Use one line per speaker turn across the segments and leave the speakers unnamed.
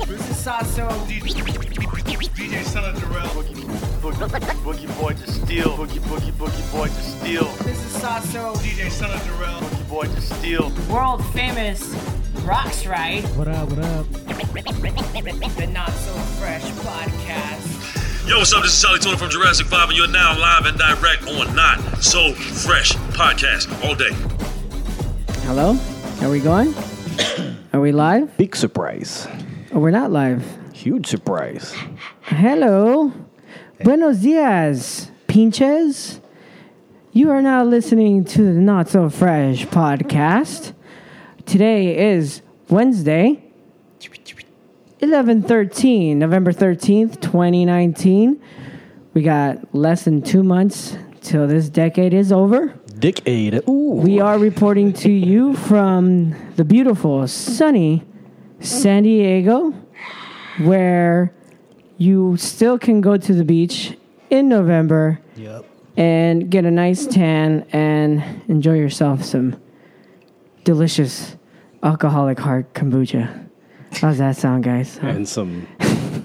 Sasso.
DJ, DJ Son of Jarrell. Boogie, boogie, boogie Boy to Steal. Boogie, boogie, boogie Boy to Steal.
This is Sasso.
DJ Son of Jarrell. Boogie Boy to Steal.
World famous Rocks Right,
What up, what up?
the Not So Fresh podcast.
Yo, what's up? This is Charlie Tuna from Jurassic 5, and you're now live and direct on Not So Fresh podcast all day.
Hello? Are we going? Are we live?
Big surprise.
Oh, we're not live.
Huge surprise.
Hello. Buenos dias, pinches. You are now listening to the Not So Fresh podcast. Today is Wednesday, 11-13, November 13th, 2019. We got less than two months till this decade is over.
Dick Ada. Ooh.
We are reporting to you from the beautiful, sunny San Diego, where you still can go to the beach in November
Yep.
and get a nice tan and enjoy yourself some delicious alcoholic hard kombucha. How's that sound, guys? Huh?
And some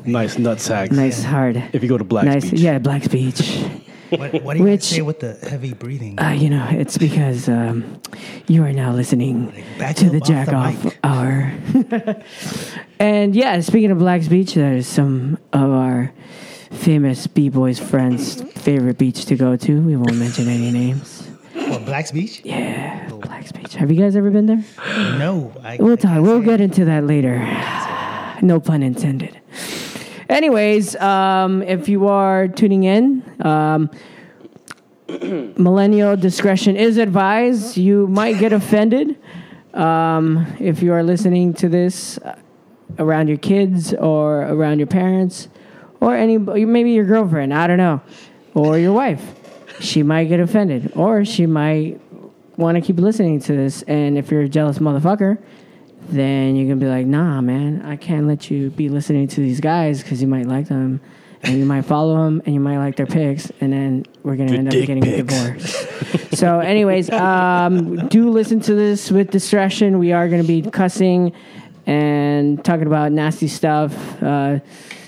nice nut sacks.
Nice hard.
If you go to Black's
nice,
Beach.
yeah, Black's Beach.
What, what do you guys
Which-
say with the heavy breathing?
Uh, you know, it's because um, you are now listening
Back
to
up
the
off the
Jack Off
mic.
Hour. and yeah, speaking of Black's Beach, there's some of our famous B Boys friends' favorite beach to go to. We won't mention any names.
What, Black's Beach?
Yeah, Black's Beach. Have you guys ever been there?
No. I,
We'll
I
talk.
can't
We'll
say.
get into that later. No pun intended. Anyways, um, if you are tuning in, um, millennial discretion is advised. You might get offended um, if you are listening to this uh, around your kids or around your parents or any maybe your girlfriend. I don't know, or your wife. She might get offended, or she might want to keep listening to this. And if you're a jealous motherfucker, then you're gonna be like, nah, man, I can't let you be listening to these guys because you might like them, and you might follow them, and you might like their pics, and then we're gonna
Your
end up
dick
getting
pics.
a divorce. so, anyways, um, do listen to this with distraction. We are gonna be cussing and talking about nasty stuff, uh,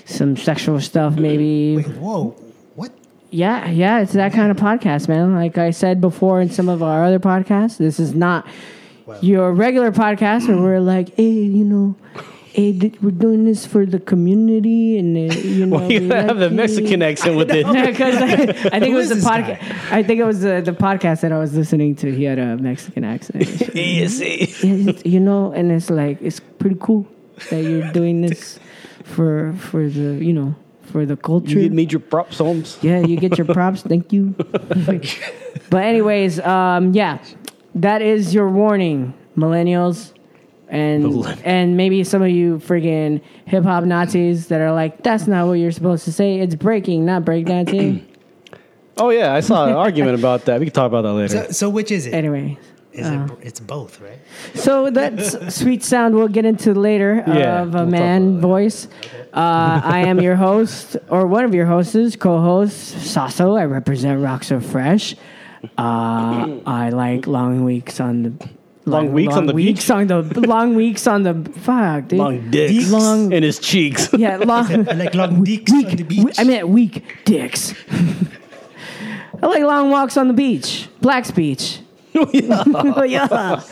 some sexual stuff, maybe.
Whoa. What?
Yeah, yeah, it's that kind of podcast, man. Like I said before in some of our other podcasts, this is not your regular podcast where we're like, hey, you know, hey, th- we're doing this for the community, and uh, you know,
Well, you
we
gotta have
like
the Mexican accent with it.
because I, I think it was
is
the
this guy?
podcast. I think it was the, the podcast that I was listening to. He had a Mexican accent,
Yes.
Yeah, it's- you know, and it's like it's pretty cool that you're doing this for for the you know for the culture.
You get major props, Holmes.
Yeah, you get your props. Thank you. but anyways, um, yeah, that is your warning, millennials, and
Millenn-
and maybe some of you friggin' hip hop Nazis that are like, that's not what you're supposed to say. It's breaking, not breakdancing.
Oh, yeah. I saw an argument about that. We can talk about that
So,
later.
so which is it?
anyway,
Is
Uh.
it? It's both, right?
so that s- sweet sound we'll get into later
Yeah,
of
we'll
a
talk
man
about that.
voice. Uh, I am your host, or one of your hosts, co-host Sasso. I represent Rock So Fresh. Uh, I like long weeks on the
Long weeks on the
weeks on the long weeks on the fuck, dude.
Long dicks.
Long-
In his cheeks.
yeah, long.
Like long dicks on the
We-
beach.
I meant weak dicks. I like long walks on the beach, Black's Beach.
Oh,
yeah.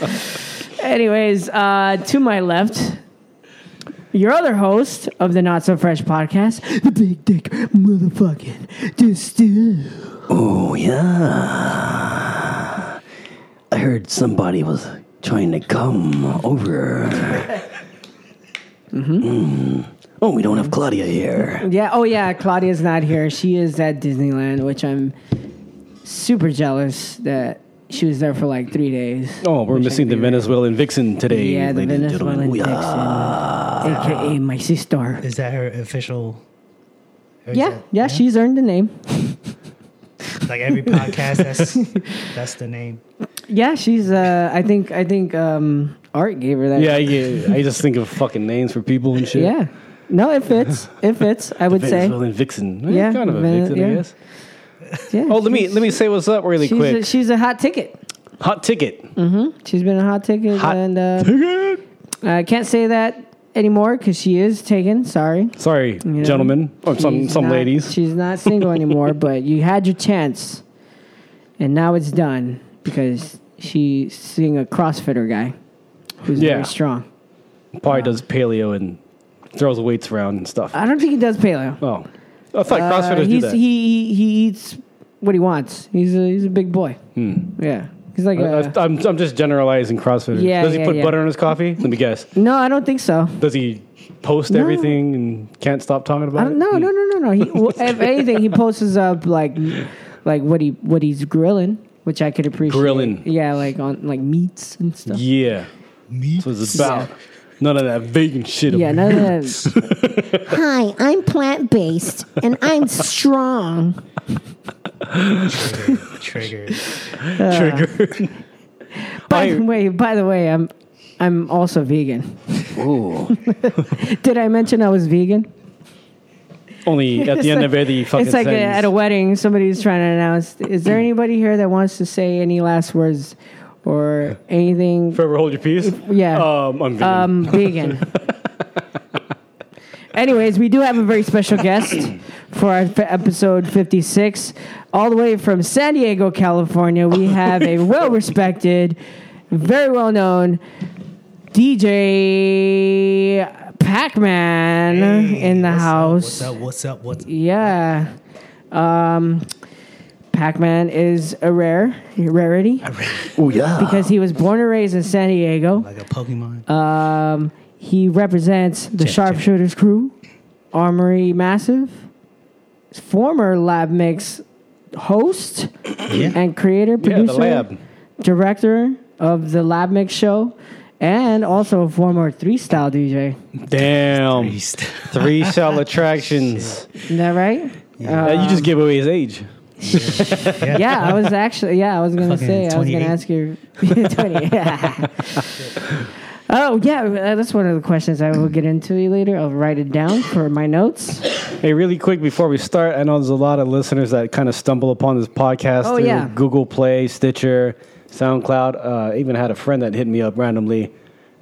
Anyways, uh, to my left, your other host of the Not So Fresh podcast, the Big Dick Motherfucking Distill.
Oh, yeah. I heard somebody was trying to come over.
Mm-hmm.
Mm. Oh, we don't have Claudia here.
Yeah. Oh, yeah. Claudia's not here. She is at Disneyland, which I'm super jealous that she was there for like three days.
Oh, we're missing the Venezuelan vixen today.
yeah, the
ladies and
Venezuelan
gentlemen.
Dixon, aka my sister.
Is that her official? or is
Yeah,
that-
yeah, she's earned the name.
Like every podcast, that's that's the name.
Yeah, she's. Uh, I think. I think um, Art gave her that.
Yeah, yeah. I just think of fucking names for people and shit.
yeah. No, it fits. It fits. I would say.
Venezuelan vixen. Eh,
Yeah,
Kind of a
Vene-
vixen, I
yeah.
guess.
Yeah,
Oh, let me let me say what's up really
She's
quick.
a, Mm. she's a hot ticket.
Hot ticket.
She's been a hot ticket,
Hot
and uh,
ticket.
I can't say that anymore because she is taken. Sorry.
Sorry,
You know,
gentlemen, or some
she's
some
not-
ladies.
She's not single anymore, but you had your chance, and now it's done because she's seeing a CrossFitter guy who's
Yeah.
very strong.
Probably does paleo and throws weights around and stuff.
I don't think he does paleo.
oh, I thought
Uh,
CrossFitters do
he's-
that.
He, he he eats what he wants. He's a, he's a big boy. Yeah, he's like
Hmm. I-
a,
I- I'm, I'm just generalizing CrossFitters.
uh, Yeah,
does he
yeah,
put
yeah.
butter on his coffee? Let me guess.
no. I don't think so.
Does he post
No.
everything and can't stop talking about
I don't,
it?
no, no, no, no, no. He, well, if anything, he posts up like like what he what he's grilling, which I could appreciate.
Grilling.
yeah, like on like meats and stuff.
Yeah. That's what it's about. None of that vegan shit.
Yeah, none of that. Hi, I'm plant based and I'm strong.
Triggered.
By
I-
the way, by the way, I'm I'm also vegan.
Ooh.
Did I mention I was vegan?
Only at the end of every fucking
It's like a,
sentence.
at a wedding, somebody's trying to announce. Is there anybody here that wants to say any last words or anything?
Forever hold your peace.
yeah.
Um, I'm vegan.
um, vegan. Anyways, we do have a very special guest for our f- episode 56. All the way from San Diego, California, we have a well respected, very well known DJ Pac Man Uh, in the
what's
house.
Up, what's up? What's up? What's
Yeah. Um, Pac Man is a rare a rarity
oh,
Ooh, yeah.
because he was born and raised in San Diego.
like a Pokemon?
Um, he represents the
Check,
Sharpshooters crew, Armory Massive, former Lab Mix host
yeah.
and creator,
yeah, the
producer,
lab.
director of the Lab Mix show, and also a former three style DJ.
Damn.
Beast.
Three cell attractions.
Isn't that right? Yeah,
Yeah, you just gave away his age.
yeah I was actually yeah, I was gonna
Fucking
say I was gonna
28.
ask you twenty. oh yeah, uh, that's one of the questions I will get into later. I'll write it down for my notes.
Hey, really quick before we start, I know there's a lot of listeners that kind of stumble upon this podcast
Oh,
through
yeah.
Google Play, Stitcher, SoundCloud. Uh, I even had a friend that hit me up randomly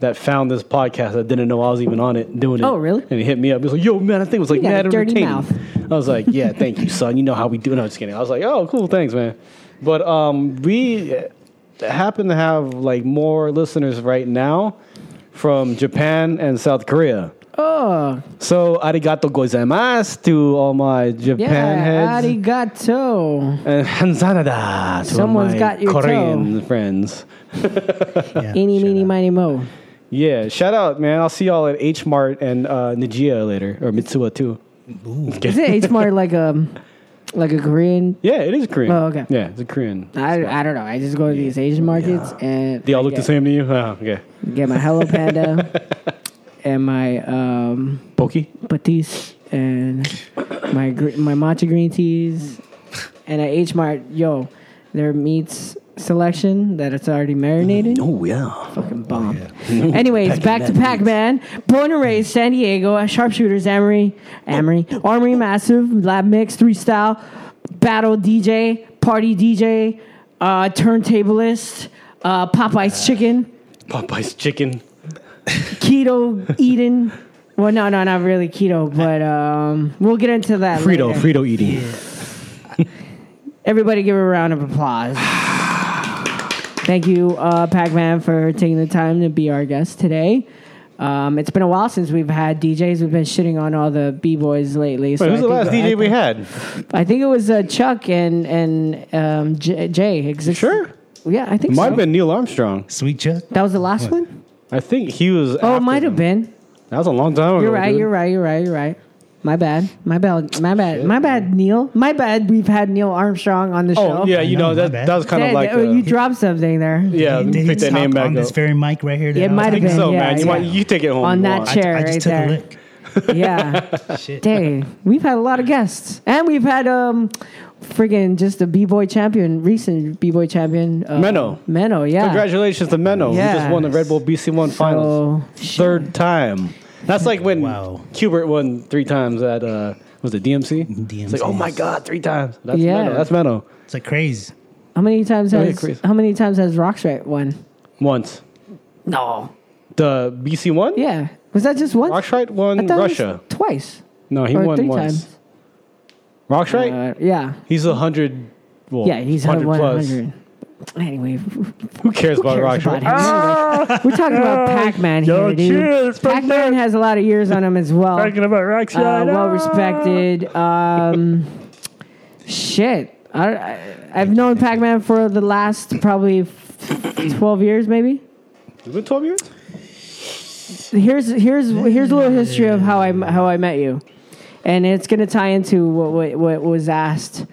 that found this podcast. I didn't know I was even on it doing it.
Oh, really?
And he hit me up. He was like, "Yo, man, I think it was like
You got a
mad
dirty
entertaining."
mouth.
I was like, "Yeah, thank you, son. You know how we do." No, just kidding. I was like, "Oh, cool, thanks, man." But um, we happen to have like more listeners right now from Japan and South Korea.
Oh,
So arigato gozaimasu to all my Japan
Yeah,
heads
arigato.
and hanzanada to
Someone's
all my
got your
Korean friends.
Yeah.
Eeny, meeny, miny, mo.
Yeah, shout out, man. I'll see y'all at H Mart and uh, Nijia later or Mitsuya too.
Is it it's more like a like a Korean?
Yeah, it is Korean.
Oh, okay.
Yeah, it's a Korean.
I, I don't know. I just go to these Asian markets and
They all look
get,
the same to you? Oh, okay.
Get my Hello Panda and my um,
Pokey?
Batiste and my gre- my matcha green teas. And at H Mart, yo, their meats selection that it's already marinated.
Mm,
Ooh, Oh, yeah.
fucking bomb.
Oh,
Anyways, back to Pac Man. Born and raised San Diego, a sharpshooters, Amory, Amory, Armory Massive, Lab Mix, Three Style, Battle DJ, Party DJ, uh, Turntablist, uh, Popeye's Chicken,
Popeye's chicken.
Keto Eden. Well, no, no, not really keto, but um, we'll get into that
Frito,
later.
Frito eating.
Everybody give her a round of applause. Thank you, uh, Pac Man, for taking the time to be our guest today. Um, it's been a while since we've had DJs. We've been shitting on all the B boys lately. So
Wait, who's
I
the
think-
last
I
DJ we
think-
had?
I think it was uh, Chuck and and um, J- Jay. Exist-
Sure.
Yeah, I think
Might
so.
have been Neil Armstrong.
Sweet Chuck.
That was the last one.
I think he
Oh,
was.
it
after
might have
him.
been.
That was a long time ago.
You're right.
dude.
You're right. You're right. You're right. My bad. My bad. My bad. My bad. Neil. My bad. We've had Neil Armstrong on the show.
Oh, yeah, you
I know,
know,
my
that,
bad.
that was kind of
Dad,
like.
oh,
uh,
you dropped something there.
Yeah,
Did he
pick that
talk
name back
on this
up.
very mic right here? that
It
I was
might have
I
thinking?
think
been,
so,
yeah,
man. You,
yeah.
might, you take it home.
On
if you
that
want.
chair.
Oh, I, I
right
just took
there.
a lick.
Yeah.
Shit.
Dang, we've had a lot of guests, and we've had um, friggin' just a b boy champion, recent b boy champion, uh,
Menno.
Menno, yeah.
Congratulations to Menno. He just won the
Yes.
Red Bull BC1 finals.
shit.
Third time. That's like when
Wow.
Kubert won three times at, uh, was it DMC? It's like,
DMC,
oh my
yes.
God, three times. That's
Yeah.
Menno. That's Menno.
It's like crazy.
How many times
Oh, yeah,
has
Chris.
how many times has Rockstrike won?
Once.
No.
The BC1?
Yeah, Was that just once?
Rockstrite won
I thought it was
Russia.
twice.
No, he
or
won
three
once.
times.
Rockstrite?
Uh, yeah.
he's a hundred. Well,
Yeah, he's
100 plus.
100. Anyway, who
Who cares about
cares about
Rockstrite?
him? Anyway, We're talking about Pac-Man here, dude. Pac-Man has a lot of years on him as well.
about
uh, well respected. Um, shit, I, don't- I, I've known Pac-Man for the last probably twelve years, maybe.
It's been 12 years?
Here's here's here's a little history of how I how I met you, and it's gonna tie into what what, what was asked.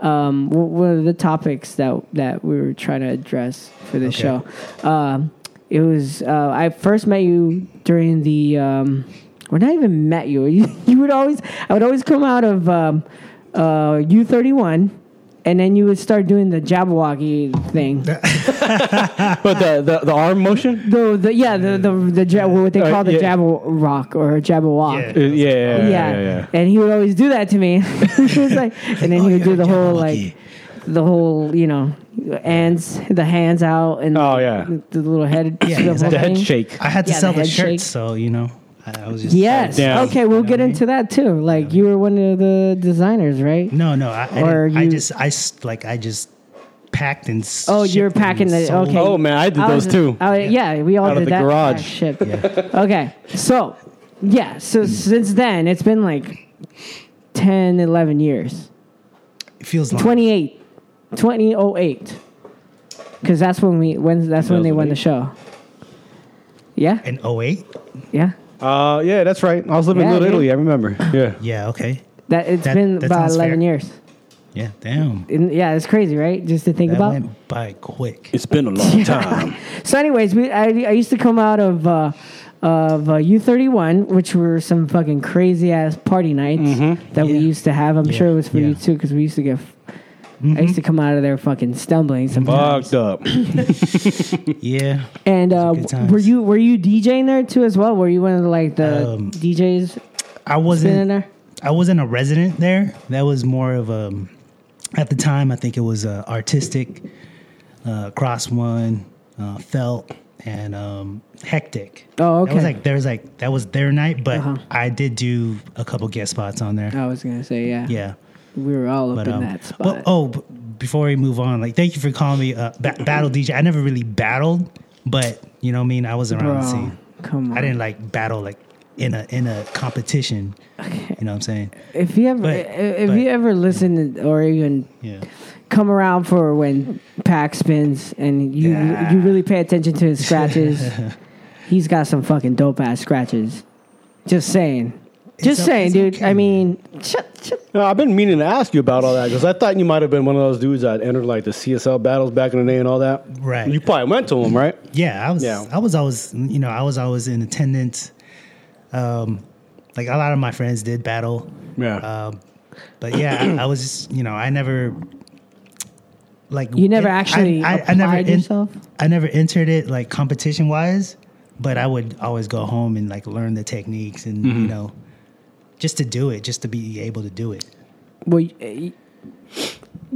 Um, wh- what are the topics that that we were trying to address for this
Okay.
show? Um, it was uh, I first met you during the um, or not even met you. You you would always I would always come out of um, uh, U thirty one, and then you would start doing the Jabberwocky thing.
But the, the, the arm motion?
The, the yeah the the, the, ja- what they
Uh,
call the
yeah.
Jabberwock or Jabberwock.
Yeah.
Uh, yeah, yeah, yeah,
yeah.
yeah, yeah. Oh,
And he would always do that to me. He was like- and then he would do the whole like the whole, you know, hands the hands out and
Oh, yeah.
the little head
Yeah,
swivel
exactly.
The head
thing.
shake.
I had to
Yeah,
sell
the
the,
head
shirt,
shake.
so you know, I, I was just
Yes.
Yeah.
Okay, we'll get into that too. Like you were one of the designers, right?
No, no, I, I,
Or
didn't- I
you-
just I s- like I just packed and. s-
Oh, you're
shipped and
packing the-
sold.
okay.
Oh, man, I did
I
those
was-
too.
I- yeah. we all
Out of
did
the
that.
garage.
Ah, shit. Okay. So, yeah, so
Hmm.
since then it's been like 10 11 years.
It feels like
28 2008 because oh that's when we when that's when they won the show yeah
in 08?
yeah
Uh, yeah, that's right. I was living in
Yeah,
Little
dude.
Italy, I remember. Yeah.
Yeah. Okay.
that it's
That-
been
that
about
sounds
11
fair.
years
Yeah. Damn.
And, yeah it's crazy right just to think
That
about
went by quick.
It's been a long time.
so anyways we I, I used to come out of uh of uh, U31, which were some fucking crazy ass party nights that we
Yeah.
used to have. I'm
Yeah,
sure it was for
yeah. Mm-hmm.
you too, because we used to get. f I I used to come out of there fucking stumbling sometimes.
Fucked up.
Yeah.
And uh, w-
good
were
times.
you were you DJing there too as well? Were you one of the, like the
Um,
DJs
I
been in
wasn't.
there?
I wasn't a resident there. That was more of a. At the time, I think it was uh, artistic, uh, cross one, uh, felt, and um, hectic.
Oh, okay.
That was like there was like that was their night, but
Uh-huh. Oh.
I did do a couple guest spots on there.
I was gonna say yeah.
Yeah.
we were all up
But
in
um,
that spot.
but- oh, b- before we move on, like thank you for calling me uh, ba- battle DJ. I never really battled, but you know what I mean. I was around the
Bro,
scene.
come on!
I didn't like battle like in a in a competition. You know what I'm saying?
If you ever, eh,
but-
if
but-
you ever listen to, or even
Yeah.
come around for when Pac spins and you
Yeah.
you really pay attention to his scratches, he's got some fucking dope ass scratches. Just saying, just
o-
saying,
it's
dude.
okay,
I
man.
mean, shut, shut.
No, I've been meaning to ask you about all that because I thought you might have been one of those dudes that entered like the CSL battles back in the day and all that.
Right.
You probably went to them, right?
Yeah, I was.
Yeah.
I was always, you know, I was always in attendance. Um, like a lot of my friends did battle,
Yeah.
um, but yeah, I, I was just, you know, I never. Like
You never
it- I-
actually applied yourself?
I never entered it like competition wise, but I would always go home and like learn the techniques and you know, just to do it, just to be able to do it.
Well, y-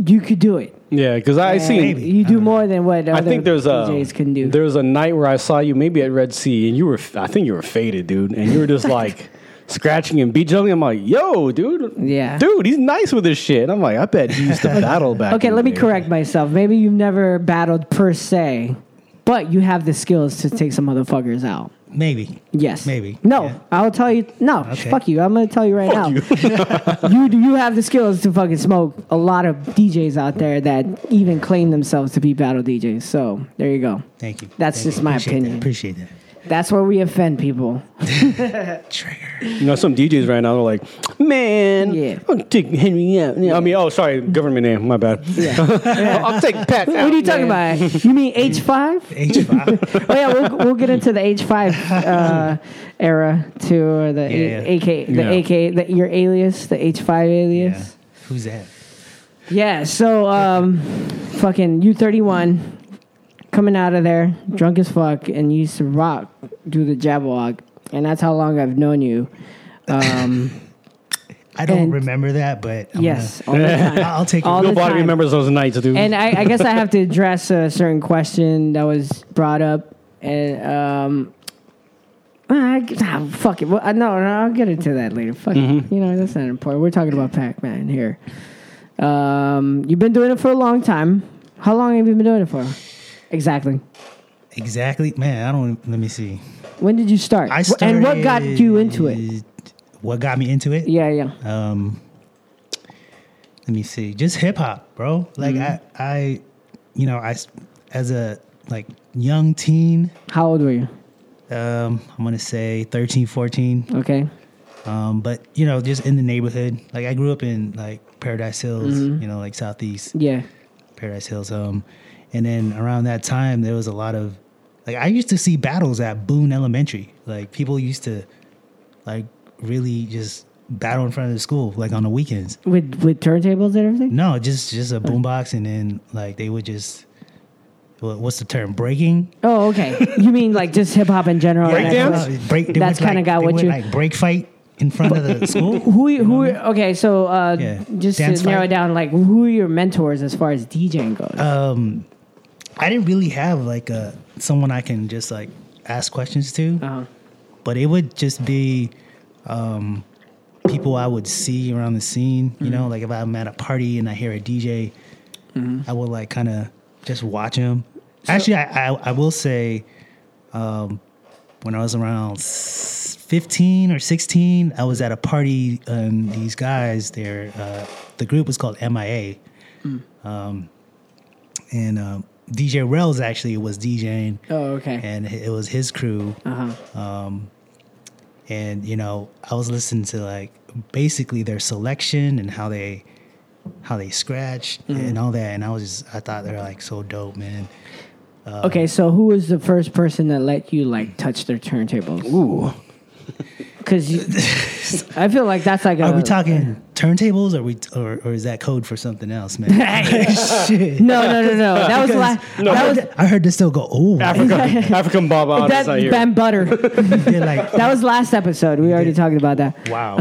you could do it.
yeah, because I seen.
Maybe.
You do more than what other
I think there's um, a
DJs can do.
There was a night where I saw you maybe at Red Sea, and you were I think you were faded, dude, and you were just like scratching and beat juggling. I'm like, yo, dude,
Yeah.
dude, he's nice with this shit. And I'm like, I bet he used to battle back.
Okay,
in
let
the
me
day.
correct myself. Maybe you've never battled per se, but you have the skills to take some motherfuckers out.
Maybe
Yes.
Maybe.
No,
Yeah.
I'll tell you. No,
Okay.
fuck you. I'm gonna tell you right now. You. do you have the skills to fucking smoke a lot of DJs out there that even claim themselves to be battle DJs. So there you go.
thank you.
That's
Thank
just my
Appreciate that.
opinion.
Appreciate that.
That's where we offend people.
Trigger.
You know, some DJs right now are like, man,
Yeah.
I'll take Henry out. I mean, oh, sorry, government name, my bad. I'll take Pat.
What are you talking about? You mean H five?
H five.
oh yeah, we'll, we'll get into the H five uh, era too, or the
Yeah, yeah.
AK, the
Yeah.
AK, the, your alias, the H five
yeah.
alias.
Who's that?
Yeah. so um, fucking U thirty one coming out of there drunk as fuck, and you used to rock, do the Jabberwock, and that's how long I've known you. Um,
I don't
And-
remember that, but I'm
yes, all the time.
gonna- I'll take
All the
it.
Nobody
time.
remembers those nights, dude.
And uh, I, I guess I have to address a certain question that was brought up, and um, Ah, I- ah, fuck it. Well, I- no, no, I'll get into that later. Fuck it. You know, that's not important. We're talking about Pac Man here. Um, you've been doing it for a long time. How long have you been doing it for? Exactly.
Exactly, man. I don't. Let me see.
When did you start?
I
Wh-
started,
And what got you into it?
What got me into it?
Yeah, yeah.
um let me see just hip hop bro like
Mm-hmm.
i i you know i s- as a like young teen
How old were you?
um i'm gonna say 13 14
Okay.
um but you know just in the neighborhood like i grew up in like paradise hills
Mm-hmm.
you know like southeast
Yeah.
paradise hills um and then around that time there was a lot of like i used to see battles at boone elementary like people used to like really just battle in front of the school like on the weekends
With with turntables and everything?
No, just just a boombox, and then like they would just what, what's the term breaking
Oh, okay. you mean like just hip hop in general? and
Breakdance?
that's-
Uh, break.
That's
would,
kinda
like-
got
they
what
would,
you-
like break fight in front of the school.
Who you- who okay, so uh
Yeah.
just
Dance
to narrow
fight?
it down, like who are your mentors as far as DJing goes?
Um, I didn't really have like a someone I can just like ask questions to,
Uh-huh.
but it would just be um people I would see around the scene. You know, like if I'm at a party and I hear a DJ, I would like kind of just watch him. Actually, I, I I will say, um, when I was around s- fifteen or sixteen, I was at a party and these guys, they're uh, the group was called MIA, um, and um, DJ Rels actually was DJing,
Oh, okay.
and it was his crew Um,
Uh-huh.
and you know i was listening to like basically their selection and how they how they scratched
Mm-hmm.
and all that and i was just i thought they were like so dope man
Okay, so who was the first person that let you like touch their turntables?
Ooh.
Because I feel like that's like a.
are we talking turntables or we or, or is that code for something else man Shit.
No, no, no, no. That was last.
I,
that
heard,
was
th- I heard this still go oh
Africa, African Bob Otter
that
is not here.
Ben Butter. that
they're like
was last episode. We already talked about that.
wow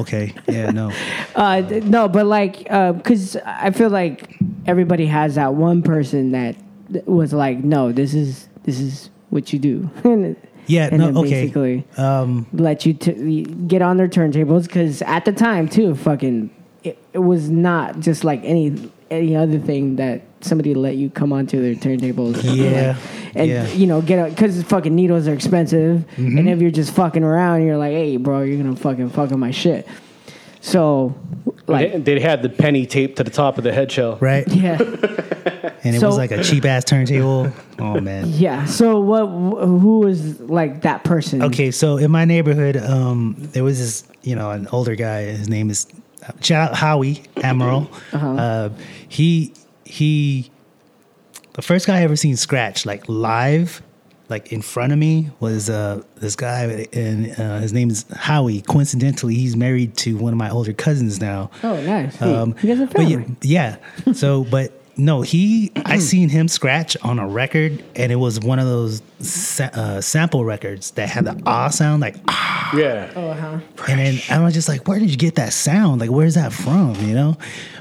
okay yeah no
Uh, d- no, but like, because I feel like everybody has that one person that th- was like, no, this is this is what you do. and
yeah
and then
Uh, no okay
basically
um
let you t- get on their turntables because at the time too, fucking, it, it was not just like any any other thing that somebody let you come onto their turntables.
Yeah,
and
yeah. Mm-hmm.
you know get because fucking needles are expensive, and if you're just fucking around, you're like, hey, bro, you're gonna fucking fuck with my shit. So, like,
they, they had the penny taped to the top of the head shell.
right
yeah.
and it
So-
was like a cheap ass turntable oh man
Yeah. So what? Who was like that person?
Okay, so in my neighborhood, um, there was this, you know, an older guy. His name is shout out Howie Amaral. Uh, he he, the first guy I ever seen scratch like live, like in front of me was uh, this guy, and uh, his name is Howie. Coincidentally, he's married to one of my older cousins now.
Oh, nice. Hey, you guys are
Um, but yeah,
family.
yeah. So, but no, he I seen him scratch on a record, and it was one of those sa- uh, sample records that had the ah sound, like, ah,
Yeah.
and then I was just like, where did you get that sound? Like, where's that from? You know.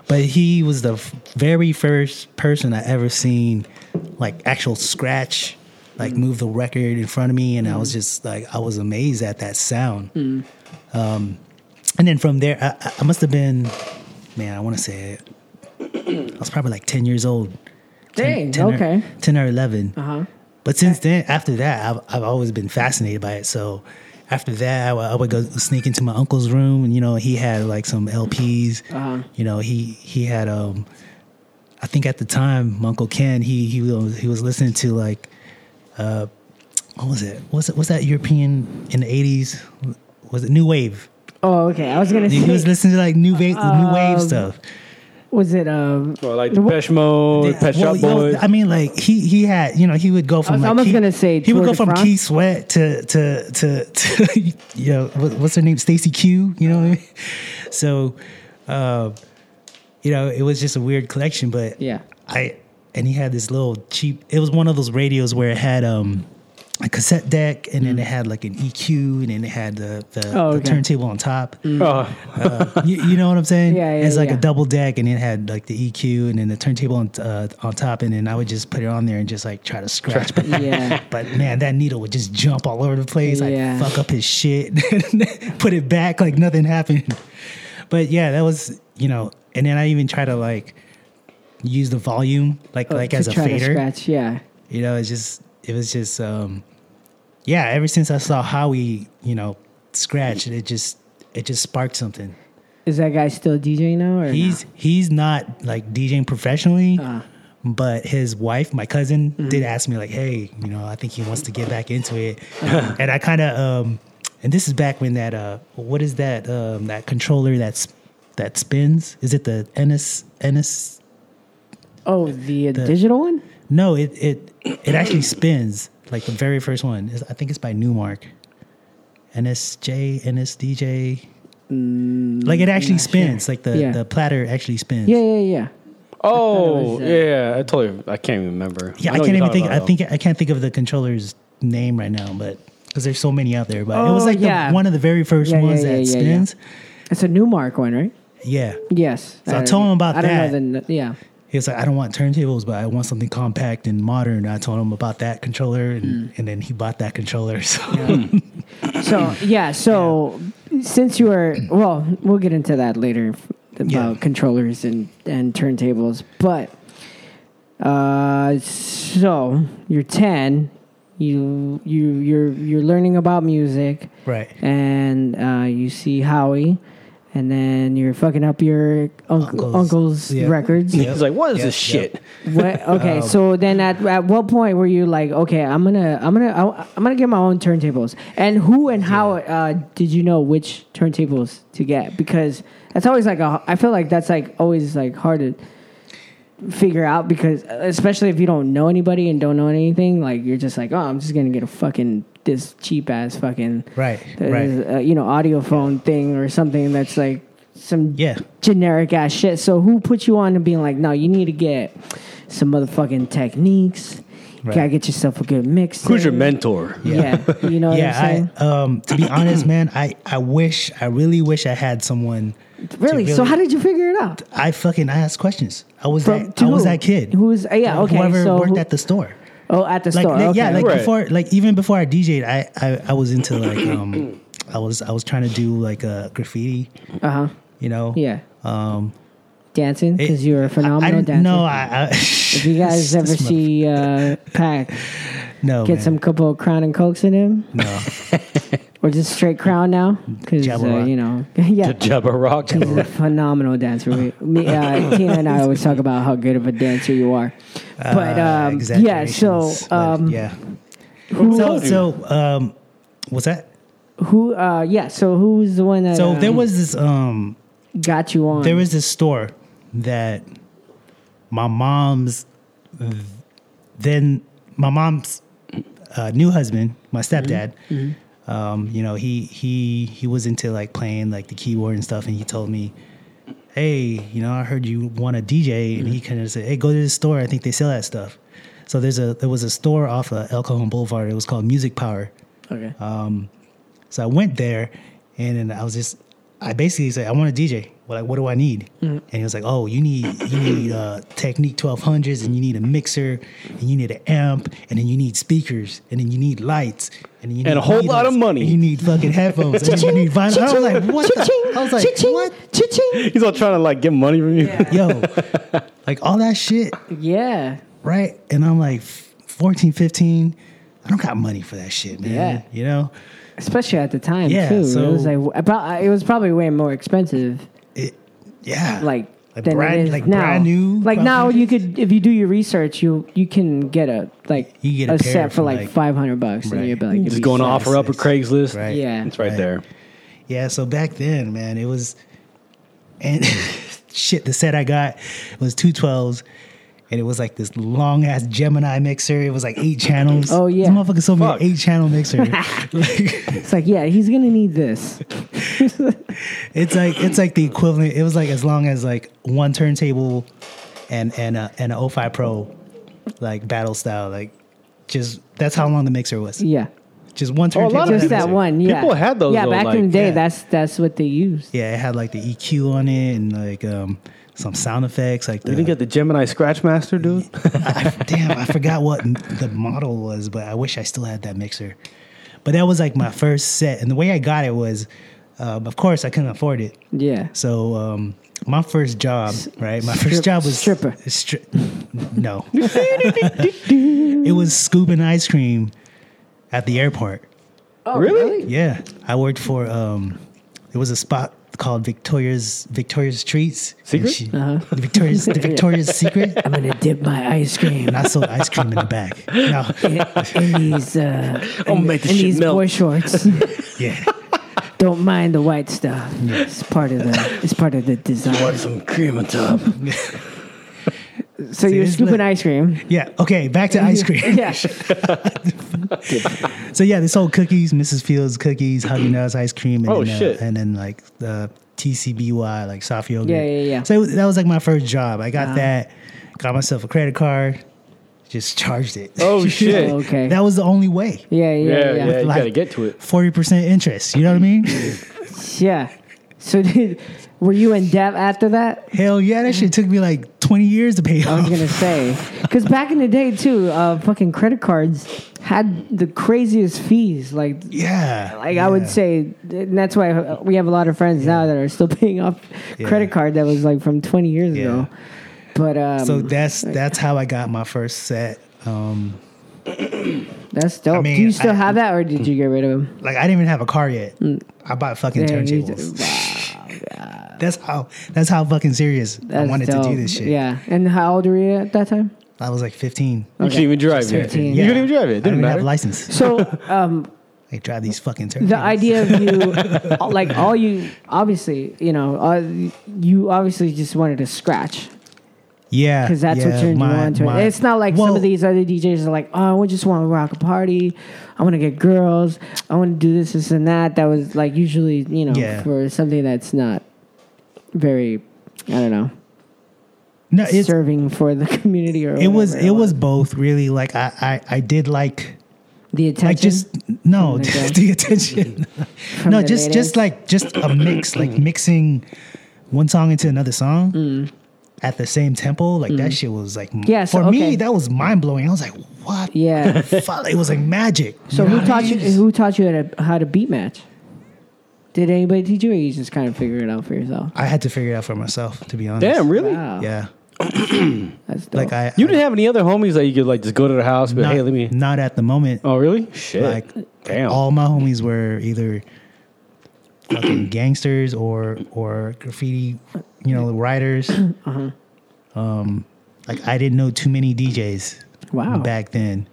But he was the f- very first person I ever seen, like actual scratch, like move the record in front of me, and I was just like, I was amazed at that sound. Um, and then from there, I- I, I must have been, man, I want to say it. I was probably like 10 years old.
Dang.
10, 10 or-
okay.
10 or 11.
Uh-huh.
But since then, after that, I've, I've always been fascinated by it. So after that, I would- I would go sneak into my uncle's room, and you know, he had like some LPs.
Uh-huh.
You know, he he had um, I think at the time, my uncle Ken, he he was he was listening to like, uh, what was it? What's it? What's that European in the eighties? Was it new wave?
Oh, okay. I was gonna
He was
say, was,
listening to like new wave, new
Um,
wave stuff.
it um?
Or like
the-
Depeche Mode, Pet
Well,
Shop
you know,
Boys. Uh,
I mean, like he he had you know he would go from
I was
like
almost
Keith-
gonna say
he would
Tour
go
de
from
France.
Keith Sweat to to to, to you know what, what's her name Stacy Q. You know what I mean? So, uh, you know, it was just a weird collection, but
Yeah.
I and he had this little cheap. It was one of those radios where it had um a cassette deck, and then it had like an EQ, and then it had the the,
Mm. Oh,
the
okay. Mm.
turntable on top.
Oh,
Uh, you, you know what I'm saying?
Yeah, yeah,
It's like
yeah.
a double deck, and it had like the EQ, and then the turntable on, uh, on top, and then I would just put it on there and just like try to scratch. But,
Yeah.
but man, that needle would just jump all over the place.
Yeah.
I'd fuck up his shit, put it back like nothing happened. But yeah, that was you know, and then I even try to like use the volume like like
Oh, to
as a
try to
fader
scratch. Yeah.
you know it's just it was just um yeah ever since i saw howie you know scratch it just it just sparked something
Is that guy still DJing now? Uh-huh. Or no?
he's he's not like djing professionally but his wife my cousin
Mm-hmm.
did ask me like hey you know i think he wants to get back into it
Uh-huh.
and i kind of um and this is back when that uh what is that um that controller that's that spins is it the ns ns
oh the, uh digital one.
No, it it it actually spins like the very first one. It's- I think it's by Newmark. NSJ, NSDJ. like it actually spins. Like the,
Mm, Yeah.
the platter actually spins.
Yeah, yeah, yeah.
oh
was, uh,
yeah, I totally. I can't even remember.
Yeah, I,
know what
can't
you're
even
talking
think. I
about,
think I can't think of the controller's name right now, but because there's so many out there. But it was
Oh,
like
yeah.
the, one of the very first
Yeah, yeah,
ones
yeah,
that
yeah, yeah.
spins.
It's a Newmark one, right?
Yeah.
Yes.
So I told him about
I
that.
don't know the, yeah.
He was like, I don't want turntables, but I want something compact and modern. I told him about that controller, and,
Hmm.
and then he bought that controller. So
So yeah. So since you are well, we'll get into that later f- about
Yeah.
controllers and and turntables. But uh, so you're ten. You you you're you're learning about music,
Right.
And uh, you see Howie, and then you're fucking up your unc- uncle's,
Uncle's, yeah.
records.
Yeah.
He's like, what is
Yeah,
this
yeah.
shit?
What, okay,
Um,
so then at, at what point were you like, okay, I'm gonna, I'm gonna, I, I'm gonna get my own turntables? And who and how uh, did you know which turntables to get? Because that's always like a, I feel like that's like always like hard to figure out because especially if you don't know anybody and don't know anything, like you're just like, oh, I'm just gonna get a fucking this cheap ass fucking
Right,
uh,
right.
uh, you know audio phone thing or something that's like some
Yeah.
generic ass shit. So who put you on to being like, no, you need to get some motherfucking techniques. You
Right.
gotta get yourself a good mix.
Who's your mentor?
Yeah, you know what I'm
yeah,
saying.
I, um, to be honest, man, I, I wish, I really wish I had someone. to
really? So how did you figure it out?
I fucking I asked questions? I was
From-
that
to
I was
who?
that kid
Who was- uh, yeah, okay,
Whoever
so
worked
who-
at the store,
Oh, at the
like
store.
like,
okay.
yeah, like
Right.
before, like even before I DJ'd, I I, I was into like um, I was I was trying to do like uh, graffiti,
uh huh.
you know.
Yeah.
Um,
Dancing
it-
because you're a
I, I
phenomenal
didn't-
dancer.
No, I. I
if you guys ever see uh, Pac,
no,
get
Oh, man,
some couple of Crown and Cokes in him,
no,
or just straight Crown now, because uh,
Jabberwock.
you know, yeah,
Jabba Rock.
He's a phenomenal dancer. We, me, uh, Tina and I always talk about how good of a dancer you are. But
Uh,
um, yeah, so
exaggerations, but
um,
yeah.
who,
So so um, what's that?
who, uh, yeah, so who was the one that
So
uh,
there was this um,
got you on?
there was this store that my mom's then my mom's uh, new husband, my stepdad. Um, you know, he he he was into like playing like the keyboard and stuff, and he told me, "Hey, you know, I heard you want a DJ," and he kind of said, "Hey, go to this store. I think they sell that stuff." So there's a there was a store off of El Cajon Boulevard. It was called Music Power.
okay.
Uh, So I went there, and then I was just, I basically said, I want a DJ. Well, like, what do I need?
Mm.
And he was like, Oh, you need you need uh, Technique twelve hundreds, and you need a mixer, and you need an amp, and then you need speakers, and then you need lights, and then you need
And a whole lot of
needles,
money.
and You need fucking headphones. and then you need vinyl. I was like, What? The? I was like, What?
Cha-ching.
He's all trying to like get money from you.
Yo, like all that shit,
Yeah.
right? And I'm like, 14, 15, I don't got money for that shit, man.
Yeah.
You know.
Especially at the time,
Yeah,
too. it was
so-
like about, it was probably way more expensive,
It, yeah.
like,
Like
than
brand-
it is
like
now.
brand new,
Like now,
probably.
you could if you do your research, you you can get a like
You get a pair
set for
for,
like,
like-
five hundred bucks, and
Right.
you'd be like,
Just going to offer up a Craigslist.
right.
yeah,
It's right,
Right.
there.
Yeah, so back then, man, it was and shit, the set I got was two twelves. And it was like this long ass Gemini mixer. It was like eight channels.
Oh, yeah.
this motherfucker sold me
Fuck.
an eight channel mixer.
It's like, yeah, he's gonna need this.
it's like it's like the equivalent. It was like as long as like one turntable, and and a, and a 05 Pro, like battle style. Like just that's how long the mixer was.
Yeah.
Just one turntable.
Oh, lot of
and a
Just
people-
that
mixer.
one. Yeah.
people had those,
Yeah,
though,
back in the
like-
day,
Yeah.
that's that's what they used.
Yeah, it had like the EQ on it and like um, some sound effects. Like the,
You didn't get the Gemini Scratchmaster, dude.
I, damn, I forgot what m- the model was, but I wish I still had that mixer. But that was like my first set, and the way I got it was, um, of course, I couldn't afford it.
Yeah.
So um, my first job, right? My first
strip-
job was
stripper.
stri- no, it was scooping ice cream at the airport.
Oh,
really?
Yeah, I worked for. Um, it was a spot called Victoria's Victoria's Treats. and
Secret?
she-
Uh-huh.
the Victoria's the Victoria's Secret.
I'm gonna dip my ice cream
And I sold ice cream in the back. No,
in these uh,
I'll make this
in
shit
these
melt.
boy shorts.
yeah,
Don't mind the white stuff. It's part of the it's part of the design.
Want some cream on top?
So you're
this
scooping
look-
ice cream.
yeah. Okay, back to ice cream.
Yeah.
So yeah, they sold cookies, Mrs. Fields cookies, Huggy Nuts ice cream, and
Oh,
then, uh,
shit.
and then like the TCBY like soft yogurt.
Yeah, yeah, yeah.
So it was- that was like my first job. I got
Wow.
that, got myself a credit card, just charged it.
Oh shit!
Oh, okay.
that was the only way.
yeah, yeah,
yeah,
yeah,
yeah,
yeah.
you
Like-
gotta get to it.
Forty percent interest. You know what I mean?
So did, were you in debt after that?
Hell yeah, that shit took me like twenty years to pay
I
off.
was gonna say, because back in the day too, uh, fucking credit cards had the craziest fees. Like,
yeah,
like I would
yeah.
say, and that's why we have a lot of friends now that are still paying off
Yeah.
credit card that was like from twenty years
Yeah.
ago. But um,
So that's that's how I got my first set. Um,
that's dope.
mean,
Do you still
I-
have that, or did you get rid of them?
like I didn't even have a car yet. I bought fucking
Damn, Mm. you
turntables.
d- wow,
That's how that's how fucking serious I
that's
wanted to
dope.
do this shit.
Yeah. And how old were you at that time?
I was like 15.
You couldn't even drive it.
Thirteen.
You couldn't even drive
I
it.
didn't
Didn't
even have
matter.
a license.
So um,
I drive these fucking turntables.
the idea of you all- like all you obviously you know uh, you obviously just wanted to scratch
yeah,
because that's
yeah,
what turned you
my-
on to
my-
it it's not like some
Well,
of these other djs are like oh i just want to rock a party i want to get girls i want to do this this and that that was like usually you know
Yeah.
for something that's not very i don't know
No, Uh, it's,
serving for the community or
it was
whatever
it was both really. Like I I, I did like
the attention
like just no
From the guy?
the attention. no,
the
just
ladies?
just like just a mix, like mixing one song into another song.
Mm.
At the same tempo, like that shit was like
Yeah, so,
for
okay.
me that was mind blowing. I was like, "What
yeah
the fuck?" It was like magic.
so
You know
who
what I
taught you
mean?
who taught you how to, how to beat match did anybody teach you or you just kind of figure it out for yourself
I had to figure it out for myself, to be honest.
Damn, really?
Wow.
Yeah.
That's dope.
Like I
You didn't have any other homies that you could like just go to their house, but
not,
hey, let me.
not at the moment.
Oh, really? Shit.
Like
Damn.
all my homies were either fucking gangsters or or graffiti, you know, writers. Um
Uh-huh.
like I didn't know too many DJs
Wow.
back then.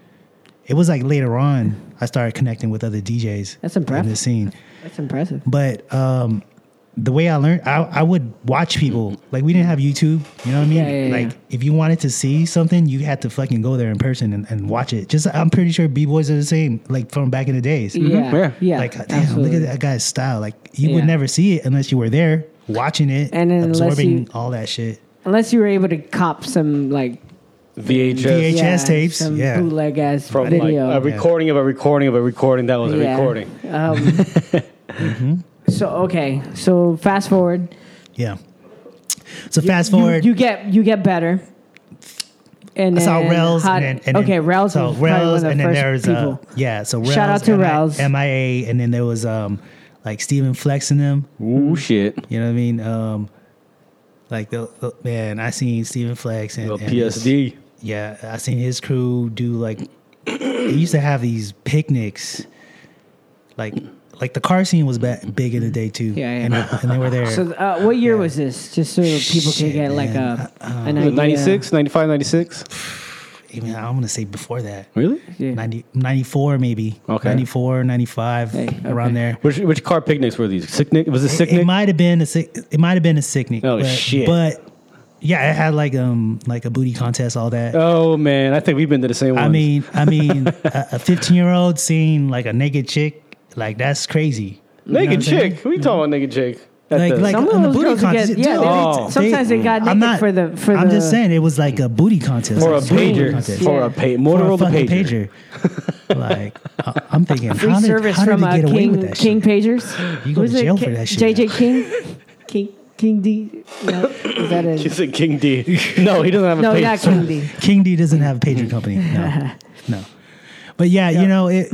It was like later on I started connecting with other DJs
That's
in
impressive.
the scene.
That's impressive.
But um, the way I learned, I, I would watch people. Like we didn't have YouTube, you know what I mean?
Yeah, yeah,
like
yeah.
if you wanted to see something, you had to fucking go there in person and, and watch it. Just I'm pretty sure b boys are the same, like from back in the days. Mm-hmm.
Yeah.
Yeah.
Yeah.
Like damn,
absolutely.
look at that guy's style. Like you
Yeah.
would never see it unless you were there watching it
And then unless
absorbing
you-
all that shit.
Unless you were able to cop some like
VHS
VH- VHS tapes,
some
yeah.
bootleg ass
from like
video.
uh,
a recording of a recording of a recording that was a
Yeah.
recording.
Um, So okay, so fast forward.
Yeah. So
You-
fast
you-
forward.
you, get you get better. And
I saw
then
Rels
how-
and then, and then-
okay, Rels.
So
was probably one of
Rels
the
and then
first
there's uh,
people.
yeah. So Rels,
Shout out to
MI-
Rels.
MIA, and then there was um like Stephen Flex and them.
Ooh, shit.
You know what I mean? Um, like the, the- man, I seen Stephen Flex and,
Little
and his-
PSD.
yeah, I seen his crew do like they used to have these picnics, like like the car scene was back, big in the day too.
Yeah, yeah.
And, and they were there.
So uh, what year was this? Just so people can
Shit,
get like a an idea.
Was
uh,
it 96, 95, 96?
Even I'm gonna say before that.
Really?
Yeah.
90, 94 maybe
Okay.
94 95
Hey, okay.
around there
Which which car picnics were these? Sicknick? Was it
it
Sicknick?
might have been a sick it might have been a sick nick
Oh,
but,
shit.
but yeah it had like um like a booty contest all that
oh man, I think we've been to the same one.
I mean, I mean, a 15 year old seeing like a naked chick, like that's crazy. You know
naked
what I'm saying?
chick. Who you talking about, naked chick? at
Like,
the-
like
Some of
on the
those
booty
girls would
contest
get- yeah,
too.
they-
Oh.
sometimes they got
I'm
naked for the- for
I'm
the-
just saying it was like a booty contest
or a
like swinging
pager
contest.
for
Yeah.
a pay
For a
Motorola
fucking
pager.
pager. like I- I'm thinking,
Free
how did,
service
how did
from
they
uh,
get away
King
with that
King
shit?
Pagers.
You go
Was
to
it
jail
K-
for that shit.
JJ King, King King D. No, is that
He
it?
said King D. No, he doesn't have a
No,
pager.
not King D.
King D doesn't have a pager company. No, no. But yeah, you know it.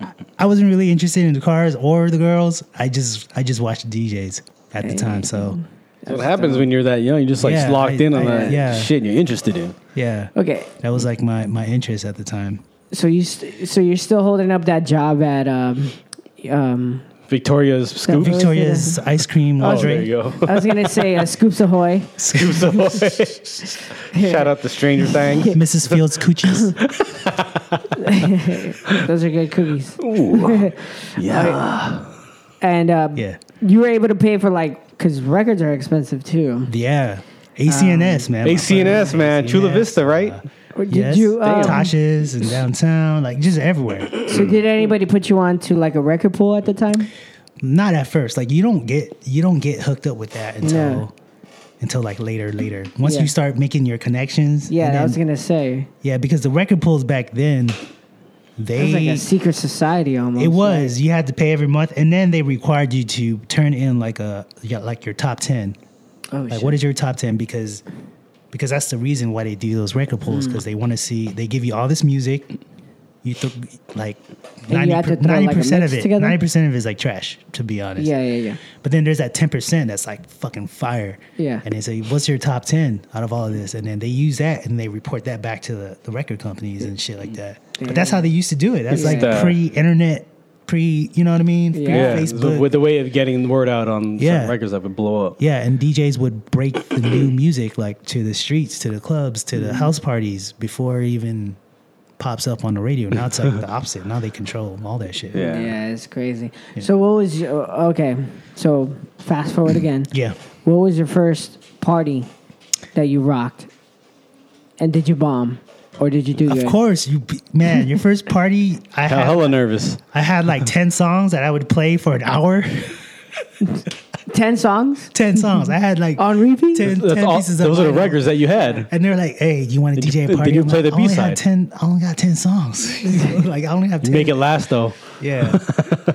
I- I wasn't really interested in the cars or the girls. I just I just watched DJs at the time. So
That's what happens when you're that young. You're just like
Yeah,
locked
I-
in on
I-
that
yeah.
shit you're interested in.
yeah,
Okay,
that was like my my interest at the time.
so you st- so you're still holding up that job at um um.
Victoria's Scoop.
Victor-
Victoria's ice cream
Oh,
lingerie.
there you go.
I was gonna say uh, Scoops Ahoy.
Scoop's away. Shout out to Stranger Things.
Mrs. Fields coochies.
Those are good cookies.
Yeah.
And um,
Yeah,
you were able to pay for like because records are expensive too.
yeah. ACNS man. My
ACNS, man. Chula
ACNS,
Vista, right?
Or Did
Yes,
you? Um,
Tasha's and downtown, like just everywhere.
so did anybody put you on to like a record pool at the time?
not at first. Like you don't get you don't get hooked up with that until
No.
until like later later. Once
Yeah.
you start making your connections.
Yeah,
and
I was
then-
gonna say
yeah, because the record pulls back then
it was like
they
a secret society almost.
it was you had to pay every month and then they required you to turn in like a yeah, like your top 10.
Oh,
Like
shit.
what is your top 10 because because that's the reason why they do those record pulls
Mm.
because they want to see they give you all this music you th- like
you have to
90%
throw, like, a
percent of
mix
it
together?
90% of it is like trash to be honest
Yeah, yeah, yeah.
but then there's that ten percent that's like fucking fire.
Yeah.
And they say, "What's your top ten out of all of this?" And then they use that and they report that back to the, the record companies and shit like that. But that's how they used to do it. That's
Yeah.
like
Yeah.
pre-internet, pre, you know what I mean?
Yeah.
Yeah,
Facebook.
with the way of getting the word out on
Yeah.
certain records that would blow up.
yeah, and DJs would break the new music like to the streets, to the clubs, to
Mm-hmm.
the house parties before it even pops up on the radio. Now it's like the opposite. Now they control all that shit.
Yeah.
Yeah, it's crazy. So what was your, okay? So fast forward again.
Yeah.
What was your first party that you rocked? And did you bomb, or did you do
Of
good?
course, you man, your first party. I
Hell,
had
hella nervous.
I had like 10 songs that I would play for an hour.
Ten songs
10 songs. I had like
on repeat.
10,
That's
10
all,
pieces
those
of
are the
vinyl.
records that you had.
And they're like, hey, do you want to
Did you-
DJ a
did
party?
you
I'm
play the
like, I only
B-side?
had 10, I only got 10 songs. like, I only have 10.
Make it last though.
Yeah.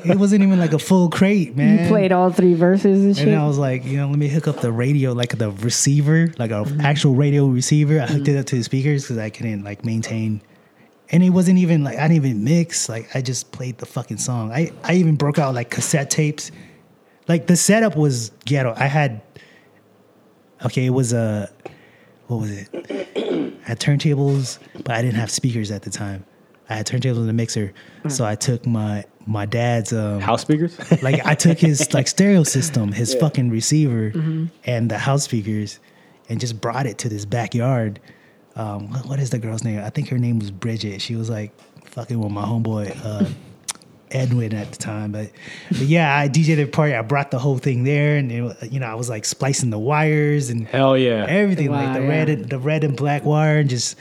it wasn't even like a full crate, man.
You played all three verses and shit.
And I was like, you know, let me hook up the radio, like the receiver, like a actual radio receiver. I hooked it up to the speakers because I couldn't like maintain. And it wasn't even like I didn't even mix. Like I just played the fucking song. I I even broke out like cassette tapes. Like the setup was ghetto. I had okay, it was a what was it? I had turntables, but I didn't have speakers at the time. I had turntables and a mixer, so I took my my dad's um,
House speakers.
like I took his like stereo system, his fucking receiver,
Mm-hmm.
and the house speakers, and just brought it to this backyard. Um, what, what is the girl's name? I think her name was Bridget. She was like fucking with my homeboy uh, Edwin at the time, but, but yeah, I DJed the party. I brought the whole thing there, and it, wa- you know I was like splicing the wires and
Hell yeah.
everything,
Wow,
like the
yeah.
red and the red and black wire, and just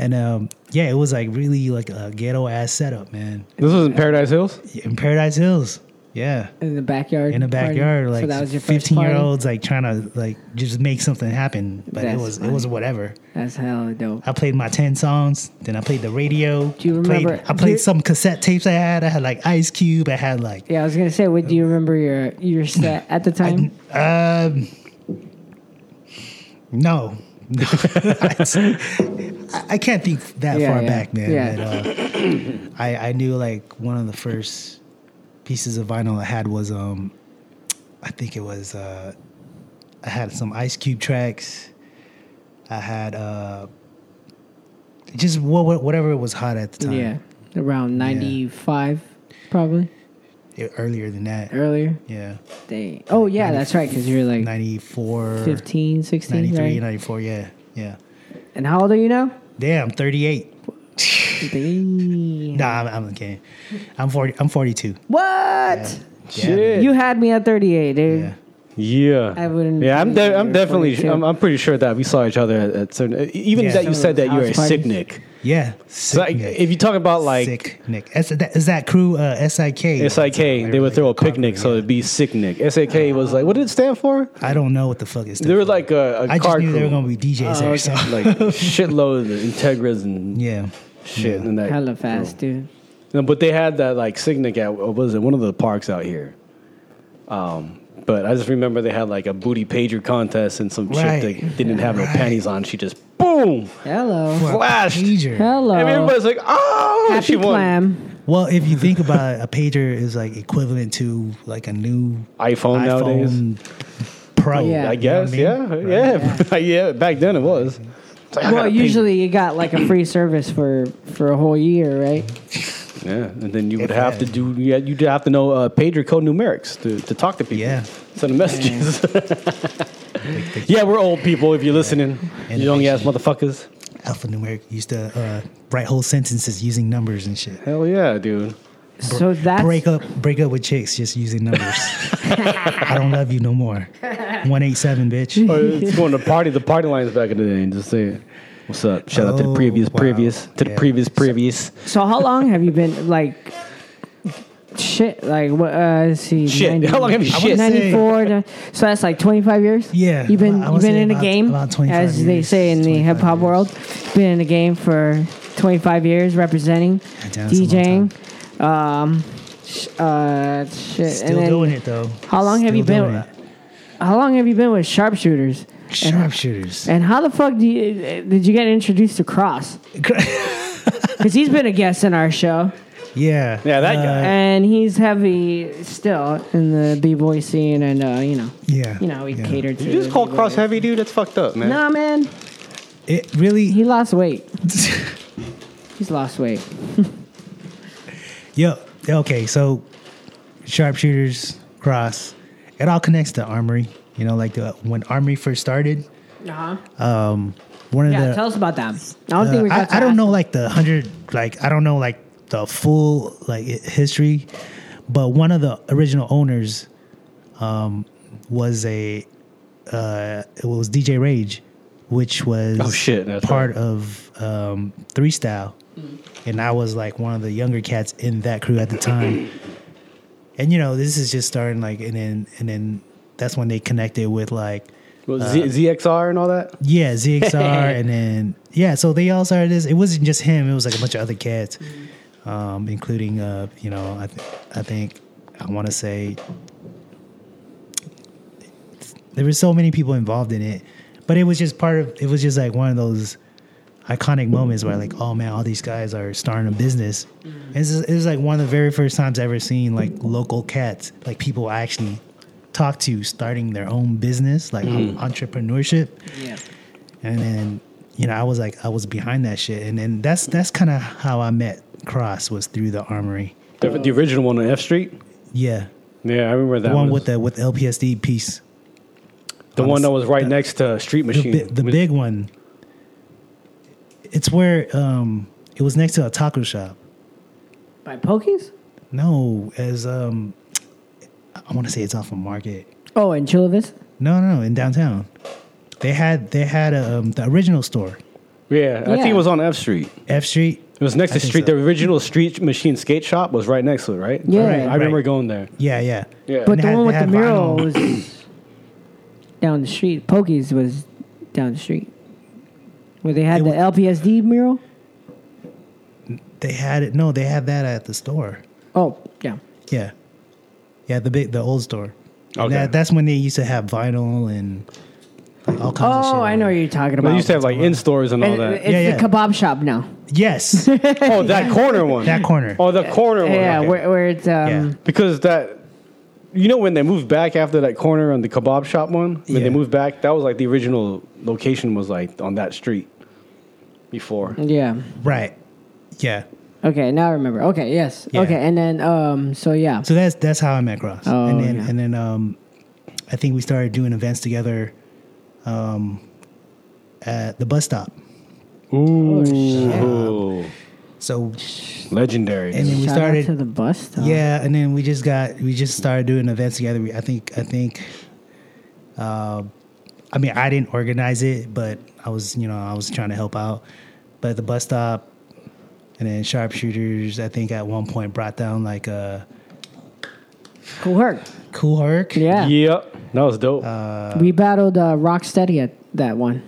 and um, yeah, it was like really like a ghetto ass setup, man.
This was in Paradise Hills.
In Paradise Hills, yeah
in the backyard.
in the
party.
backyard, like
so that was your first
fifteen
party?
year olds like trying to like just make something happen. But
That's
it was
funny.
it was whatever.
That's hella dope.
I played my ten songs, then I played the radio.
Do you
played-
remember-
I
do
played
you-
some cassette tapes I had. I had like Ice Cube. I had like
Yeah, I was gonna say, what do you remember your your set at the time?
um no. I I can't think that
Yeah,
far
yeah,
back, man.
yeah.
But, uh, I I knew like one of the first pieces of vinyl I had was um I think it was uh I had some Ice Cube tracks. I had uh just wha- wha- whatever was hot at the time.
yeah, around ninety five, probably
E- Earlier than that.
earlier.
Yeah.
They, oh yeah, that's right, because you're like
94
15, 16,
93,
right?
94, yeah. Yeah.
And how old are you now?
Damn, 38.
Damn.
Nah, I'm, I'm kidding. I'm 40. I'm 42.
What?
Shit.
You had me at 38, dude.
Yeah.
Yeah,
I wouldn't
Yeah, I'm.
be
De- I'm
under
definitely.
42.
I'm, I'm pretty sure that we saw each other at, at certain. Even
Yeah.
that you said that you were a
House parties.
sick Nick.
Yeah.
So, like, if you talk about like
Sick Nick. Is that, is that crew uh, SIK?
SIK, they would throw a picnic, so it'd be sick Nick.
Uh,
SIK was like, what did it stand for?
I don't know what the fuck is
They were like a, a
I
car
just knew
crew.
they were going to be DJs
Uh,
or something.
like shitload of integras and
yeah.
shit and that.
Hella fast, dude.
No, but they had that like Signet at what was it one of the parks out here. Um, but I just remember they had like a booty pager contest and some
Right.
chick that didn't have no
Right.
panties on. She just boom
Hello.
flashed.
Pager.
Hello.
And everybody's like, oh,
Happy
she won.
clam.
Well, if you think about it, a pager is like equivalent to like a new
iPhone, nowadays.
iPhone Pro.
Yeah.
I
I
guess,
You know what I
yeah, yeah, yeah. Back then it was. It's like, I got
Well,
a pager.
usually you got like a free service for for a whole year, right?
Yeah, and then you would
If
have to
that.
do. Yeah, you'd have to know uh, pager code numerics to, to talk to people.
Yeah.
send them messages. yeah, we're old people. If you're listening,
And
young ass motherfuckers.
Alphanumeric used to uh, write whole sentences using numbers and shit.
Hell yeah, dude.
So that's
break up break up with chicks just using numbers. I don't love you no more. One eight seven, bitch.
Or it's going to party the party lines back in the day and just say, "What's up?" Shout out to the
Oh,
previous,
wow.
previous, to the
Yeah.
previous, previous.
So how long have you been like shit? Like what? Uh, let's see,
Shit, how long have you I wanna shit?
Ninety four. So that's like twenty five years.
Yeah,
you've been
I
you've
would
been
say
in the
about-
game,
about 25
as they
years,
say in the
25
hip hop
years.
world. Been in the game for twenty five years, representing,
Damn, that's a long
DJing. Um, sh- uh, shit.
Still
and then
doing it though.
How long have
Still
you been?
doing
with- How long have you been with sharpshooters?
it. Sharpshooters.
And how the fuck do you, did you get introduced to Cross? Because he's been a guest in our show.
yeah.
Yeah, that
Uh,
guy.
and he's heavy still in the b boy scene, and uh, you know,
Yeah.
you know, he
yeah.
catered to.
You just
the
call
b-boy.
cross heavy, dude. That's fucked up, man.
Nah, man,
It really.
he lost weight. He's lost weight.
Yo. Okay. So, sharpshooters cross. It all connects to Armory. You know, like the, when Armory first started. um,
Uh huh.
One of
Yeah,
the
tell us about that. I don't think
Uh,
we got.
I,
to
I don't
ask-
know like the hundred like I don't know like the full like i- history, but one of the original owners um, was a uh, it was DJ Rage, which was
Oh, shit, that's
part of um, Three Style,
Mm.
and I was like one of the younger cats in that crew at the time. And you know this is just starting like and then and then that's when they connected with like
Well,
Uh,
Z- ZXR and all that.
yeah, ZXR, and then yeah, so they all started this. It wasn't just him; it was like a bunch of other cats, um, including uh, you know, I, th- I think I want to say there were so many people involved in it, but it was just part of. It was just like one of those iconic moments where like, oh man, all these guys are starting a business. And It's just- it was like one of the very first times I ever seen like local cats, like people I actually talked to starting their own business, like entrepreneurship
Yeah.
and then you know I was like I was behind that shit, and then that's that's kind of how I met Cross was through the Armory.
The, the original one on F Street.
Yeah,
Yeah, I remember that
the one
one
with the with the LPSD piece,
The
on
one
the-
that was right next to Street
the,
Machine.
bi- the
With-
big one. It's where um it was next to a taco shop.
By Pokies?
No, as um I want to say it's off of Market.
Oh, and Chula Vista?
No, no, no, in downtown. They had they had um, the original store,
Yeah, I think
Yeah.
it was on F Street.
F Street.
It was next
I
to
think
Street.
so.
The original Street Machine Skate Shop was right next to it, right?
Yeah. Right,
I remember
right.
going there.
Yeah, yeah.
Yeah.
But
And
the
had-
one with
they
the
had
mural
vinyl.
was down the street. Pokies was down the street. Where they had
It
the
wa-
LPSD mural?
They had it. No, they had that at the store.
Oh, yeah.
Yeah, yeah. The big, the old store.
Okay.
That, that's when they used to have vinyl and like all kinds of shit.
Oh, I know what you're talking about.
They used to have like in stores and all
And
that.
It's
Yeah,
the
yeah.
kebab shop now.
Yes,
oh, that corner one.
that corner.
Oh, the corner one.
yeah,
okay.
where, where it's um,
Yeah.
because that, you know, when they moved back after that corner on the kebab shop one, when they
Yeah.
moved back, that was like the original location was like on that street before.
um, yeah.
Right. Yeah.
Okay, now I remember. Okay, yes.
Yeah.
Okay, and then um, so yeah,
So that's that's how I met Cross.
Oh,
and then
yeah.
and then um, I think we started doing events together, um, at the bus stop.
Ooh,
So
legendary.
and then we
shout out to
started.
the bus stop.
Yeah, and then we just got we just started doing events together. We, I think I think, uh, um, I mean I didn't organize it, but I was you know I was trying to help out. but at the bus stop, and then sharpshooters. I think at one point brought down like a
Cool work.
cool Herc.
Yeah.
Yep. That was dope.
we battled uh, Rocksteady at that one.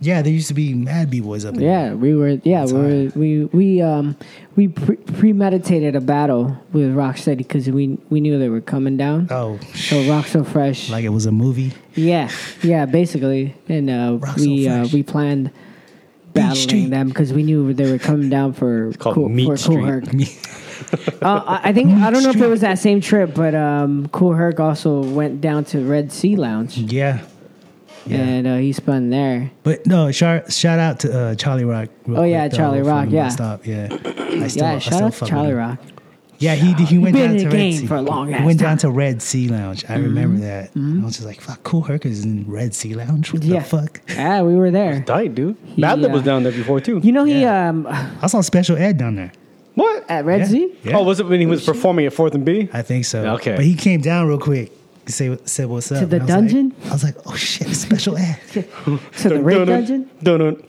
Yeah, there used to be Mad B Boys up there.
Yeah, we were. Yeah, we were, we we um we pre- premeditated a battle with Rocksteady because we we knew they were coming down.
Oh,
So Rock So Fresh.
like it was a movie.
yeah, yeah, basically, and uh,
Rock So
we uh,
Fresh.
we planned
Street.
battling them because we knew they were coming down for
called
cool,
Meat
for
Street.
Cool Herc. Uh, I I think I don't know if it was that same trip, but um, Cool Herc also went down to Red Sea Lounge
Yeah. Yeah.
and uh, he spun there.
But no, shout, shout out to uh, Charlie Rock. real
Oh, yeah,
though,
Charlie
from
Rock,
the
yeah.
Bus Stop. Yeah. I
yeah,
I
shout out
fuck
to
with
Charlie
him.
Rock.
Yeah, he he went
Been
down
in
to
the
Red
game
Sea.
for a long
He
ass
went down
time. Mm-hmm.
to Red Sea Lounge. I remember that. I was just like, "Fuck, Cool Herc is in Red Sea Lounge. What
Yeah.
the fuck?"
Yeah, we were there.
Tight, dude. Mad Lib
uh,
was down there before too.
You know he um
I saw Special Ed down there.
what?
at Red
Yeah.
Sea.
Yeah.
Oh, was it when he was performing at Fourth and B?
I think so.
Okay.
but he came down real quick. He say, said, "What's up?"
the
And I was like-
dungeon?
I was like, "Oh shit, it's Special Ed."
to the rape dungeon.
Dun, dun.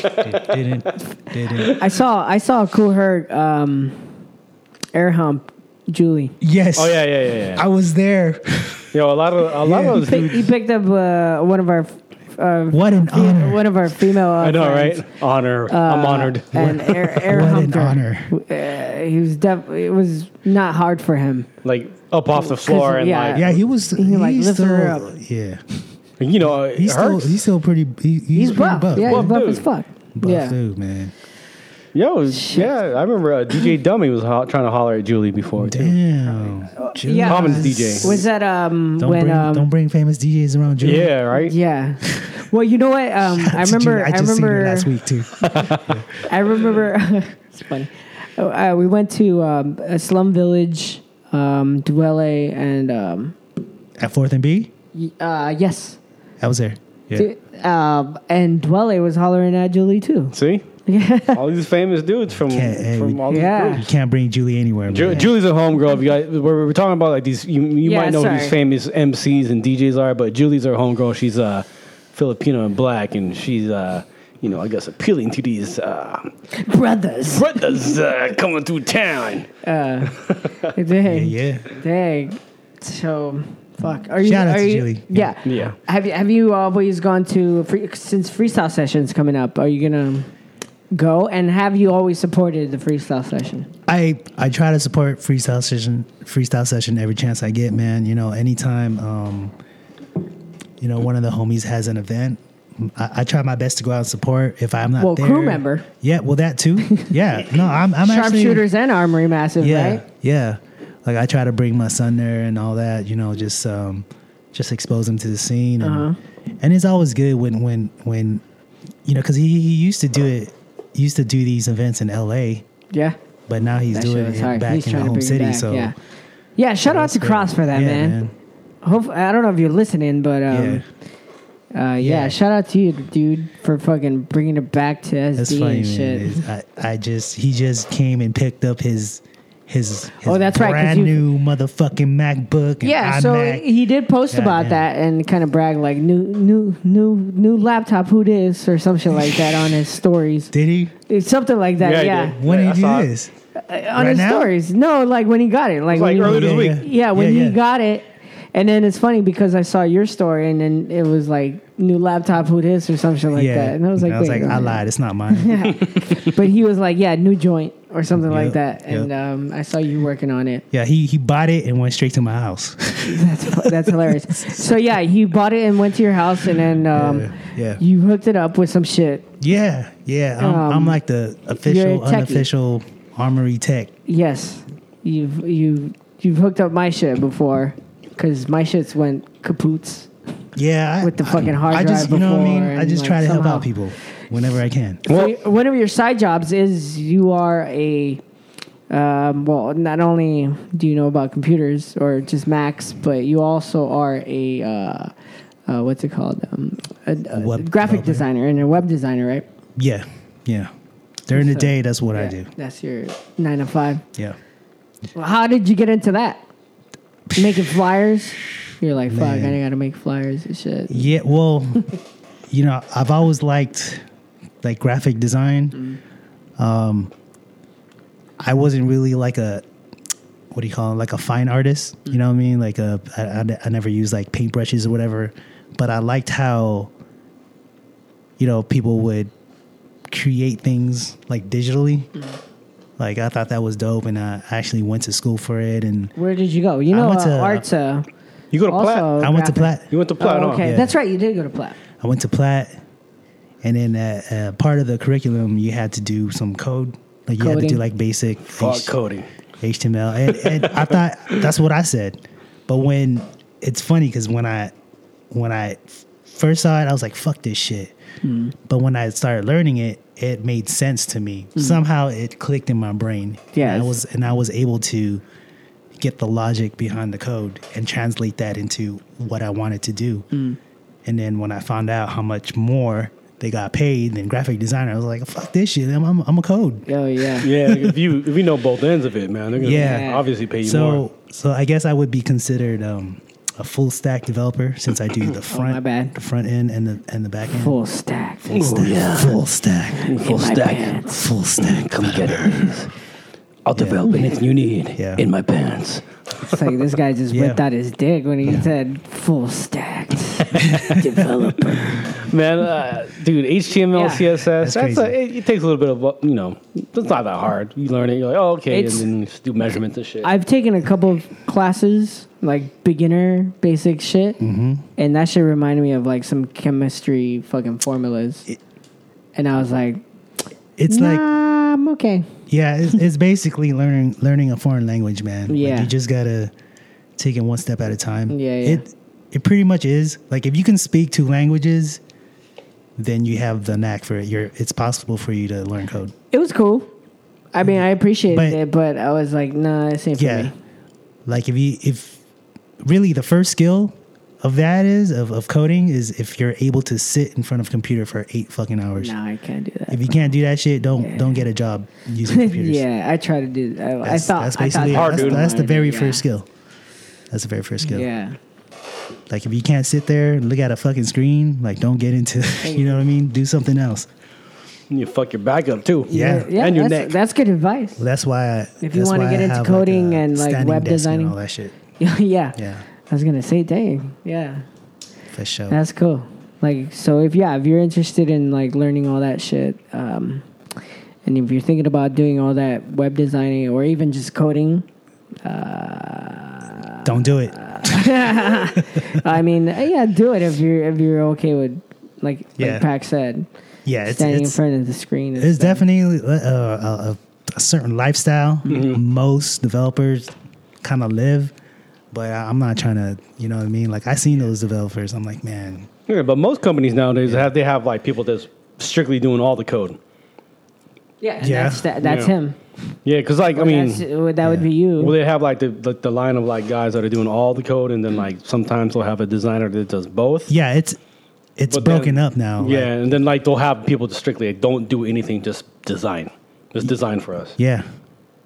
didn't didn't
I saw I saw Cool Herc um, air hump Julie.
yes.
Oh yeah, yeah, yeah, yeah.
I was there.
Yo, a lot of a lot
Yeah.
of those
Pick-
dudes.
he picked up uh, one of our uh,
What an honor.
one of our female. Uh,
I know,
friends, Uh,
right? Honor. I'm honored.
And air, air
What
humped
an
her.
honor.
Uh, he was def- it was not hard for him.
Like up off the floor and
yeah.
Yeah, he was. He,
like, lifted
still,
her up.
Yeah,
like you know, it
he's still
hurts.
he's still pretty. He, he's,
He's
pretty
buff. Yeah, he's
Buff
buff
dude.
as fuck.
buff
yeah.
dude, man.
Yo, yeah, I remember uh, DJ Dummy was ho- trying to holler at Julie before. too.
Damn. Julie.
Yeah.
Common DJ.
Was that um
Don't
when
bring
um
don't bring famous DJs around Julie.
Yeah, right.
yeah. Well, you know what? Um, I
To Julie.
remember.
I just seen her
remember.
last week too.
I remember. it's funny. Oh, Uh, we went to um, a slum village, um, Duele, and um,
At fourth and B,
y- uh, yes,
I was there. Yeah.
um, and Duele was hollering at Julie too.
See, all these famous dudes from
Can't- hey,
from all these
Yeah.
You can't bring Julie anywhere. Man.
Ju- Julie's a homegirl. If you guys, we're, we're talking about like these. You, you
Yeah,
might know who
sorry.
these famous MCs and DJs are, but Julie's our homegirl. She's uh, Filipino and black, and she's uh, you know, I guess appealing to these uh,
Brothers,
brothers uh, coming through town.
dang,
yeah.
dang. So, fuck. Are you?
Shout out
are
to
you-
Julie.
Yeah.
Yeah.
Have you Have you always gone to free, since freestyle sessions coming up? Are you gonna go? And have you always supported the freestyle session?
I I try to support freestyle session freestyle session every chance I get, man. You know, anytime um, you know one of the homies has an event, I, I try my best to go out and support. If I'm not
Well,
there,
crew member.
yeah, well that too, yeah. No, I'm I'm actually
Sharpshooters and Armory Massive,
yeah,
right?
yeah. Like I try to bring my son there and all that, you know, just um, just expose him to the scene, and,
Uh-huh.
and it's always good when when when you know because he, he used to do it, he used to do these events in L.A.
Yeah.
But now he's
That shit
doing
was
it
hard.
back
He's
in the
trying to
home
bring it
city.
back,
so
yeah. Yeah, shout out to
good.
Cross for that,
Yeah,
man.
man.
Hope I don't know if you're listening, but um, yeah. Uh, yeah,
Yeah.
shout out to you, dude, for fucking bringing it back to SD
that's funny,
and
man.
shit.
It's- I, I just he just came and picked up his his, his
Oh, that's right, 'cause
brand
you-
new motherfucking MacBook. And
Yeah, so
iMac.
he did post
God
about
damn.
that and kind of brag like new new new new laptop who this or some shit like that on his stories.
did he?
It's something like that,
Yeah, he
yeah.
did.
When
Yeah, I
did he
saw
do
it.
this?
On
Right
his
now?
stories. No, like when he got it. Like,
like
when he-
earlier this week.
Yeah, when
yeah,
he got it, and then it's funny because I saw your story, and then it was like new laptop, who this or some shit like
yeah.
that, and I was like,
I was
wait
like,
a
I
minute.
lied. It's not mine.
But he was like, yeah, new joint or something like
Yep,
that,
yep.
and um, I saw you working on it.
yeah, he he bought it and went straight to my house.
That's fu- that's hilarious. So yeah, you bought it and went to your house, and then um,
Yeah, yeah.
you hooked it up with some shit.
yeah, yeah. I'm,
Um,
I'm like the
you're a
official,
techie.
unofficial armory tech.
Yes, you've you you've hooked up my shit before, because my shits went kapoots.
Yeah, I,
With the
I-
fucking hard
I just,
drive
you know what I
before
mean. I
and,
just
like,
try to help
somehow-
out people whenever I can.
So y- one of your side jobs is you are a um, well. Not only do you know about computers or just Macs, but you also are a uh, uh, what's it called? Um, a, a
web
graphic
developer.
designer and a web designer, right?
Yeah, yeah. During the day, that's what I
Yeah,
do.
That's your nine to five.
Yeah.
Well, how did you get into that? Making flyers. You're like, fuck, I gotta make flyers and shit.
Yeah, well, you know, I've always liked like graphic design. Um, I wasn't really like a what do you call it? Like a fine artist. You know what I mean? Like a I, I, I never used like paintbrushes or whatever, but I liked how you know people would create things like digitally. Like I thought that was dope, and I actually went to school for it. And
Where did you go? You
I
know,
went
uh,
to-
arts. Uh,
You go to
also
Platt.
I went to
graphic.
Platt.
You went to Platt.
Oh,
huh?
okay,
Yeah.
that's right. You did go to Platt.
I went to Platt, and then uh, uh, part of the curriculum you had to do some code. Like you had to
Coding.
do like basic
Fuck
H-
coding.
HTML, and, and I thought that's what I said. But when it's funny because when I when I first saw it, I was like, "Fuck this shit." But when I started learning it, it made sense to me. Somehow it clicked in my brain.
Yes.
and I was and I was able to get the logic behind the code and translate that into what I wanted to do. And then when I found out how much more they got paid than graphic designer, I was like, "Fuck this shit! I'm I'm, I'm a code."
Oh yeah.
Yeah, like, if you if you know both ends of it, man, they're gonna
Yeah.
obviously pay you
so
more.
so I guess I would be considered um, a full stack developer since I do the front
Oh, my bad.
the front end and the and the back end.
Full stack.
stack, full stack,
Full
stack.
full stack.
Come get it. I'll develop anything you need
Yeah.
in my pants.
It's like this guy just
Yeah.
whipped out his dick when he said full stacked developer.
Man, uh, dude, HTML,
Yeah.
CSS, that's,
That's
a,
crazy.
it, it takes a little bit of, uh, you know, it's not that hard. You learn it, you're like, oh, okay,
It's-
and then you just do measurements and shit.
I've taken a couple of classes, like beginner basic shit,
Mm-hmm.
and that shit reminded me of like some chemistry fucking formulas. and I was like,
It's
nah,
like
I'm okay.
yeah, it's, it's basically learning learning a foreign language, man. Like,
Yeah.
you just gotta take it one step at a time.
Yeah, yeah.
It it pretty much is like if you can speak two languages, then you have the knack for it. You're it's possible for you to learn code.
It was cool. I mean, I appreciated
But-
it, but I was like, nah, this ain't for
yeah
me.
like if you if really the first skill of that is of, of coding is if you're able to sit in front of a computer for eight fucking hours
Nah, I can't do that.
if you can't do that shit don't don't get a job using computers
yeah, I try to do. I, I
that's,
thought
that's
I thought
basically it.
that
Hard,
was
that's,
dude.
that's the
mine,
very
yeah.
first skill that's the very first skill
Yeah,
like if you can't sit there and look at a fucking screen like don't get into you know what i mean do something else
and you fuck your back up, too.
yeah,
yeah,
And your
that's,
neck.
that's good advice.
Well, that's why I,
If you
that's
wanna
why
get
I
into
have,
coding
a
and, like,
standing
web
desk
designing.
and all that shit
yeah,
yeah
I was gonna say, dang, yeah,
for sure
that's cool. Like, so if yeah, if you're interested in like learning all that shit, um, and if you're thinking about doing all that web designing or even just coding, uh,
don't do it
I mean, eh, yeah, do it if you're if you're okay with like
Yeah.
like Pac said,
yeah it's,
standing in
it's
front of the screen. and
It's
stuff.
definitely uh, a, a, a certain lifestyle
Mm-hmm.
most developers kind of live, but I- I'm not trying to, you know what I mean? Like I seen those developers, I'm like, man,
Yeah, but most companies nowadays, have, they have like people that's strictly doing all the code.
yeah, and
Yeah.
That's that, that's
Yeah.
him.
Yeah, because, like, I mean,
that's, well, that would be you.
Well, they have like the, the the line of like guys that are doing all the code, and then like sometimes they'll have a designer that does both.
yeah, it's it's
But then-
broken up now.
yeah,
like,
and then like they'll have people that strictly like, don't do anything, just design, just design for us,
yeah,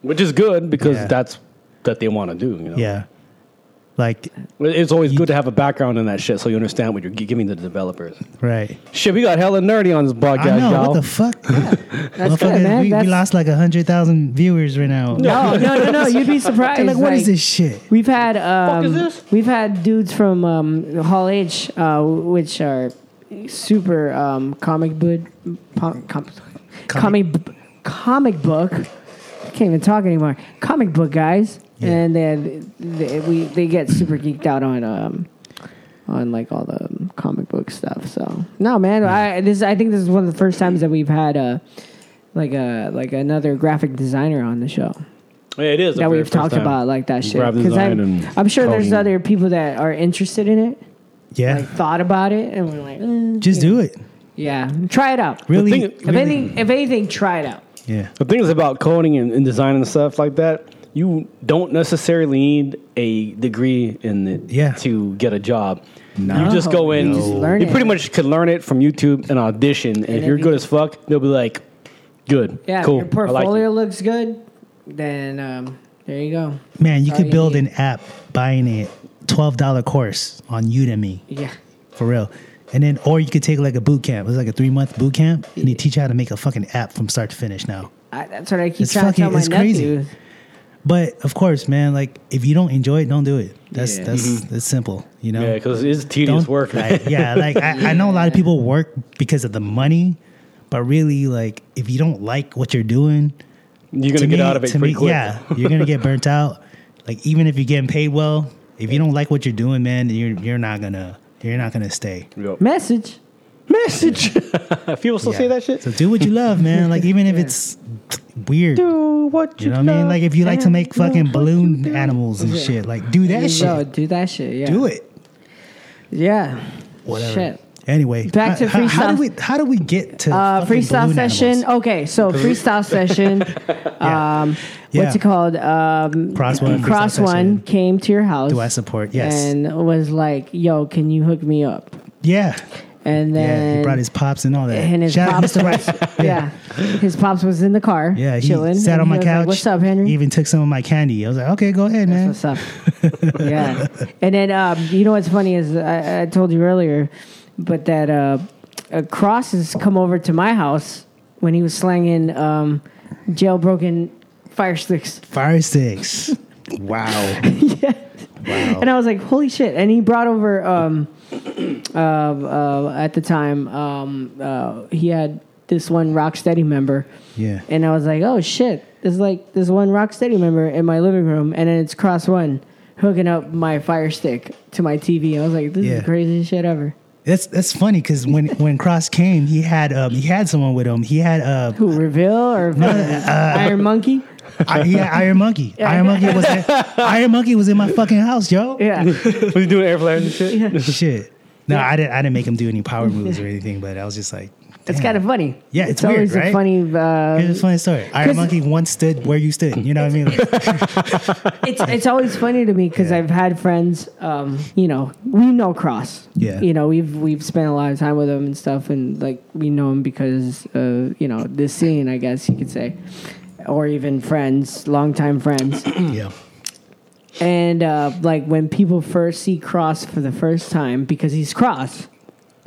which is good because
Yeah.
that's that they want to do. You know?
yeah. Like
it's always good to have a background in that shit so you understand what you're gi- giving the developers.
right.
Shit, we got hella nerdy on this podcast,
I know
y'all.
what the fuck.
that's
Motherfucker,
good, man.
we, we
that's,
lost like hundred thousand viewers right now.
no, no, no, no. You'd be surprised.
They're like, what is this shit?
We've had um,
is this?
we've had dudes from um, Hall H, uh, which are super um, comic book, pom- com- comic b- comic book. I can't even talk anymore. Comic book guys,
Yeah.
and then they, we they get super geeked out on um, on like all the comic book stuff. So no, man, I this I think this is one of the first times that we've had a like a like another graphic designer on the show
Yeah, it is the
that
very
we've
first
talked
time.
about like that shit.
Grab
Because
design
I'm,
and
I'm sure there's
coding.
other people that are interested in it,
Yeah,
like thought about it, and we're like, mm,
just do it.
yeah, try it out.
Really,
thing-
If
really-
anything, if anything, try it out.
yeah,
The thing is about coding and, and design and stuff like that, you don't necessarily need a degree in it
Yeah.
to get a job. You just go in.
you just learn
you pretty
it.
much can learn it from YouTube and audition. And, if
if
you're
you-
good as fuck, they'll be like, good.
Yeah,
cool.
if your
I like you."
portfolio looks good, then um, there you go.
man, you
all
could
you
build
need.
an app buying a twelve dollar course on Udemy.
Yeah,
For real. And then, or you could take like a boot camp. It's like a three month boot camp, and they teach you how to make a fucking app from start to finish now.
I, that's what I keep
It's
trying
fucking-
to tell my
it's crazy.
nephews.
But of course, man, like if you don't enjoy it, don't do it. That's
Yeah.
that's that's simple, you know.
Yeah, because it's
Don't-
tedious work.
like, yeah, like I, I know a lot of people work because of the money, but really, like if you don't like what you're doing,
You're gonna
to
get
me-
out of it
to
pretty
me,
quick.
Yeah, you're gonna get burnt out. Like even if you're getting paid well, if you don't like what you're doing, man, you're you're not gonna you're not gonna stay.
Message.
Message. people still
Yeah.
say that shit.
So do what you love, man. Like even if it's weird.
do what
you know what I mean? Like if you like to make fucking balloon
animals.
animals and shit, like do that shit.
No, do that shit. Yeah.
Do it.
Yeah.
Whatever.
Shit.
Anyway,
Back to
how- how- How
freestyle.
do we how do we get to
Uh,
fucking
freestyle
balloon
session.
animals?
Okay, so freestyle session.
Yeah.
Um,
Yeah.
What's it called? Um,
Cross one, freestyle
Cross
session.
one came to your house.
Do I support? Yes.
And was like, "Yo, can you hook me up?"
yeah.
And then
yeah. He brought his pops and all that.
and his
Shout out
pops
Mr.
was,
Rice.
yeah. his pops was in the car,
Yeah, he
chilling.
sat
and
on
he
my
was
couch.
Like, What's up, Henry?
Even took some of my candy. I was like, okay, go ahead, man.
What's up? yeah. And then um, you know what's funny is I, I told you earlier, but that uh, uh, Cross has come over to my house when he was slanging um, jailbroken fire sticks,
Fire sticks. wow.
and I was like, holy shit! And he brought over um, uh, uh, at the time um, uh, he had this one Rocksteady member.
Yeah.
And I was like, oh shit, there's like this one Rocksteady member in my living room, and then it's Cross One hooking up my Fire Stick to my TV. I was like, this
Yeah.
is the craziest shit ever.
That's that's funny because when when Cross came, he had um, he had someone with him. He had uh,
Who, Reveal or fucking Iron Monkey?
I, he had Iron Monkey. Iron Monkey was in, Iron Monkey was in my fucking house, yo.
Yeah.
Was he doing air flares and shit?
Shit. No, I didn't. I didn't make him do any power moves or anything. But I was just like,
It's
damn.
kind of funny.
Yeah, it's weird,
always
right?
a funny.
Here's a
Uh,
funny story. Iron
'Cause-
Monkey once stood where you stood. You know what I mean? Like,
it's it's always funny to me because
Yeah.
I've had friends. Um, you know, we know Cross.
Yeah.
You know, we've we've spent a lot of time with him and stuff, and like we know him because uh, you know this scene, I guess you could say, or even friends, longtime friends.
yeah.
And uh, like when people first see Cross for the first time, because he's Cross,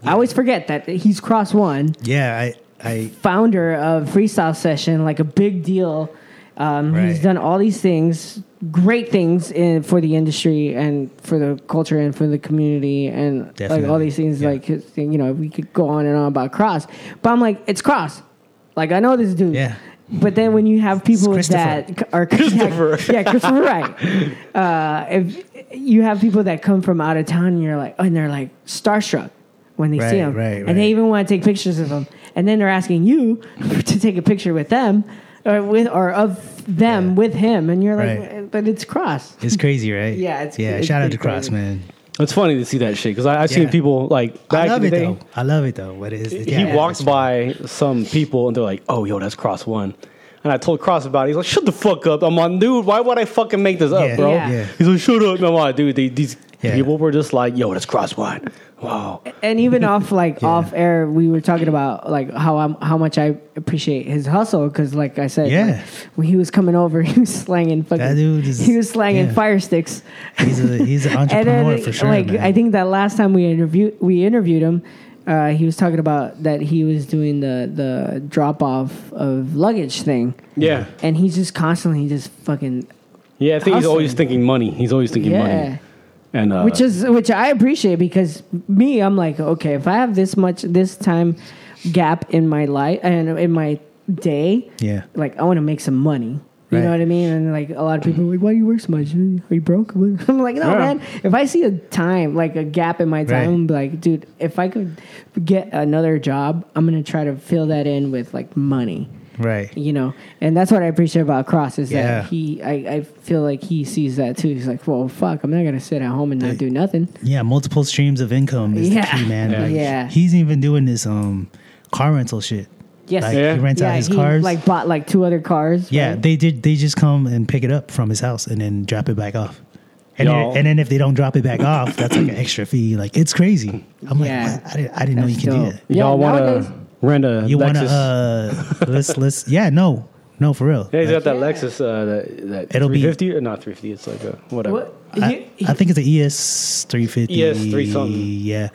I always forget that he's Cross One,
Yeah. I. I.
founder of Freestyle Session, like a big deal. Um, He's
Right.
done all these things, great things in, for the industry and for the culture and for the community and like all
Definitely,
these things.
yeah.
Like his thing, you know, we could go on and on about Cross, but I'm like, it's Cross. Like I know this dude.
Yeah.
But then when you have people
It's
that c- are Christopher, yeah, Christopher Wright. Uh, if you have people that come from out of town, and you're like, and they're like starstruck when they
Right,
see him,
right,
and
right.
they even want to take pictures of him, and then they're asking you to take a picture with them or with or of them
Yeah.
with him, and you're like,
Right.
but it's cross.
It's crazy, right?
Yeah, it's-
yeah.
it's
shout out
pretty
to Cross,
crazy.
man.
It's funny to see that shit because I've seen
Yeah.
people like
I
back
love
in
it
the day.
though. I love it though. But it's,
He walks by some people and they're like, "Oh, yo, that's Cross One," and I told Cross about it. He's like, "Shut the fuck up!" I'm like, "Dude, why would I fucking make this
Yeah.
up, bro?"
Yeah.
He's like, "Shut up!" And I'm like, "Dude, they, these
Yeah.
people were just like, yo, that's Cross One. Wow,
and even off like off air, we were talking about like how I'm how much I appreciate his hustle because like I said,
Yeah.
like, when he was coming over, he was slanging fucking,
That dude is-
he was slanging
yeah.
fire sticks.
He's a he's an
And
entrepreneur
then,
for sure.
like
man.
I think that last time we interviewed we interviewed him, uh, he was talking about that he was doing the the drop off of luggage thing,
yeah,
and he's just constantly just fucking
yeah." I think he's
Hustling.
always thinking money. He's always thinking
Yeah.
money, and uh,
which is which I appreciate because me, I'm like, okay, if I have this much this time gap in my life and in my day,
Yeah.
like I want to make some money. You know
Right.
what I mean? And like a lot of people are like, why do you work so much? Are you broke? I'm like, no,
Yeah.
man. If I see a time, like a gap in my
Right.
time, I'm like, dude, if I could get another job, I'm going to try to fill that in with like money
right.
you know and that's what i appreciate about cross is
Yeah.
that he I, I feel like he sees that too he's like well fuck i'm not gonna sit at home and not do nothing
Yeah, multiple streams of income is
Yeah.
the key, man.
Yeah.
Like,
Yeah.
He's even doing this um car rental shit.
yes
Like
Yeah.
he rents out his
he
cars.
like bought like two other cars
yeah,
right?
they did. They just come and pick it up from his house and then drop it back off. And
Y'all-
then, and then if they don't drop it back off, that's like an extra fee. Like it's crazy.
Yeah.
I'm like, wow, I didn't, I didn't know you
That's
could do
dope.
that.
Yeah,
y'all want
nowadays-
to rent a
You want to?
Lexus?
Uh, let's let's. Yeah, no, no, for real.
yeah, he's
Like,
got that Lexus. Uh, that that
It'll be-
350 or not 350. It's like a whatever.
what,
I,
you-
I think it's an ES E three fifty.
ES3 E something.
Yeah,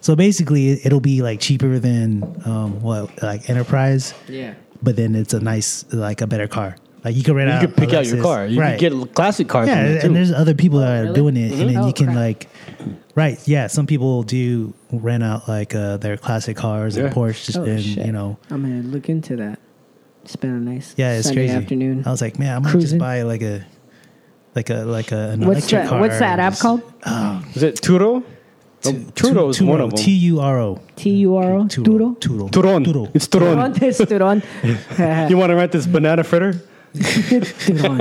So basically, it- it'll be like cheaper than um, what like Enterprise,
Yeah.
but then it's a nice like a better car. Like you can rent
You
out.
could pick out your
Uh, Lexus.
car. You
right?
could get classic cars.
yeah,
from it,
and,
too.
there's other people that are
really?
doing it, and then
Mhm. Oh,
you can
crap.
like, right? Yeah, some people do rent out like uh, their classic cars
Yeah.
and Porsche, just
Oh,
and
shit.
you know,
I'm gonna look into that. Spend a nice
yeah, it's
Sunday
crazy.
afternoon.
I was like, man, I might
Cruising.
just buy like a, like a like a an
What's
electric
that?
car.
What's that app
Just-
called?
Is it Turo? Oh,
Tu-
Turo is
Tu-
one of them.
T U R O.
T U R O. Turo.
Turo.
Turon.
Turo.
It's Turon.
Turon. It's Turon.
You want to rent this banana fritter?
Turon.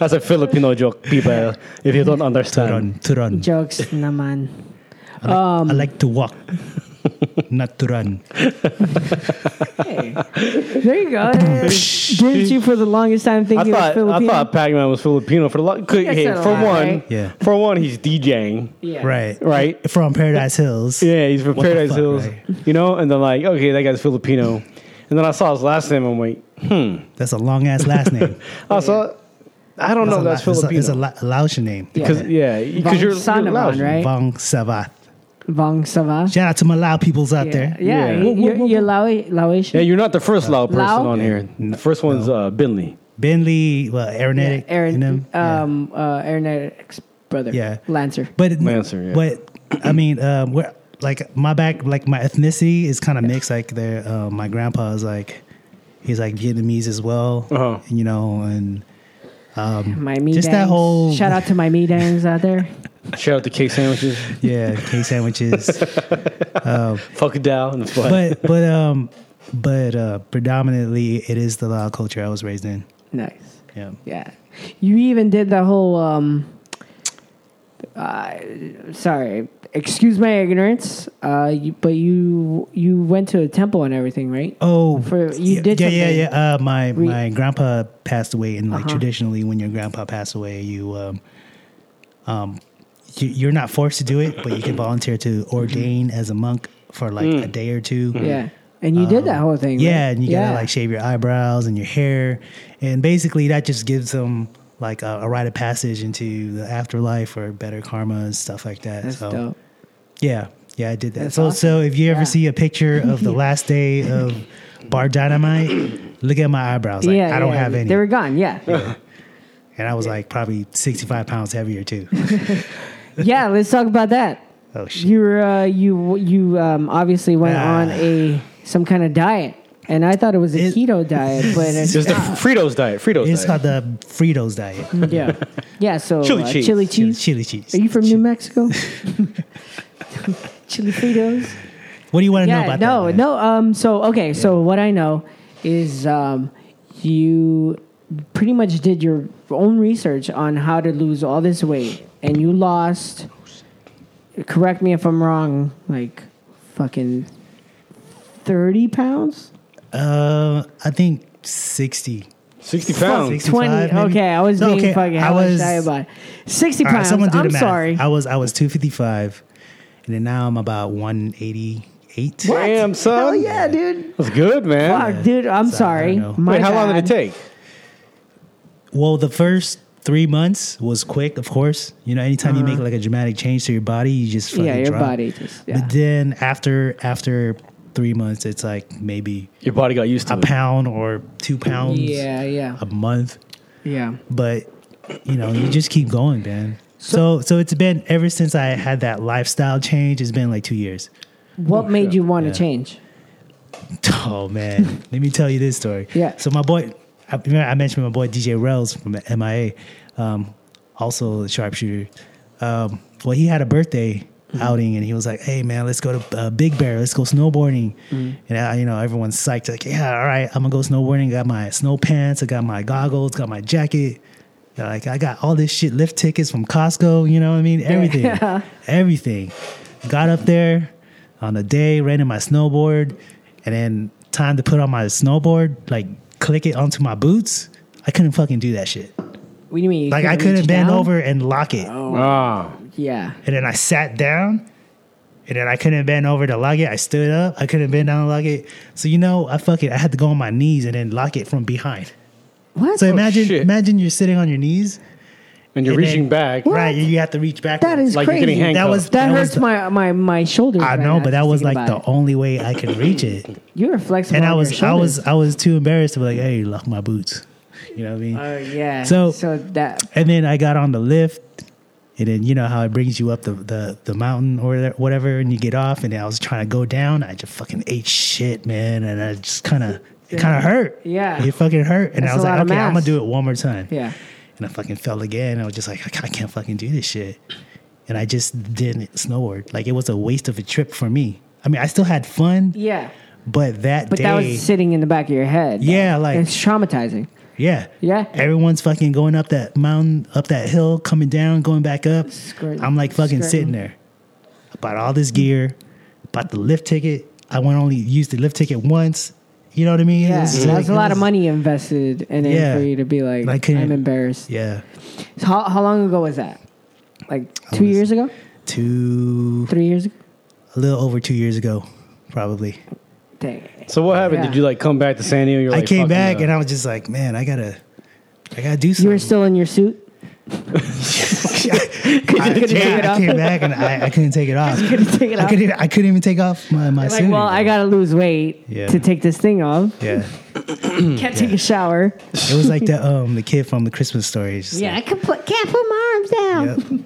That's a Filipino joke, people. If you don't understand.
Turon. Turon.
Jokes naman.
I like to walk, not to run.
Hey. There you go. Didn't you for the longest time think
I
you were
thought I
Filipino?
thought Pac-Man was Filipino for a lot. Could,
That's
hey,
not a
for
lie,
one,
right?
Yeah.
for one, he's DJing,
yeah.
Right.
right?
From Paradise Hills.
Yeah, he's from
What the
Paradise
fuck,
Hills,
right?
you know. And then like, okay, that guy's Filipino. And then I saw his last name. I'm like,
That's a long ass last name.
I saw. I don't know. if That's
a, la-
Filipino.
It's a, it's a La- Laotian name.
Yeah.
Cause, yeah, because you're,
Vang
you're Laos.
Sanavan, right?
Bang Savat.
Vang Sava.
Shout out to my Lao peoples out there.
Yeah, yeah.
Yeah.
you- You're, you're Laoi- Laotian.
Yeah, you're not the first
Uh,
Lao person
Lao?
on here. The first one's uh, Binley.
Bentley, well, Aeronetic.
Aaron,
and them. Yeah.
um, uh, Aaron Eric's brother.
Yeah.
Lancer.
But
Lancer, yeah.
But I mean, um, we're, like my back, like my ethnicity is kind of mixed. Like there, uh, my grandpa is like, he's like Vietnamese as well.
Uh-huh.
You know, and
My me
Just that
dangs.
whole-
shout out to my me dangs out there.
Shout out to cake sandwiches,
yeah, cake sandwiches.
fuck Dow, and it's like-
but but um, but uh, predominantly it is the Lao culture I was raised in.
Nice.
Yeah.
Yeah. You even did the whole. Um, uh, sorry, excuse my ignorance. Uh, you, but you you went to a temple and everything, right?
Oh,
For- you
yeah,
did
yeah, yeah,
something.
yeah. Uh, my
Re- Uh-huh.
my grandpa passed away, and like traditionally, when your grandpa passed away, you um, um, you, you're not forced to do it, but you can volunteer to ordain as a monk for like a day or two.
Mm. Yeah. And you did that whole thing.
Um, Yeah,
right?
and you gotta like shave your eyebrows and your hair, and basically that just gives them like a, a rite of passage into the afterlife or better karma and stuff like that.
That's
so
dope.
yeah, yeah, I did that.
That's
so,
awesome.
so if you ever
Yeah.
see a picture of the last day of Bar Dynamite, look at my eyebrows. Like,
yeah,
I don't
yeah.
have any,
They were gone. Yeah,
and I was like probably sixty-five pounds heavier too.
yeah. Let's talk about that.
Oh shit!
You were uh, you you um, obviously went
Ah.
on a some kind of diet, and I thought it was a
It-
keto diet, but it's
It's the Fritos diet. Fritos
it's
diet.
called the Fritos diet.
yeah, yeah. So
Chili
uh,
cheese.
chili
Chili,
Mm-hmm. cheese.
chili cheese.
Are you from New Mexico? chili Fritos.
What do you want to know
Yeah,
about
no,
that? man?
no. Um, so okay, so what I know is um, you pretty much did your own research on how to lose all this weight, and you lost. Correct me if I'm wrong. Like, fucking thirty pounds.
Uh, I think sixty.
Sixty pounds.
60
Twenty.
65 maybe?
Okay, I was
No,
being
okay,
fucking.
I
How much
was-
did I buy? Sixty
All right,
pounds.
someone do
I'm
the math.
sorry.
I was I was two fifty-five, and then now I'm about one eighty-eight.
What?
Damn, son.
Hell Oh, yeah, dude.
That's good, man.
Fuck, dude. I'm
I
sorry.
don't know.
My
Wait, how long
bad.
did it take?
Well, the first three months was quick, of course. You know, anytime you make like a dramatic change to your body, you just fucking
Uh-huh. Yeah, your
drop.
body just. Yeah.
But then after after three months, it's like maybe
Your body got used to
a
it.
pound or two pounds
Yeah, yeah,
a month.
yeah.
But you know, you just keep going, man. So, so it's been ever since I had that lifestyle change. It's been like two years.
What made you want to change?
Oh man, let me tell you this story.
Yeah.
So my boy, I, remember I mentioned my boy DJ Rels from MIA, um, also a sharpshooter. Um, well, he had a birthday outing, and he was like, "Hey man, let's go to uh, Big Bear. Let's go snowboarding." And I, you know, everyone's psyched. Like, yeah, all right, I'm gonna go snowboarding. Got my snow pants. I got my goggles. Got my jacket. They're Like I got all this shit, lift tickets from Costco. You know what I mean? Everything, everything. Got up there on a day, rented my snowboard, and then time to put on my snowboard, like click it onto my boots. I couldn't fucking do that shit.
What do you mean? You
Like I couldn't
reach
bend
down? Oh.
over and lock it.
Ah,
Yeah.
And then I sat down, and then I couldn't bend over to lock it. I stood up. I couldn't bend down to lock it. So you know, I fucking I had to go on my knees and then lock it from behind.
What?
So imagine
shit.
imagine you're sitting on your knees
and you're
And then-
reaching back.
Right, you have to reach back.
That is
Like you're
crazy.
getting
That,
That was
that
was
hurts
the-
my, my my shoulders.
I
right
know,
now,
but that
just
was
thinking
like
about
the only way I could reach it.
it. you were flexible.
and I
on
was
your
I was
shoulders.
I was too embarrassed to be like, hey, you left my boots. You know what I mean?
Oh yeah.
So-
so that
And then I got on the lift, and then you know how it brings you up the the, the mountain or tha- whatever, and you get off. And I was trying to go down. I just fucking ate shit, man, and I just kind of it kind of hurt.
Yeah.
it fucking hurt. And
That's
I was
a
like,
lot of
okay, I'm gonna
mass.
do it one more time.
yeah.
And I fucking fell again. I was just like, I can't, I can't fucking do this shit. And I just didn't snowboard. Like it was a waste of a trip for me. I mean, I still had fun,
Yeah.
but that
But
day,
that was sitting in the back of your head.
Yeah, like-
it's traumatizing.
Yeah.
Yeah.
Everyone's fucking going up that mountain, up that hill, coming down, going back up.
Skirt-
I'm like fucking
skirting.
sitting there. I bought all this gear, bought the lift ticket. I went only used the lift ticket once. You know what I mean?
Yeah,
It's just
that's
like-
a lot of
it was-
money invested, and then
Yeah.
for you to be like,
Like, can-
I'm embarrassed.
Yeah.
So how how long ago was that? Like
I
two
was-
years ago,
Two,
three years ago.
a little over two years ago, probably.
Dang.
So what happened?
Yeah.
Did you like come back to San Diego? You're
I
like,
came
"Fuck
back
yeah."
and I was just like, man, I gotta, I gotta do
You
something.
were still in your suit.
I,
couldn't
yeah,
take it
I
off.
came back and I, I couldn't take it off.
couldn't take it
I
off.
couldn't, I couldn't even take off my, my
Like,
suit
well,
anymore.
I gotta lose weight
Yeah. Hmm,
to take this thing off.
Yeah.
Can't take a shower.
It was like the um the kid from the Christmas story. It's just
Yeah, I can put, can't put my arms down.
like, yep.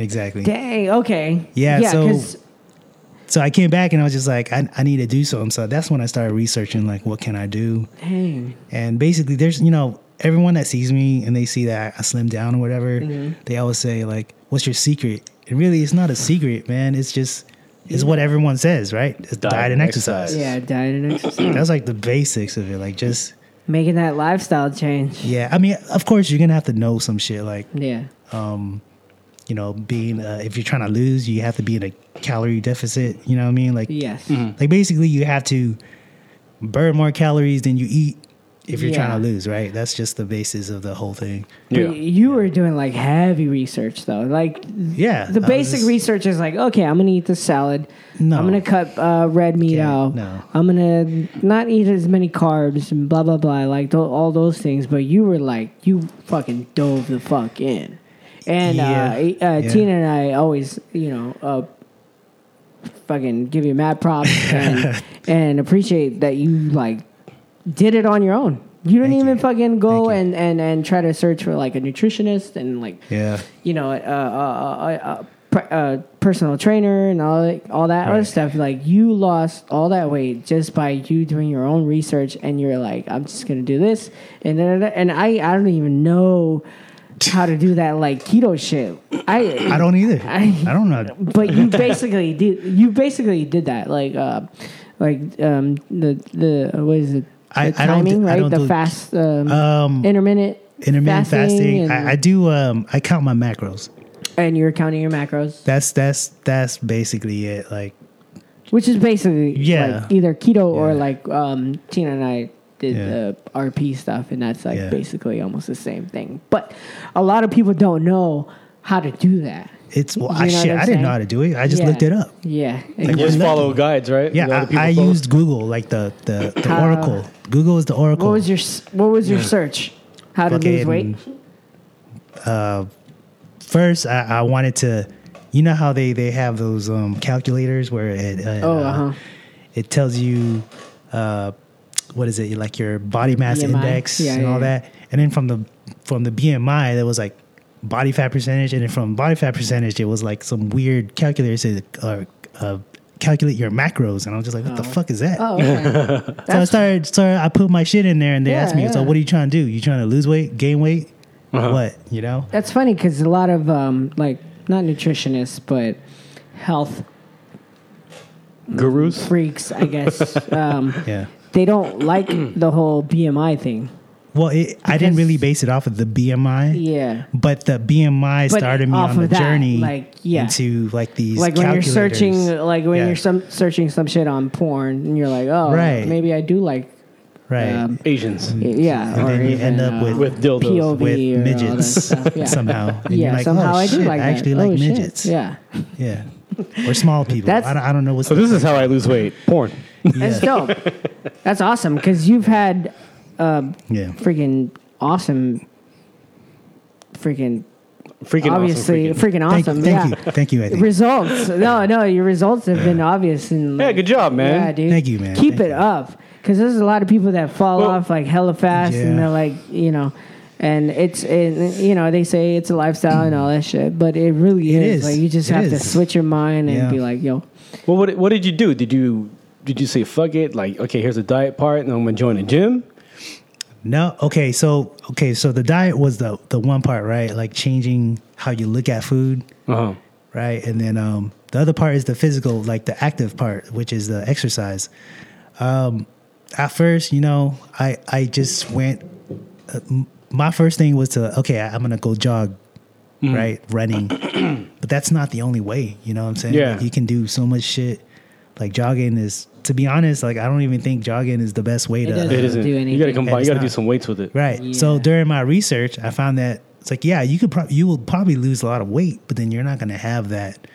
Exactly.
Dang. Okay.
Yeah, so-
'cause-
So I came back and I was just like, I, I need to do something. So that's when I started researching like what can I do?
dang.
And basically there's you know, everyone that sees me and they see that I slim down or whatever, they always say like, What's your secret? And really it's not a secret, man. It's just it's what everyone says, right? It's diet,
Diet
and
and
exercise.
exercise.
Yeah, diet and exercise.
That's like the basics of it. Like just
Making that lifestyle change.
yeah. I mean, of course you're gonna have to know some shit like um,
Yeah.
you know, being uh, if you're trying to lose, you have to be in a calorie deficit. You know what I mean? Like,
Yes.
like basically, you have to burn more calories than you eat if you're
Yeah.
trying to lose. Right? That's just the basis of the whole thing.
But
Yeah.
you were doing like heavy research though. Like
Yeah, I
the
was
basic
just-
research is like, okay, I'm gonna eat this salad.
No.
I'm gonna cut uh, red meat
Can't,
out.
no.
I'm gonna not eat as many carbs and blah blah blah, like th- all those things. But you were like, you fucking dove the fuck in. And
Yeah.
uh, uh,
Yeah.
Tina and I always, you know, uh, fucking give you mad props and, and appreciate that you like did it on your own. You didn't
Thank
even
you.
fucking go
Thank you.
and, and, and try to search for like a nutritionist and like
Yeah,
you know, a, a, a, a, a personal trainer and all that, all that other
Right.
stuff. Like you lost all that weight just by you doing your own research, and you're like, I'm just gonna do this, and da, da, da. and I I don't even know how to do that like keto shit. I.
I don't either. I,
I-
don't know.
but you basically did. You basically did that, like, uh, like um, the the what is it? The
I- I don't
timing,
do- I
right?
don't
the
do-
fast, um,
Um,
intermittent,
intermittent fasting.
and,
I, I do. Um, I count my macros.
and you're counting your macros.
That's that's that's basically it. Like,
which is basically
Yeah.
like either keto or
Yeah.
like um, Tina and I did
Yeah.
the RP stuff, and that's like
Yeah.
basically almost the same thing. But a lot of people don't know how to do that.
it's well,
You
I,
know what
shit.
I'm
I didn't
saying?
know how to do it. I just
Yeah.
looked it up.
Yeah,
You just follow guides, right?
Yeah,
That other people
I, I
follow?
used Google, like the the, the
How-
Oracle. Google is the Oracle.
what was your s- what was your search? How to lose
Fucking-
weight?
first I, I wanted to you know how they they have those um calculators where it uh,
Oh, uh-huh.
it tells you uh what is it like your body mass
BMI?
index
Yeah,
and
yeah,
all
yeah.
that and then from the from the bmi that was like body fat percentage and then from body fat percentage it was like some weird calculator said uh, uh calculate your macros and i was just like what the fuck is that
Oh, okay.
so i started so i put my shit in there and they
Yeah,
asked me so
yeah.
what are you trying to do you trying to lose weight gain weight what you know
that's funny because a lot of um, like not nutritionists but health
gurus.
freaks, I guess. um,
yeah
They don't like the whole BMI thing.
Well, it, I
Because-
didn't really base it off of the BMI.
Yeah.
But the BMI
But
started me
off
on the
of that,
journey
like, yeah.
into like these
like when you're
calculators.
searching like when
Yeah,
you're some searching some shit on porn and you're like oh
Right.
maybe i do like
right
um,
Asians
y- yeah
And
or
then you
even,
end up with-
uh,
with dildos.
POV
with
or all that
midgets
stuff, yeah.
somehow. And
yeah
you're like,
somehow
oh,
i do
shit,
like
I actually
that.
like
Oh, shit.
midgets.
yeah
Yeah. Or small people.
That's-
I, don't, I don't know what's
So this is how I lose weight. Porn.
that's dope that's awesome because you've had
yeah.
freaking awesome freaking
Freaking
obviously
Awesome, freaking.
freaking,
Thank,
awesome.
thank
yeah.
you, thank you. I think.
Results. No, no, your results have been obvious and
Yeah,
like,
good job, man.
Yeah, dude.
Thank you, man.
Keep
Thank
it
you.
up, because there's a lot of people that fall
Well-
off like hella fast,
Yeah.
and they're like, you know, and it's, and, you know, they say it's a lifestyle and all that shit, but it really
It
is.
is.
Like you just
It
have to
is.
switch your mind and
Yeah.
be like, yo,
Well, what what did you do? Did you did you say fuck it? Like, okay, here's the diet part, and I'm gonna join a gym.
No, okay, so okay, so the diet was the the one part, right? Like changing how you look at food,
Uh huh.
right? And then um, the other part is the physical, like the active part, which is the exercise. Um, at first, you know, I I just went. Uh, m- my first thing was to okay, I, I'm gonna go jog, right, running. but that's not the only way. You know what I'm saying?
Yeah.
Like, you can do so much shit. Like jogging is, to be honest, like I don't even think jogging is the best way to.
doesn't
It isn't.
do
You gotta
anything.
combine. You
It's
gotta do
not.
some weights with it.
Right.
Yeah.
So during my research, I found that it's like, yeah, you could probably you will probably lose a lot of weight, but then you're not going to have that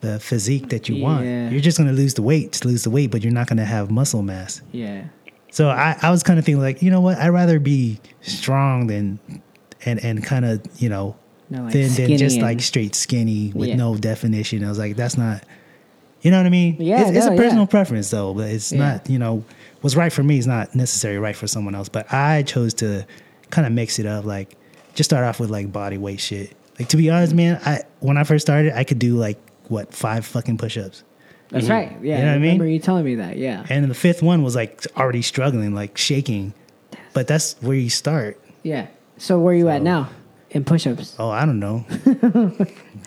the physique that you want.
Yeah.
You're just going to lose the weight, to lose the weight, but you're not going to have muscle mass.
yeah,
So I, I was kind of thinking like, you know what? I'd rather be strong than and and kind of you know
Not like
than than
skinny
just
and-
like straight skinny with
Yeah.
no definition. I was like, that's not. You know what I mean?
Yeah,
it's, it's
no,
a
yeah.
personal preference though, but it's
Yeah.
not you know what's right for me is not necessarily right for someone else. But I chose to kind of mix it up, like just start off with like body weight shit. Like to be honest, man, I when I first started, I could do like what five fucking push-ups.
that's right. Yeah,
You know what I mean?
remember you telling me that? Yeah,
And the fifth one was like already struggling, like shaking. But that's where you start.
yeah. So where you at now in push-ups?
Oh, I don't know.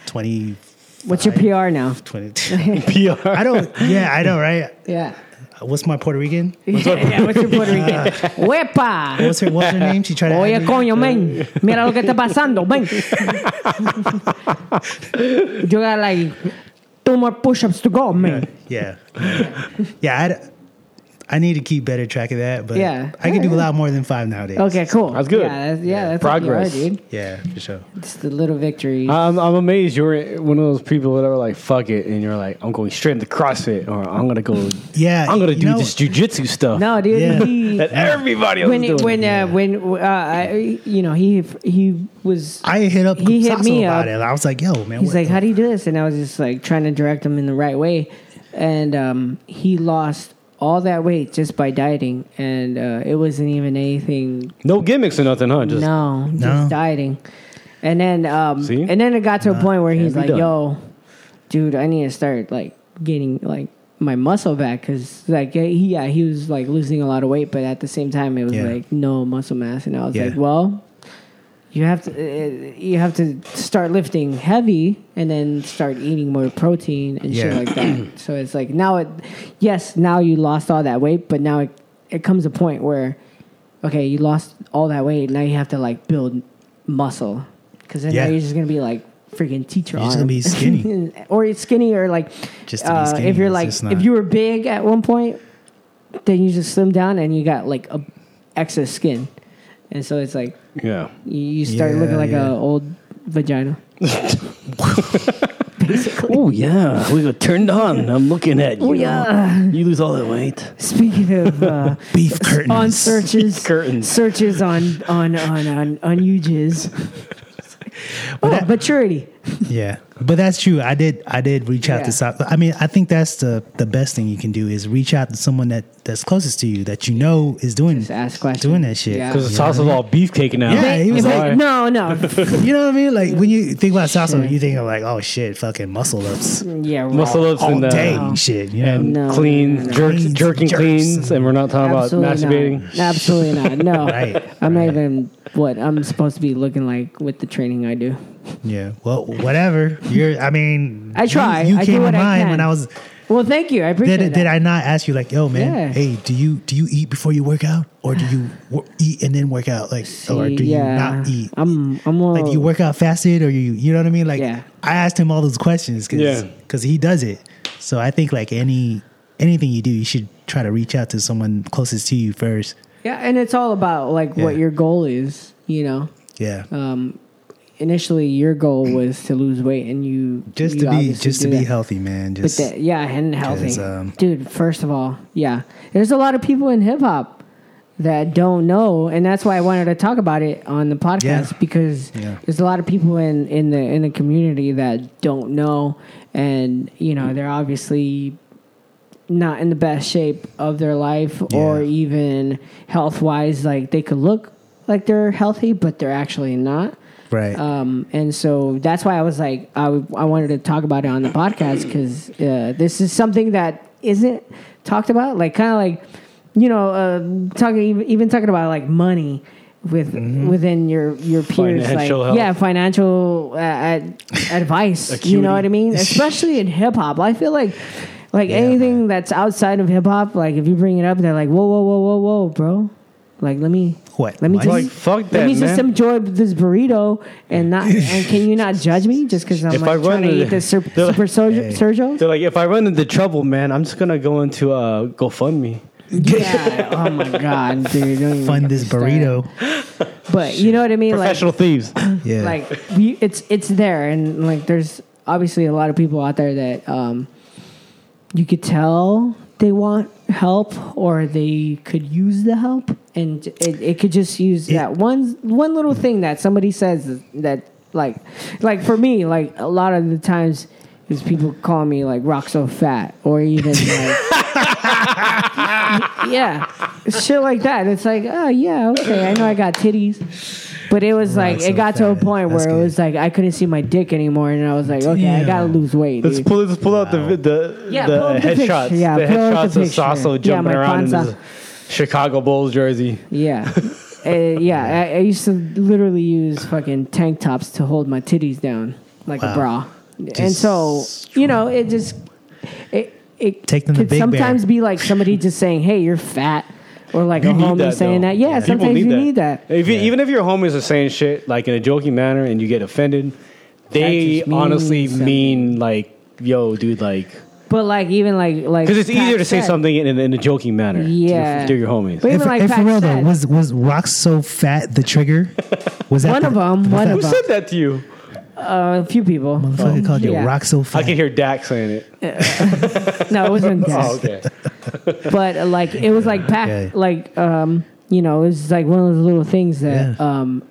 20,
What's your PR now?
20.
PR.
I don't, yeah, I know, right?
Yeah.
What's my Puerto Rican?
yeah, what's your Puerto Rican? Wepa!
What's her, what's her name? She tried to. add
Oye,
me.
coño, men. Mira lo que está pasando, men. you got like two more push ups to go, man.
Yeah. Yeah, I, d- I need to keep better track of that, but
Yeah.
I can do a lot more than five nowadays.
Okay, cool.
That's good.
Yeah, that's, yeah, that's
Progress. Uh,
What you are, dude.
Yeah, for sure.
It's the little victories.
I'm, I'm amazed you're one of those people that are like, fuck it. And you're like, I'm going straight into CrossFit or I'm going to go,
Yeah.
I'm going to
you
do
know-
this jujitsu stuff.
no, dude.
yeah.
He,
That everybody else
when
is doing.
when uh, when uh, I, you know he he was
I hit up
He hit
Sasso
me up.
about it. I was like, yo, man.
He's
what
like,
the-
"How do you do this?" And I was just like trying to direct him in the right way, and um, he lost all that weight just by dieting, and uh, it wasn't even anything.
no gimmicks or nothing, huh? Just,
no,
No.
just dieting. And then, um,
See?
and then it got to a point where he's
be
like,
done.
"Yo, dude, I need to start like getting like." My muscle back because like he yeah he was like losing a lot of weight, but at the same time it was
Yeah.
like no muscle mass, and I was
Yeah.
like, well, you have to uh, you have to start lifting heavy and then start eating more protein and
Yeah.
shit like that. so it's like now it yes, now you lost all that weight, but now it it comes a point where okay, you lost all that weight, now you have to like build muscle cuz then
Yeah.
now you're just going to be like freaking teacher
You're just
arm.
gonna be skinny.
or it's skinny or like
Just to be
uh,
skinny,
if you're
it's
like
just not-
if you were big at one point then you just slim down and you got like a excess skin. And so it's like
Yeah.
you- You start
Yeah,
looking like
yeah.
a old vagina.
Oh yeah, we got turned on. I'm looking at
Oh,
you. You lose all that weight.
Speaking of uh,
beef curtains.
on searches,
Curtains.
searches on on on on on UGs. oh,
that-
maturity.
Yeah, but that's true. I did. I did reach out
Yeah.
to. South. I mean, I think that's the the best thing you can do is reach out to someone that that's closest to you that you know is doing
Just ask questions.
doing that shit.
Yeah.
Because the sauce is all beefcake now.
Yeah, he was
If
like,
I- no, no.
you know what I mean? Like when you think about Sasso,
Shit.
you think of like, oh shit, fucking muscle ups
Yeah, raw.
Muscle ups
all
and, uh,
day and shit. You know?
and
No,
clean, jerk,
Cleans,
jerking
jerks,
cleans. And we're not talking about
Absolutely
masturbating.
not. Absolutely not. No,
Right,
I'm not even what I'm supposed to be looking like with the training I do.
yeah. Well, whatever. You're. I mean,
I
you-
try.
You,
I do
came
what
to
I
mind
can.
when I was.
Well, thank you. I appreciate
Did,
that.
did I not ask you like, yo, man,
Yeah.
hey, do you do you eat before you work out, or do you wor- eat and then work out, like, or do you not eat?
I'm I'm a,
like do you work out fasted or you you know what I mean like
Yeah.
I asked him all those questions cuz
Yeah.
he does it so I think like any anything you do you should try to reach out to someone closest to you first
Yeah, and it's all about like what
Yeah.
your goal is, you know.
yeah
um, initially your goal was to lose weight and you
just
you
to be
obviously
just to
do
be
that.
healthy man
But
just
that, yeah, and healthy,
'Cause, um,
dude. First of all, yeah, there's a lot of people in hip hop that don't know, and that's why I wanted to talk about it on the podcast
Yeah.
because
Yeah.
there's a lot of people in, in the in the community that don't know, and you know they're obviously not in the best shape of their life or
Yeah.
even health wise. Like they could look like they're healthy, but they're actually not.
Right.
Um, and so that's why I was like, I, I wanted to talk about it on the podcast because uh, this is something that isn't talked about. Like, kind of like, you know, uh, talking even, even talking about like money with within your your peers,
Financial
like
health.
yeah, financial uh, ad, advice. you know what I mean? Especially in hip hop, I feel like. Like anything that's outside of hip hop, like if you bring it up, they're like, "Whoa, whoa, whoa, whoa, whoa, bro!" Like, let me
What?
Let me
Like,
just
Like, fuck
let
that,
me just
man.
enjoy this burrito and not. and can you not judge me just because I'm
If
like
I run
trying to
the-
eat this sur-
they're like-
super Sergio?
They're like, if I run into trouble, man, I'm just gonna go into uh, GoFundMe.
Yeah. oh my god, dude! don't even
Fund this
start.
burrito.
But you know what I mean? Like,
Professional thieves.
Yeah.
like we, it's it's there, and like there's obviously a lot of people out there that um, you could tell they want help or they could use the help, and it, it could just use that one one little thing that somebody says that like like for me like a lot of the times is people call me like rock so fat or even like yeah, shit like that. It's like, oh yeah, okay, I know I got titties, but it was
Right,
like
so
it got to a
fat.
point
That's
where it
good.
was like I couldn't see my dick anymore, and I was like, okay, I gotta
Damn.
lose weight.
Let's
dude.
pull, let's pull out the vi- the,
Yeah,
the
pull up the picture.
headshots.
Yeah,
the
pull out
headshots
the
of Sasso
picture. Yeah,
jumping
my
around in
panza.
his Chicago Bulls jersey.
yeah, Uh, yeah. I, I used to literally use fucking tank tops to hold my titties down like a
Wow.
bra, and so you know it just it it
Take them to
could
Big Bear.
sometimes be like somebody just saying, hey, you're fat. Or like a
need
homie
that,
saying
though.
that, yeah.
People
Sometimes you need that.
If you, Even if your homies are saying shit like in a joking manner and you get offended,
That
they
just means
honestly
something.
mean like, "Yo, dude, like,"
But like even like like
because it's easier
Pat
to say
said,
something in, in a joking manner. to your-
Yeah.
to your homies.
But
If,
even like
if for
Pat
real though,
said,
was was Rock so fat the trigger? Was that
One
the,
of 'em,
was
one
that
of
Who
the
But- 'em.
said that to you?
Uh, a few people.
Motherfucker called you
Yeah.
Rock so fat.
I can hear Dak saying it.
No, it wasn't that.
Oh, okay.
But uh, like it was like Pat,
Okay.
like um, you know, it was like one of those little things that
Yeah.
um,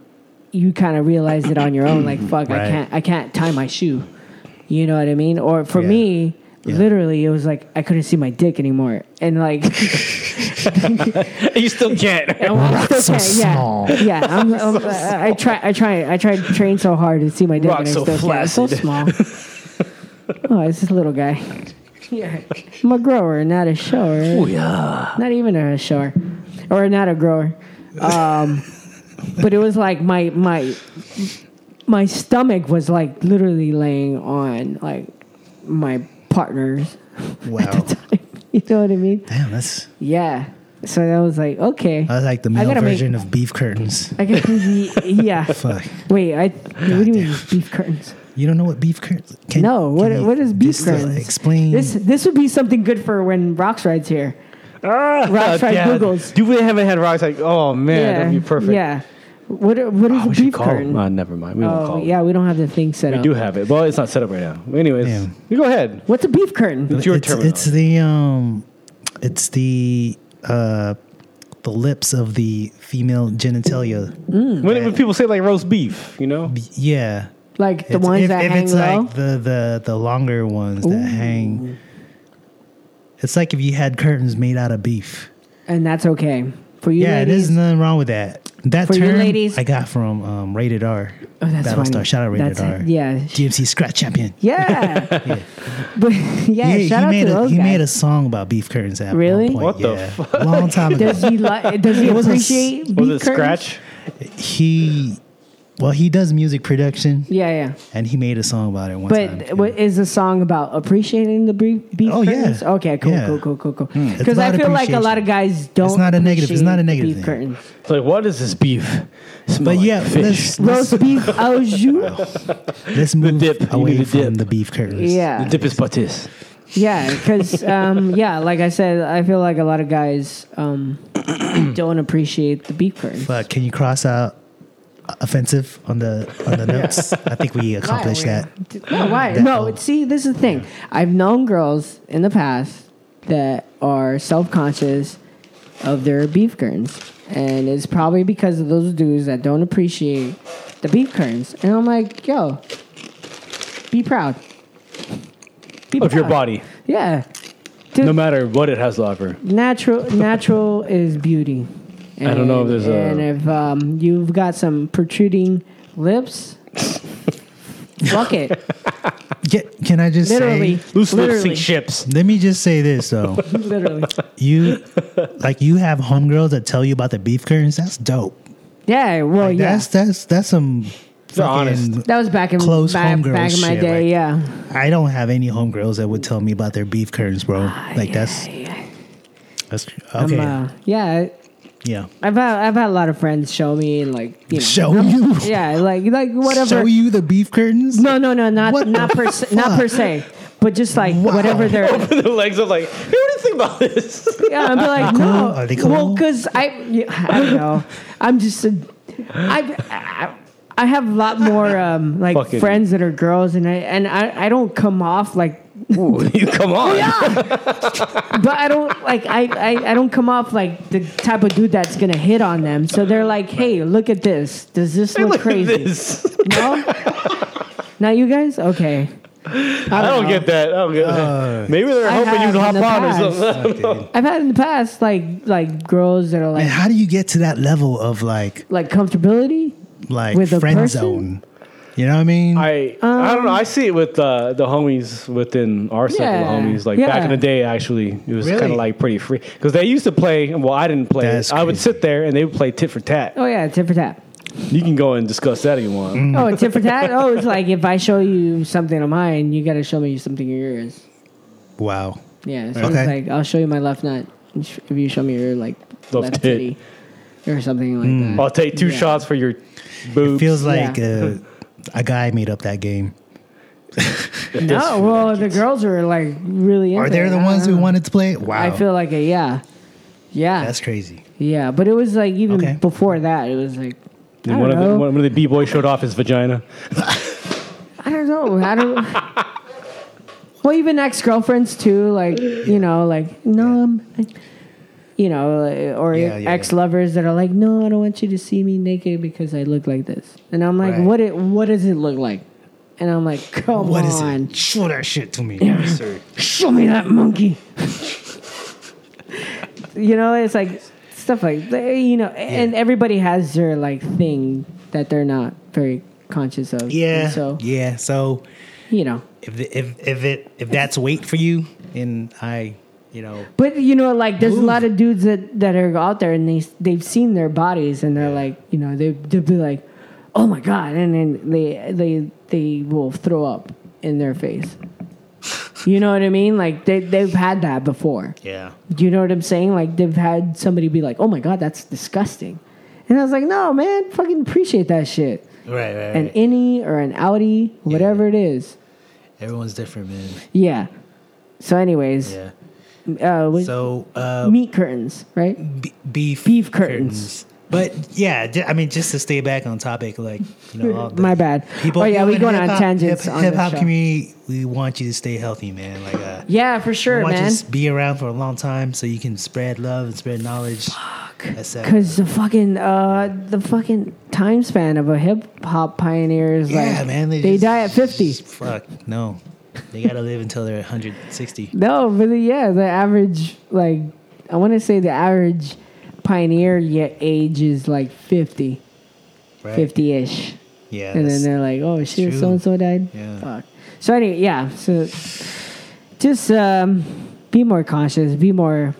you kind of realize it on your own. Like fuck, I
Right.
can't, I can't tie my shoe. You know what I mean? Or for
Yeah.
me.
Yeah.
Literally, it was like I couldn't see my dick anymore, and like
you still can't.
I want-
Rock's
still
so
can't,
small.
Yeah, yeah. I'm, I'm, I, I try, I try, I try to train so hard to see my dick,
Rock's
and I
so
still can't. It's so
flaccid.
small. oh, it's this little guy. Yeah, I'm a grower, not a shower. Oh yeah, not even a shower, or not a grower. Um, but it was like my my my stomach was like literally laying on like my partner's.
Wow.
You know what I mean?
Damn, that's
Yeah. So that was like okay.
that's like the
I
male
gotta make-
version of beef curtains.
I guess yeah.
Fuck.
Wait, I. what do you mean beef curtains?
You don't know what beef curtains? Can,
No, what
can you-
what is beef
just, uh,
curtains?
explain.
This this would be something good for when Rox rides here. Rox ride
Ah, Yeah.
Googles.
Dude, we haven't had rocks like, oh man, that'd be perfect.
Yeah. What are- what is
Oh,
a
we should
beef
call him.
curtain?
Uh, never mind. We won't
oh
call him.
yeah, we don't have the thing set
We
up.
do have it. Well, it's not set up right now. Anyways,
Yeah.
you go ahead.
What's a beef curtain?
It's your
it's,
terminal.
it's the um, it's the uh, the lips of the female genitalia.
when, when people say like roast beef, you know?
Mm.
Yeah.
Like the
It's-
ones
if,
that
if
hang
it's
low.
like the the the longer ones that hang. It's like if you had curtains made out of beef.
and that's okay for you
Yeah,
ladies.
there's nothing wrong with that. That
For you
term
ladies-
I got from um, Rated R.
Oh, that's
Battlestar.
funny.
Shout out Rated
That's-
R.
yeah.
GMC Scratch Champion.
yeah. But yeah,
he,
shout out
made
to
a,
those
he
guys.
made a song about beef curtains. At
Really?
One point.
What the
yeah. Long time ago.
does he li- does he
It was a s-
appreciate beef
Was it
curtains?
scratch?
he, well, he does music production,
Yeah, yeah.
and he made a song about it one time.
But
too.
what is the song about appreciating the beef? beef
Oh, yeah.
curtains? Okay, cool,
Yeah. Hmm.
cool, cool, cool, cool.
It's
Because I
about
feel like a lot of guys don't.
It's not a negative- it's not a
appreciate the
negative
Beef
thing.
curtains.
It's like, what is this beef? Smell
But
like
yeah,
fish.
let's, let's,
Roast beef au jus.
let's move
dip. You
away
need the
from
dip.
the beef curtains.
The
Yeah,
dip is patis.
yeah. Because um, yeah, like I said, I feel like a lot of guys um, don't appreciate the beef curtains.
But can you cross out offensive on the on the notes? I think we accomplished that.
No, why?
That-
No, see, this is the thing. I've known girls in the past that are self conscious of their beef curtains. and it's probably because of those dudes that don't appreciate the beef curtains. And I'm like, yo, be proud. Be
of your
proud.
body,
Yeah,
no matter what it has to offer.
natural natural is beauty. And,
I don't know if there's a-
and if um, you've got some protruding lips, fuck it.
Get, can I just
Literally,
say?
Loose lips
literally,
sink ships.
Let me just say this though.
literally.
you like you have homegirls that tell you about the beef curtains. That's dope.
Yeah, well,
Like,
yeah.
That's that's that's some.
They're honest.
fucking-
that was back in
close
back,
homegirl
back in my
shit,
day.
like-
yeah,
I don't have any homegirls that would tell me about their beef curtains, bro. Like that's that's
I'm,
okay.
uh, yeah.
yeah,
I've had I've had a lot of friends show me and like you know,
show you,
yeah, like like whatever.
show you the beef curtains.
No, no, no, not
What the
not per se, not per
fuck?
se, but just like
Wow.
whatever they're.
the legs are like, hey, what do you think about this?
Yeah, I'd be like, no.
Are they
Well,
cool?
because I, yeah, I don't know. I'm just a, I, I, I have a lot more um, like
Fucking-
friends that are girls, and I and I, I don't come off like,
you come on.
but I don't like I, I I don't come off like the type of dude that's gonna hit on them. So they're like, hey, look at this. Does this look,
Look at
crazy?
this.
No. Not you guys? Okay.
I don't
know.
get that. I don't get
Uh,
that. Maybe they're
I
hoping
have
you'd hop
in the
on or
past.
something.
I've had in the past like like girls that are
And
like
how do you get to that level of like
like comfortability.
like
With a
friend
person?
zone? You know what I mean?
I I don't know. I see it with uh, the homies within our circle of
Um, Yeah.
homies. Like back in
Yeah.
the day, actually, it was
Really?
kind of like pretty free because they used to play. Well, I didn't play.
That's
I would
crazy.
sit there and they would play tit for tat.
Oh yeah, tip for tap.
You can go and discuss that if you want.
Oh, tit for tat. Oh, it's like if I show you something of mine, you got to show me something of yours.
wow.
Yeah. So
Okay.
it's like I'll show you my left nut if you show me your like
Left
left
tit.
titty or something like that.
I'll take two
Yeah.
shots for your boobs.
Mm. Feels like uh, a guy made up that game.
No, well, the girls are like really.
Are
into
they
it.
the
I
ones
don't
who
know.
wanted to play? it? Wow,
I feel like a yeah, yeah,
that's crazy.
yeah. But it was like even
Okay.
before that, it was like. I don't,
And one of, the,
know.
one of the b boys showed off his vagina.
I don't know. I don't. well, even ex girlfriends too. Like you know, like no, I'm, you know, like, or
Yeah, yeah,
ex lovers that are like, no, I don't want you to see me naked because I look like this. And I'm like,
Right.
what? It, what does it look like? And I'm like, come
What is
on,
it? Show that shit to me, sir.
show me that monkey. you know, it's like stuff like that, you know, and everybody has their like thing that they're not very conscious of.
Yeah,
And so
yeah. So
you know.
if the, if if it if that's weight for you, and I, you know,
But you know, like there's
Move.
a lot of dudes that, that are out there and they they've seen their bodies and they're like, you know, they they'll be like, oh my god, and then they they they will throw up in their face. You know what I mean? Like they they've had that before.
yeah,
Do you know what I'm saying? Like they've had somebody be like, oh my god, that's disgusting, and I was like, no man, fucking appreciate that shit.
right, right.
An innie or an outie, whatever it is,
Everyone's different, man.
yeah. So, anyways,
Yeah.
uh, with
So uh,
meat curtains, right?
b- beef
beef curtains.
But yeah, ju- I mean, just to stay back on topic, like you know, all the
My bad.
People,
oh yeah, we
in
going on
hip-hop-
tangents
hip-
on
Hip
this
hop
show.
community, we want you to stay healthy, man. Like, uh,
Yeah, for
we
sure,
want
man.
you to be around for a long time so you can spread love and spread knowledge. That's that.
Because the fucking uh, the fucking time span of a hip hop pioneer is
yeah,
like
man. They,
they
just-
die at fifty.
just Fuck no, they gotta live until they're 160.
No, really, yeah, the average like I want to say the average pioneer yet age is like 50,
Right?
50 ish,
Yeah.
and then
that's-
they're like, oh shit,
true.
so and so died.
Yeah.
Fuck. So anyway, yeah. So just um, be more conscious, be more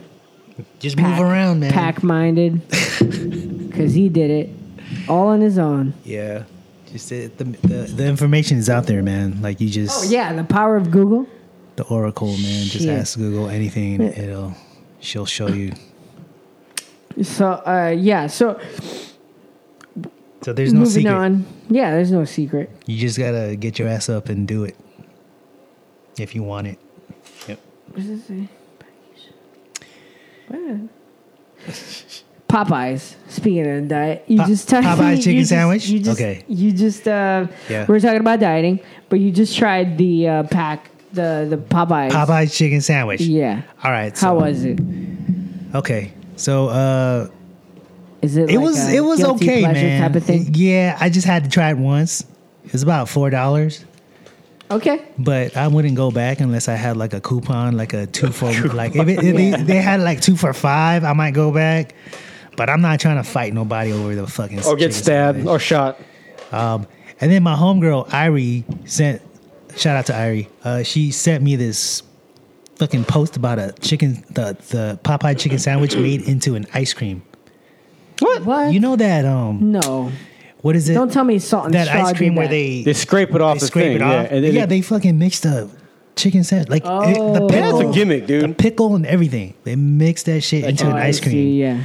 just move around, man.
pack minded because he did it all on his own.
Yeah. Just it, the, the the information is out there, man. Like you just
Oh yeah, the power of Google.
the Oracle, man. Just
Shit.
ask Google anything, and it'll she'll show you.
So uh, yeah, so
So there's no
moving
secret.
on. Yeah, there's no secret.
You just gotta get your ass up and do it if you want it.
What does it say? What? Popeyes. Speaking of diet, you
Pop-
just typed
Popeyes
you
chicken
just-
sandwich?
You just,
Okay.
You just uh,
Yeah.
we were talking about dieting, but you just tried the uh, pack, the the Popeyes.
Popeye's chicken sandwich.
Yeah.
All right. So,
How was it?
Okay. So uh,
Is it?
It
like
was
a
it was
guilty
okay,
pleasure
man.
Type of thing.
Yeah, I just had to try it once. It was about four dollars,
Okay.
but I wouldn't go back unless I had like a coupon, like a two for like if, it, if they, they had like two for five, I might go back. But I'm not trying to fight nobody over the fucking
or get
chicken
stabbed
sandwich.
or shot.
Um, and then my homegirl Irie sent. Shout out to Irie. Uh, she sent me this fucking post about a chicken, the the Popeye chicken sandwich made into an ice cream.
What? What?
You know that um,
no.
what is it?
Don't tell me salt and
that
straw
ice
did
cream where
that.
they
They scrape it off
they
the
scrape
thing.
it
Yeah,
off. Yeah,
and then they-
they fucking mix the chicken sandwich like it-
Oh.
the
that's
pickle,
a gimmick,
the
dude.
pickle and everything. They mix that shit into
Oh,
an
I
ice cream.
see, yeah.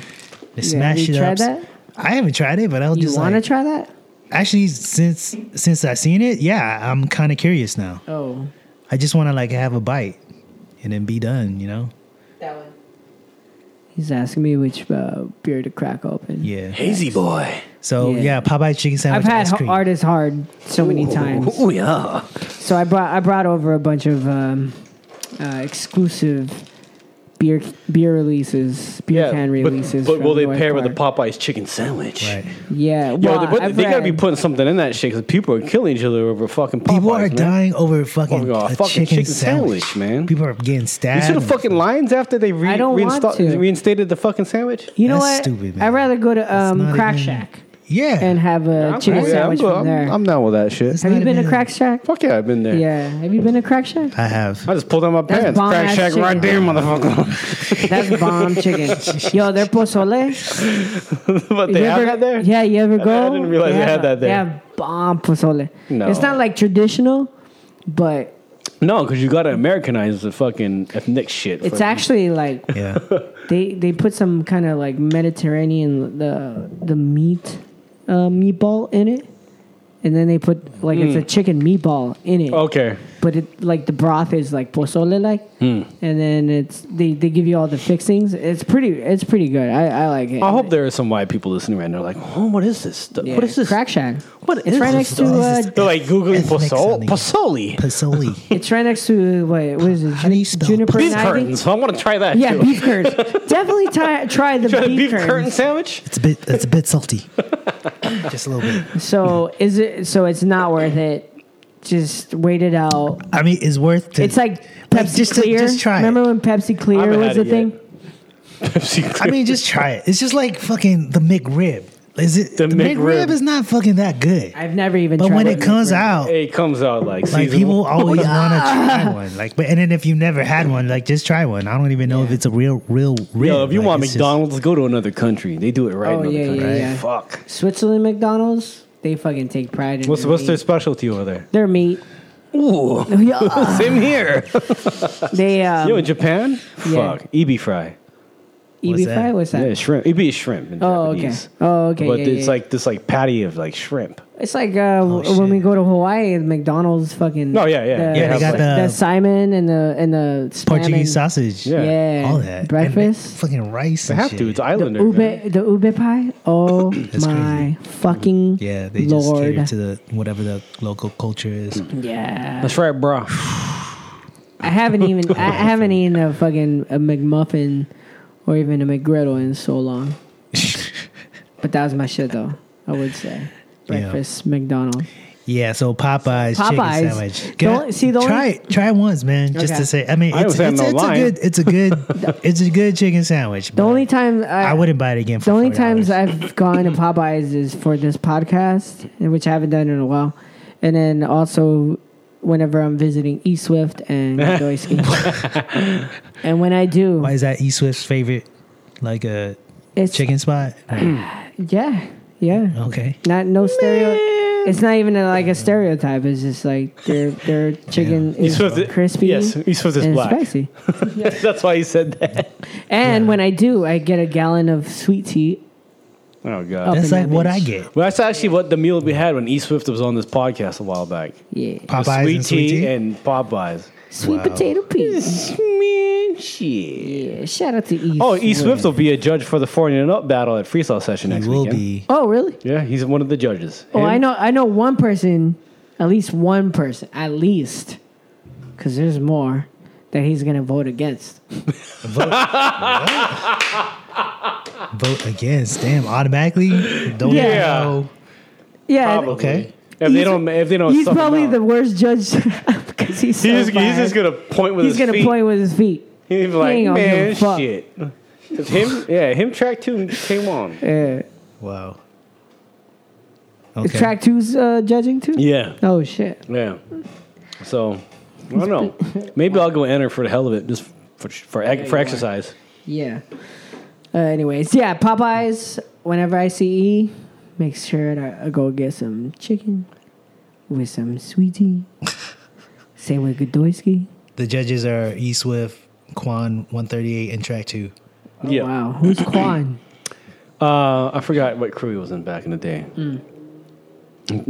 They smash
you
it
tried
up.
that?
I haven't tried it, but I was
You
just
want to
like,
try that?
actually since since I seen it, yeah, I'm kind of curious now.
Oh.
I just want to like have a bite and then be done, you know?
That one. He's asking me which uh, beer to crack open.
Yeah.
Hazy boy.
So
Yeah.
yeah, Popeye chicken
I've
sandwich
had
ice
ho-
cream.
artists hard so many times.
Oh yeah.
So I brought I brought over a bunch of um, uh, exclusive beer beer releases, beer
Yeah,
can
but,
releases.
but
from
will they
North
pair with the
Park.
Popeye's chicken sandwich.
Right.
Yeah,
Yo,
well,
they, but
I've
they gotta be
read-
putting something in that shit because people are killing each other over fucking Popeyes,
People are
man.
dying over fucking,
Oh, my God,
a
fucking
chicken,
chicken
sandwich.
sandwich, man.
People are getting stabbed.
You see the
and-
fucking lines after they re-
I don't want
reinsta-
to.
reinstated the fucking sandwich?
You know
That's
what?
stupid, man.
I'd rather go to um,
not
Crack
even-
Shack
Yeah.
and have a chicken
cool.
sandwich
I'm, good.
from
I'm-
there.
I'm down with that shit.
have
not
you been to
even-
Crack Shack?
Fuck yeah, I've been there.
Yeah. Have you been to Crack Shack?
I have.
I just pulled down my
That's
pants.
bomb-ass
Crack shack
chicken.
right there, motherfucker.
That's bomb chicken. Yo, their pozole.
but they
you
have
ever-
that there?
Yeah, you ever go?
didn't realize they
have
had
a-
that there.
They have bomb pozole.
No.
It's not like traditional, but
No, because you gotta Americanize the fucking ethnic shit.
it's
fucking-
actually like
Yeah.
they they put some kind of like Mediterranean the the meat uh, meatball in it, and then they put like it's a chicken meatball in it.
Hmm. Okay.
But it like the broth is like pozole like,
Hmm.
and then it's they, they give you all the fixings. It's pretty it's pretty good. I, I like it.
I hope there are some white people listening right now. Like, oh, what is this? stuff?
Yeah.
What is this?
Crack Shack.
What
It's
is
right
this
next to
stuff?
uh,
They're like googling
Ethnic
pozole,
something.
pozole,
Pasoli.
it's right next to what what is it?
How do you spell
juniper
beef
and ivy?
curtains. I want to try that.
Yeah,
too.
beef curds. Definitely try try the
Try the
beef,
beef
curds.
curtain sandwich.
It's a bit it's a bit salty. just a little bit.
So is it? So it's not worth it. Just wait it out.
I mean, it's worth to,
It's like Pepsi
Like, just to-
Clear.
just try it.
Remember when Pepsi Clear
haven't
was
had
the
it yet.
thing?
Pepsi.
I mean, just try it. It's just like fucking the McRib. Is it
The
the,
McRib.
McRib is not fucking that good.
I've never even.
But
tried
when
it Oh,
it comes out,
it comes out like,
Like
seasonal.
people always want to try one. Like, but and then if you've never had one, like just try one. I don't even know if it's a real, real, real.
Yo, if you
like,
want
it's just-
McDonald's, go to another country. They do it right
Oh,
in another
yeah,
country.
yeah, yeah.
Fuck.
Switzerland McDonald's, they fucking take pride in.
What's
their
what's
meat.
their specialty over there?
Their meat.
Ooh.
Yeah.
Same here.
they um,
Yo, in Japan,
yeah.
fuck, ebi fry.
EB
What's that?
fry. What's that?
Yeah, shrimp. Ebi is shrimp in
Oh, okay.
Japanese.
Oh, okay,
But
yeah,
it's
yeah,
like this like patty of like shrimp.
It's like uh, w
Oh, shit.
when we go to Hawaii, McDonald's fucking.
No, yeah, yeah.
The,
Yeah,
they got
the,
the-
Simon and the and the spam
Uh, Portuguese
and,
sausage,
Yeah.
Yeah,
all that And
breakfast.
fucking rice.
They
and
have
shit.
to. It's islander. man.
Ube, the ube pie. Oh my fucking
yeah, they just
lord!
cater to the whatever the local culture is.
yeah,
That's right, bro.
I haven't even I I haven't eaten a fucking a McMuffin or even a McGriddle in so long. but that was my shit though. I would say breakfast McDonald's.
Yeah, so
Popeyes.
Popeyes, chicken sandwich. Can
The only- see, the only-
try it, try it once, man, just
Okay.
to say. I mean,
I
it's,
was having
it's,
no
it's a
line.
good, it's a good, it's a good chicken sandwich.
The only time
I
I,
wouldn't buy it again. For
the only times
$40.
I've gone to Popeyes is for this podcast, and which I haven't done in a while, and then also whenever I'm visiting East Swift and Doiski. and when I do,
Why is that E Swift's favorite, like a
it's
chicken spot?
Yeah, yeah.
Oh.
Okay,
Not no stereo. It's not even a, like a stereotype. It's just like their their chicken is
East Swift-
crispy.
yes, East Swift is
and
black.
spicy.
That's why he said that.
And when I do, I get a gallon of sweet tea.
Oh god.
Up
that's
in that
like what
bitch.
I get.
Well, that's actually what the meal we had when E Swift was on this podcast a while back.
Yeah,
The
Popeyes
sweet
and sweet tea.
and Popeyes.
sweet potato peas.
Man, shit.
Yeah, shout out to East.
Oh, E Swift will be a judge for the four and up battle at Freestyle Session next
It will
weekend.
be.
Oh, really?
Yeah, he's one of the judges.
Oh,
Him?
I know. I know one person, at least one person, at least, because there's more that he's gonna vote against.
vote against. Damn, automatically. Don't
Yeah.
know.
Yeah.
Probably.
Okay.
If they don't, if they don't,
He's
suck him
probably
out.
the worst judge because he's so
He's just, he's
biased.
just gonna point with
He's
his
gonna
feet.
play with his feet.
He's
He
like,
ain't gonna
man,
give a fuck."
shit. 'Cause him, yeah, him. Track two came on.
Yeah.
Wow.
Is
Okay.
track two's uh, judging too?
Yeah,
Oh shit.
yeah. So I don't know. Maybe I'll go enter for the hell of it, just for for, ec- for exercise.
Yeah. Uh, anyways, yeah, Popeyes. Whenever I see E, make sure that I go get some chicken with some sweetie. Same with Godoyski.
The judges are E Swift, Quan, 138, and track two.
yeah,
Wow, who's Quan?
uh, I forgot what crew he was in back in the day.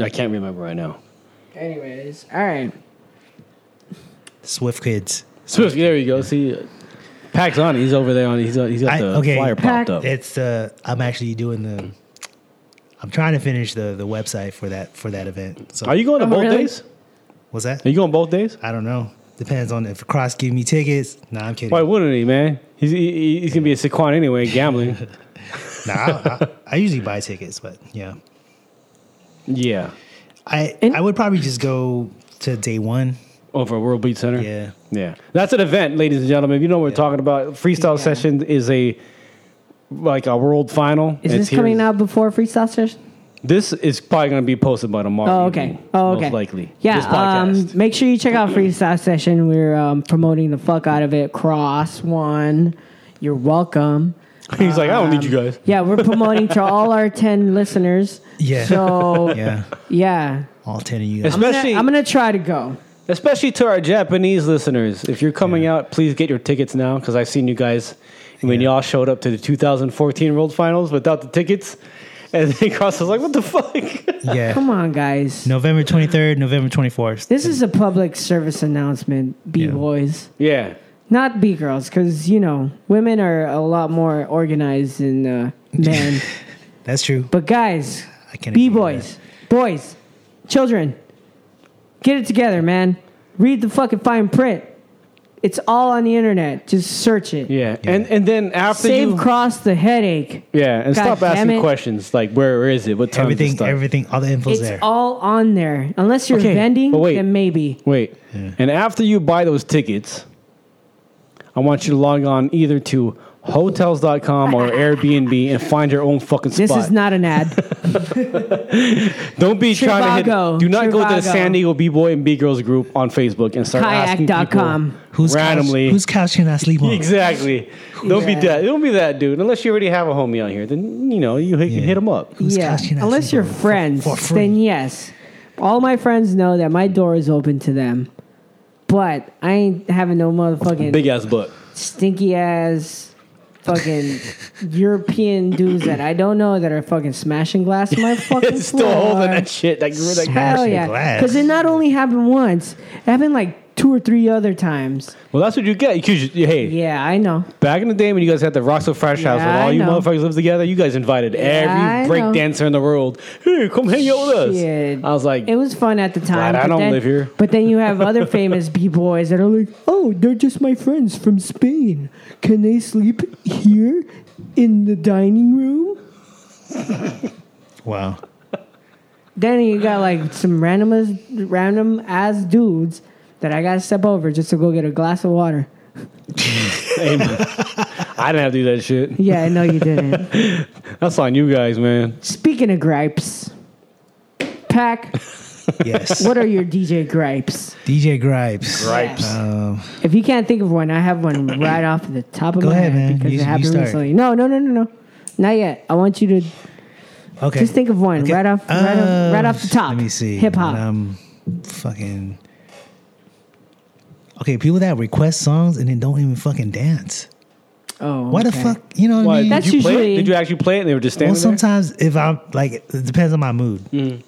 I can't remember right now.
Anyways, all right.
Swift kids.
Swift, there you go. See, uh, Pack's on. it. He's over there on. it. He's got- he's got
I-
the
okay.
flyer
Pac-
popped up.
It's uh I'm actually doing the I'm trying to finish the the website for that for that event. So
Are you going to
Oh,
both
really?
days?
what's that?
Are you going both days?
I don't know. Depends on if Cross give me tickets. Nah, I'm kidding.
Why wouldn't he, man? He's he, he's gonna be a Saquon anyway, gambling.
Nah, I, I, I usually buy tickets, but yeah.
yeah,
I
And-
I would probably just go to day one.
over at World Beat Center.
Yeah.
yeah. That's an event, ladies and gentlemen. If you know what we're talking about, freestyle session is a like a world final.
Is
It's
this coming
here.
out before Freestyle Session?
This is probably gonna be posted by tomorrow.
Oh, okay.
evening,
Oh, okay.
Most likely.
Yeah.
This podcast.
Um, make sure you check out Freestyle Session. We're um, promoting the fuck out of it. Cross one. You're welcome.
he's like, I don't need you guys.
Yeah, we're promoting to all our ten listeners.
Yeah.
So yeah,
Yeah. All ten of you guys.
I'm, gonna,
Especially,
I'm gonna try to go.
especially to our Japanese listeners. If you're coming out, please get your tickets now because I've seen you guys when y'all showed up to the 2014 World Finals without the tickets, and then Cross was like, "What the fuck."
Yeah.
Come on, guys.
November 23rd, November 24th.
This is a public service announcement, B boys,
Yeah.
not B girls, because you know women are a lot more organized than uh, men.
That's true.
but guys,
I can
B boys, boys, children, get it together, man. Read the fucking fine print. It's all on the internet. Just search it.
Yeah. And and then after
Save
you,
cross the headache.
yeah, and
God
stop
damn
asking
it.
questions like where where is it? What time is it
Everything,
start?
everything, all the info's
It's
there.
all on there. Unless you're
Okay,
vending,
but wait.
then maybe.
Wait. And after you buy those tickets, I want you to log on either to hotels.com or Airbnb and find your own fucking spot.
This is not an ad.
Don't be trying to
Trivago.
hit. Do not go to the
Trivago.
San Diego B Boy and B Girls group on Facebook and start asking
Kayak.com.
people
Who's
randomly.
Couch, whose couch can I sleep on?
exactly. Don't
Yeah.
be that. Don't be that dude. Unless you already have a homie out here, then you know you hit, you
Yeah.
hit him up.
Who's
yeah.
cashing that
Unless
super
you're
for-
friends,
for free?
then yes. All my friends know that my door is open to them. But I ain't having no motherfucking
Big ass butt.
stinky ass fucking European dudes that I don't know that are fucking smashing glass in my fucking
It's still
floor.
holding that shit. Like, you're like,
Hell
Smashing
yeah.
glass.
Because it not only happened once, it happened like two or three other times.
well, that's what you get. 'Cause you- hey,
Yeah, I know.
back in the day when you guys had the Roxo Fresh House
Yeah,
and all
I
you
know.
motherfuckers lived together, you guys invited
I
every break
know.
dancer in the world. Hey, come hang out with us.
Shit.
I was like,
It was fun at the time.
Glad I
but
don't
then-
live here.
But then you have other famous b boys that are like, "Oh, they're just my friends from Spain. Can they sleep here in the dining room?"
Wow.
Then you got like some random as random ass dudes that I gotta step over just to go get a glass of water.
hey, man, I didn't have to do that shit.
Yeah, I know you didn't.
That's on you guys, man.
Speaking of gripes, Pack,
Yes.
what are your DJ gripes?
DJ Gripes.
Gripes.
Um,
If you can't think of one, I have one right off the top of
Go
my
ahead,
head
man.
because
You-
it
you
happened
start.
recently. No, no, no, no, no. Not yet. I want you to
okay.
just think of one
Okay.
right off, right,
Uh,
off right off the top.
Let me see.
Hip hop.
Um, fucking. Okay, people that request songs and then don't even fucking dance.
oh,
Why the
okay.
fuck? You know what I mean?
That's
did you play
usually-
it? Did you actually play it and they were just standing
Well,
there?
sometimes if I'm like, it depends on my mood.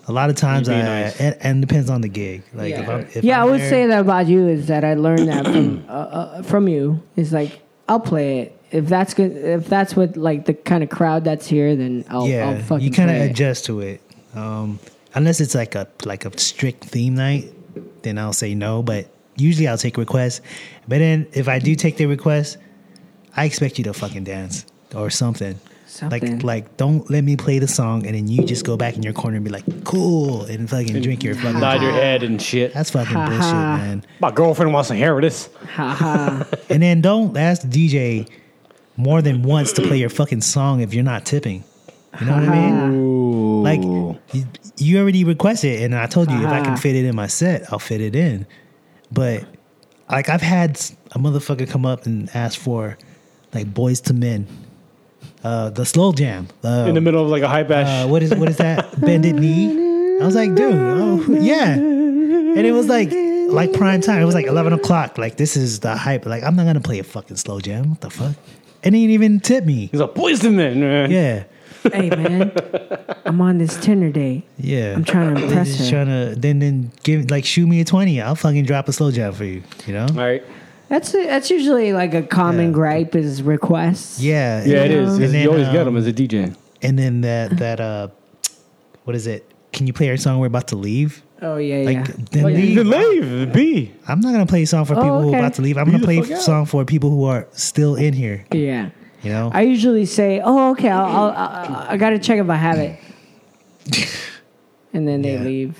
A lot of times,
Mm. You're
I
being nice.
and, and depends on the gig. Like if
Yeah.
I'm, if
yeah,
I'm
I would
there-
say that about you is that I learned that from uh, uh, from you. Is like I'll play it if that's good. If that's what like the kind of crowd that's here, then I'll, I'll
yeah,
fucking
you kind of
play it.
adjust to it. Um, unless it's like a like a strict theme night, then I'll say no. But usually I'll take requests. But then if I do take the request, I expect you to fucking dance or something.
Something.
Like, like, don't let me play the song, and then you just go back in your corner and be like, "Cool," and fucking drink your fucking.
Nod your head and shit.
That's fucking bullshit, man.
My girlfriend wants to hear this.
And then don't ask the DJ more than once to play your fucking song if you're not tipping. You know what I mean? Like you, you already requested, and I told you if I can fit it in my set, I'll fit it in. But like I've had s- a motherfucker come up and ask for like boys to men, uh, the slow jam uh,
In the middle of like a hype
uh,
ass.
what is what is that? Bended knee. I was like, dude, oh yeah. And it was like like prime time. It was like eleven o'clock. Like this is the hype. Like I'm not gonna play a fucking slow jam. What the fuck? And he didn't even tip me.
He's a poison man. man.
Yeah,
hey man, I'm on this Tinder date.
yeah.
I'm trying to
They're
impress
just
her.
Trying to then then give like shoot me a twenty. I'll fucking drop a slow jam for you. You know?
All right.
That's that's usually like a common
Yeah.
gripe is requests.
Yeah.
Yeah, uh, it is.
And
It's-
then,
you always get
um,
him as a DJ.
And then that that uh, what is it? Can you play our song? We're about to leave.
Oh yeah,
Like uh,
yeah.
then leave.
The leave, B.
I'm not gonna play a song for
Oh,
people who
okay.
are about to leave. I'm gonna
the
play
fuck
a
out.
song for people who are still in here.
Yeah.
You know,
I usually say, "Oh, okay, I'll, I'll, i I got to check if I have it," and then they
Yeah.
leave.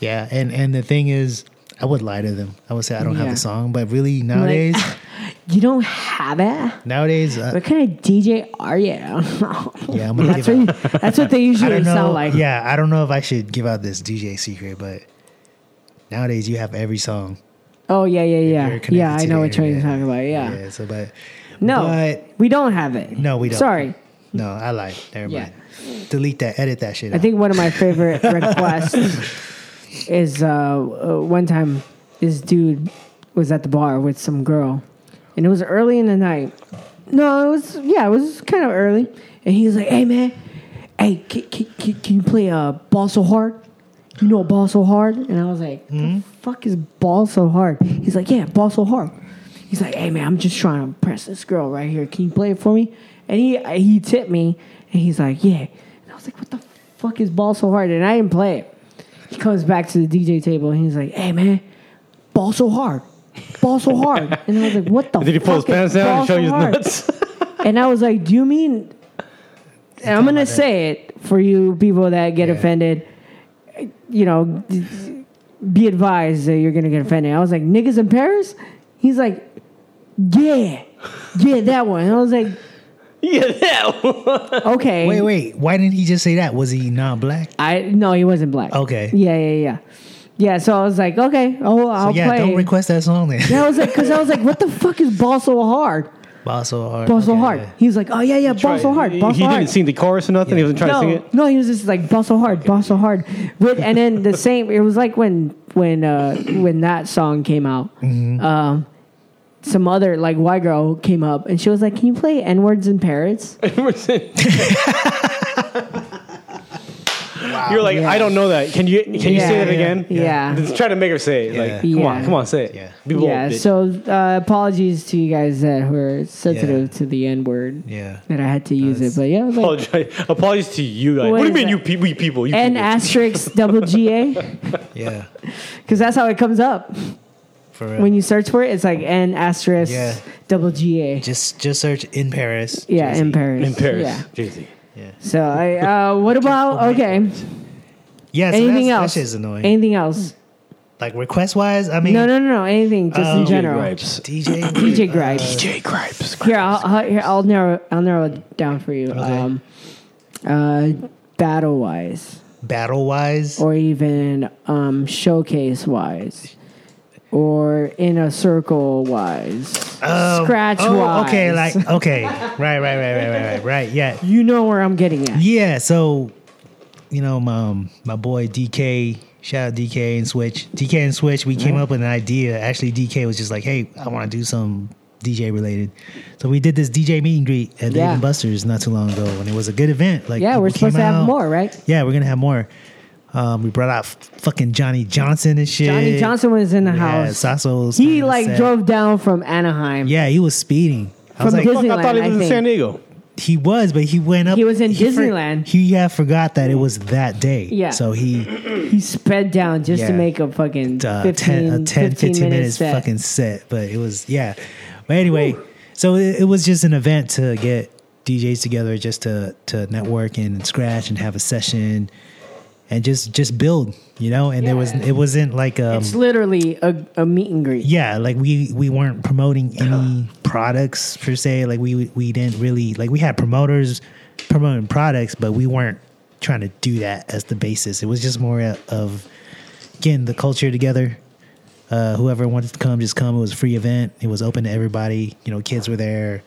yeah. And and the thing is, I would lie to them. I would say I don't have
Yeah.
the song, but really nowadays,
You don't have it?
nowadays, uh,
What kind of DJ are you?
yeah, I'm gonna
that's
give out.
what that's what they
I
usually
don't know.
sound like.
Yeah, I don't know if I should give out this DJ secret, but nowadays you have every song.
Oh yeah, yeah,
You're
yeah,
connected
yeah. I
to
know
the
what you're
internet.
talking about. Yeah.
yeah. So, but
No,
but
we don't have it.
no, we don't.
Sorry.
No, I lied. Never
Yeah.
mind. Delete that. Edit that shit.
I think one of my favorite requests is uh, uh, one time this dude was at the bar with some girl, and it was early in the night. No, it was yeah, it was kind of early, and he was like, "Hey man, hey, can, can, can, can you play uh, ball so hard? You know ball so hard?" And I was like, "The fuck is ball so hard?" He's like, "Yeah, ball so hard." He's like, "Hey man, I'm just trying to impress this girl right here. Can you play it for me?" And he he tipped me, and he's like, "Yeah." And I was like, "What the fuck is ball so hard?" And I didn't play it. He comes back to the DJ table, and he's like, "Hey man, ball so hard." Ball so hard, and I was like, "What the?"
Did he pull his
fuck is
pants down
ball
and show
so
you his
hard?
nuts?
And I was like, "Do you mean?" And I'm gonna say it for you people that get
Yeah.
offended. You know, d- d- be advised that you're gonna get offended. I was like, "Niggas in Paris." He's like, "Yeah, yeah, that one." And I was like,
yeah, that one.
"Okay."
wait, wait. Why didn't he just say that? Was he non-black?
I no, he wasn't black.
Okay.
Yeah, yeah, yeah, yeah. So I was like, "Okay, oh, I'll
yeah,
play."
don't request that song then.
and I was like, "Cause I was like, what the fuck is ball so hard?
Ball so hard.
Ball so
Okay,
hard."
yeah.
He was like, "Oh yeah, yeah, ball so hard,
He,
ball
he
so hard."
didn't sing the chorus or nothing. He wasn't trying
no,
to sing it.
No, he was just like ball so hard, ball so hard. With and then the same. It was like when when uh, when that song came out.
Mm-hmm.
Um, some other like white girl came up and she was like, "Can you play N words and parrots?"
You're like, I don't know that. Can you can you say
Yeah,
that
yeah,
again?
yeah.
Just try to make her say it. Like,
Yeah.
come on,
Yeah.
come on, say it.
Yeah.
Be bold,
yeah.
bitch.
So uh, apologies to you guys that were sensitive
Yeah.
to the N word
Yeah.
that I had to use it, but yeah, it was like
apologize. Apologies to you guys.
What
What, do
is
you mean,
that?
you pe- we people? You
N
people.
asterisk double G A
Yeah.
because that's how it comes up
For real.
when you search for it. It's like N asterisk
Yeah.
double G A.
just just search in Paris.
Yeah,
Jay-Z.
in Paris.
in Paris,
Yeah.
Jay-Z.
So I, uh, what about okay?
Yeah. So
anything
that's,
else?
That shit's annoying.
Anything else?
like request wise, I mean,
No, no, no, no. Anything just in general.
DJ,
DJ gripes. DJ gripes. Here, I'll, I'll, here, I'll narrow, I'll narrow it down for you. Um, uh, battle wise,
battle wise.
or even um, showcase wise, or in a circle wise, scratch
Oh,
wise.
okay, like okay, right, right, right, right, right, right, right. Yeah,
you know where I'm getting at.
yeah. So, you know, my um, my boy DK, shout out DK and Switch. DK and Switch, we
Mm-hmm.
came up with an idea. Actually, DK was just like, "Hey, I want to do some DJ related." So we did this DJ meet and greet at
Yeah.
Dave and Buster's not too long ago, and it was a good event. Like,
Yeah, we're
people came
supposed to have
out.
more, right?
Yeah, we're gonna have more. Um, we brought out f- fucking Johnny Johnson and shit.
Johnny Johnson was in the
yeah,
house.
Sasso's.
He like drove down from Anaheim.
Yeah, he was speeding. I was
From
like,
his-
I thought
Disneyland,
he was
I
in
think.
San Diego.
he was, but he went up.
He was in
for-
Disneyland.
he had forgot that it was that day.
Yeah.
So he
He sped down just to
Yeah.
make a fucking
uh,
15,
10, a 10, 15,
15 minute
minutes
set.
fucking set, but it was yeah. But anyway, so it, it was just an event to get DJs together just to to network and scratch and have a session and just just build, you know. And there was it wasn't like um
It's literally a, a meet and greet.
yeah, like we we weren't promoting any products per se. Like we we didn't really like we had promoters promoting products, but we weren't trying to do that as the basis. It was just more a- of getting the culture together. Uh, whoever wanted to come, just come. It was a free event. It was open to everybody. You know, kids were there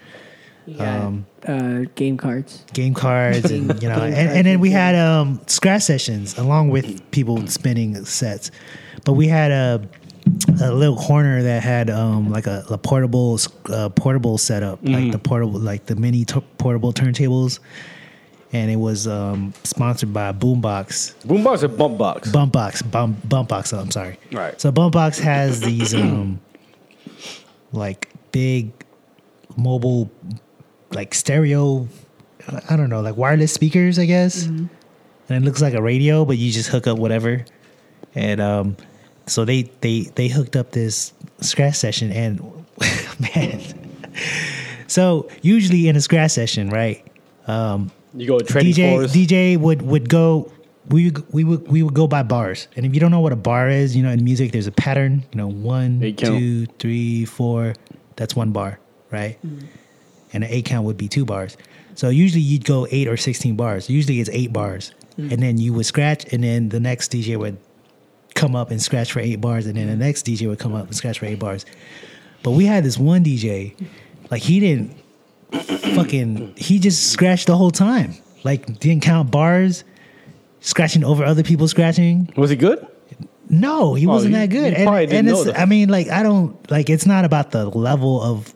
Yeah.
Um,
uh, game cards.
game cards and you know and, and then we had um scratch sessions along with people spinning sets but we had a a little corner that had um like a, a portable uh, portable setup like the portable like the mini t- portable turntables and it was um sponsored by boombox
Boombox or bump box?
Bumpbox, bump, Bumpbox. I'm sorry.
Right.
So Bumpbox has these um, like big mobile, like stereo. I don't know, like wireless speakers, I guess. And it looks like a radio, but you just hook up whatever. And um, so they they they hooked up this scratch session, and man. So usually in a scratch session, right?
You go trading
DJ
fours.
DJ would would go. We would, we would we would go by bars, and if you don't know what a bar is, you know in music there's a pattern. You know one,
Eight count.
two, three, four. That's one bar, right? And an eight count would be two bars. So usually you'd go eight or sixteen bars. Usually it's eight bars, and then you would scratch, and then the next DJ would come up and scratch for eight bars, and then the next DJ would come up and scratch for eight bars. But we had this one DJ, like he didn't fucking he just scratched the whole time. Like didn't count bars, scratching over other people scratching.
Was he good?
No, he wasn't
Oh, you-
that good.
you probably didn't
and
know
it's,
that.
I mean, like I don't like it's not about the level of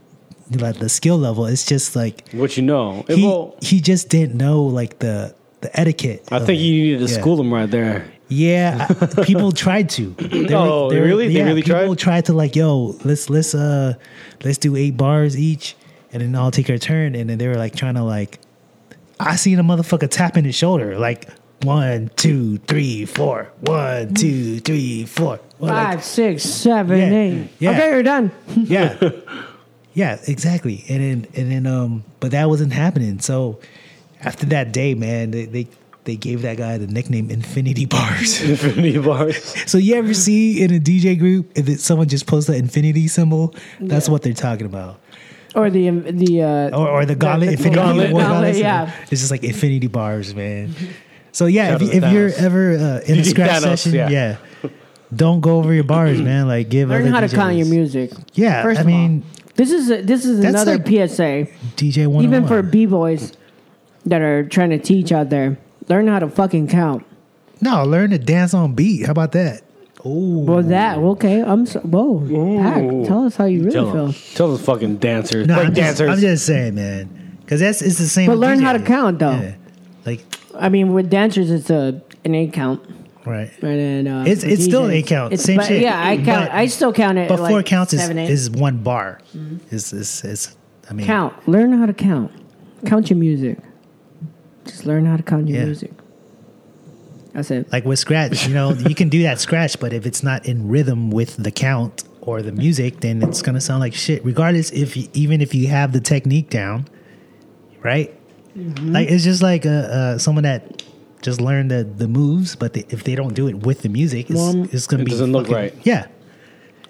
like the skill level. It's just like
What you know?
he
well,
he just didn't know like the the etiquette.
I
of
think
Oh,
it.
you needed to
Yeah.
school him right there.
Yeah, I- people tried to. They
Oh, they really? They really
people
tried?
to like, yo, let's let's uh let's do eight bars each, and then I'll take her turn. And then they were like trying to like, I seen a motherfucker tapping his shoulder like one, two, three, four, one, two, three, four. Well, like,
Five, six, seven, eight.
Yeah, yeah.
Okay, you're done.
yeah. Yeah, exactly. And then and then um but that wasn't happening. So after that day, man, they they, they gave that guy the nickname Infinity Bars.
Infinity bars.
So you ever see in a DJ group if it, someone just posts the infinity symbol? That's what they're talking about.
Or the the uh,
Or, or the gauntlet, infinity
gauntlet,
one
gauntlet,
symbol.
yeah.
It's just like infinity bars, man. So yeah,
Shout
if, you-
out to
if you're
Thanos.
ever uh, in a
DJ
scratch
Thanos,
session,
yeah.
yeah. don't go over your bars, man. Like give
learn
other
how to
DJs.
count your music.
Yeah,
First
I
of all,
mean
this is a, this is
That's
another
like-
PSA.
DJ one
Even for b boys that are trying to teach out there, learn how to fucking count.
no, learn to dance on beat. How about that?
Well, that okay. I'm so, whoa. Pac, tell us how you really
Tell
feel.
them, tell them fucking dancers,
No,
break
I'm just,
dancers.
I'm just saying, man, because that's it's the same.
But
with
learn how to
DJs.
count, though.
Yeah. Like
I mean, with dancers, it's a an eight count,
right.
and then uh,
It's-
for
it's still an
DJs,
eight count.
it's-
Same
but,
shit.
Yeah, I count.
But-
I still count it.
But
like
four counts is,
seven, eight. Mm-hmm.
is one bar. Is is is I mean
count. Learn how to count. Count your music. Just learn how to count your
Yeah.
music. That's it.
like with scratch, you know, you can do that scratch, but if it's not in rhythm with the count or the music, then it's gonna sound like shit. Regardless, if you, even if you have the technique down, right?
Mm-hmm.
Like it's just like uh, uh, someone that just learned the the moves, but they, if they don't do it with the music, it's,
Well,
it's gonna
it
be
doesn't look
fucking-
right.
Yeah,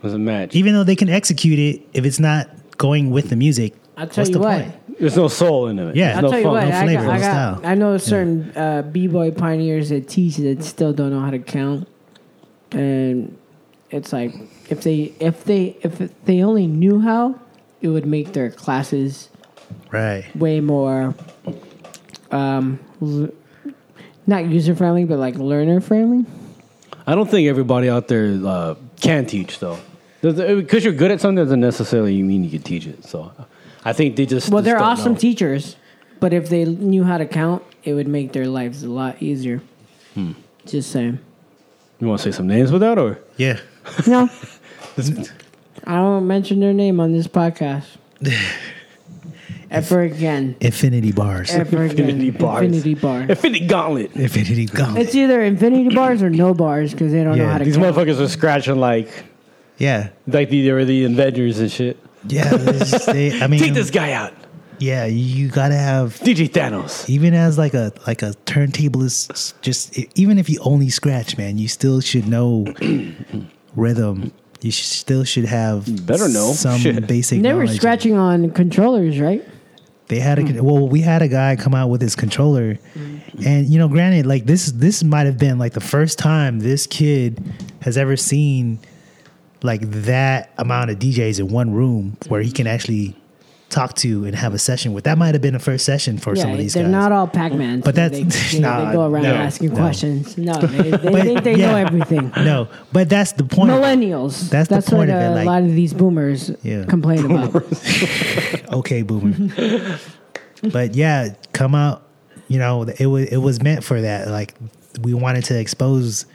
Doesn't match.
even though they can execute it, if it's not going with the music,
I'll tell
what's
you
the
what.
point?
There's no soul in it.
Yeah.
I'll
There's no
tell you
funk.
what.
no
I,
flavor,
got, I,
no
got,
style.
I know certain uh, b boy pioneers that teach that still don't know how to count, and it's like if they if they if they only knew how, it would make their classes
Right.
way more um l- not user friendly but like learner friendly
I don't think everybody out there uh, can teach though. Because you're good at something doesn't necessarily mean you can teach it. So I think they just
well
just
they're
don't
awesome
know.
teachers but if they knew how to count it would make their lives a lot easier just saying
you want to say some names with that or
Yeah.
no i don't mention their name on this podcast ever again
Infinity bars.
ever again
Infinity bars.
infinity bar
Infinity Gauntlet?
Infinity gauntlet.
it's either infinity bars or no bars because they don't know
Yeah,
how to
These
count.
motherfuckers are scratching like
Yeah.
like the, they were the inventors and shit.
Yeah, it's- they, I mean,
Take this guy out.
Yeah, you gotta have
DJ Thanos.
even as like a like a turntablist. Just e, even if you only scratch, man, you still should know rhythm. You sh- still should have
Better know.
some
Shit.
basic.
They were
knowledge.
scratching on controllers, right?
They had a
Hmm.
well. We had a guy come out with his controller, and you know, granted, like this, this might have been like the first time this kid has ever seen like that amount of DJs in one room where he
Hmm.
can actually talk to and have a session with. That might have been the first session for some
Yeah,
of these
they're
guys.
not all Pac-Man.
But
so
that's-
they, they,
nah,
they go around
no,
asking
no.
questions. No, they, they
But-
think they know
yeah.
everything.
no, but that's the point.
Millennials.
That's the
what
point of it,
uh,
like-
a lot of these boomers
Yeah.
complain about.
okay, boomer. but yeah, come out. You know, it was it was meant for that. Like we wanted to expose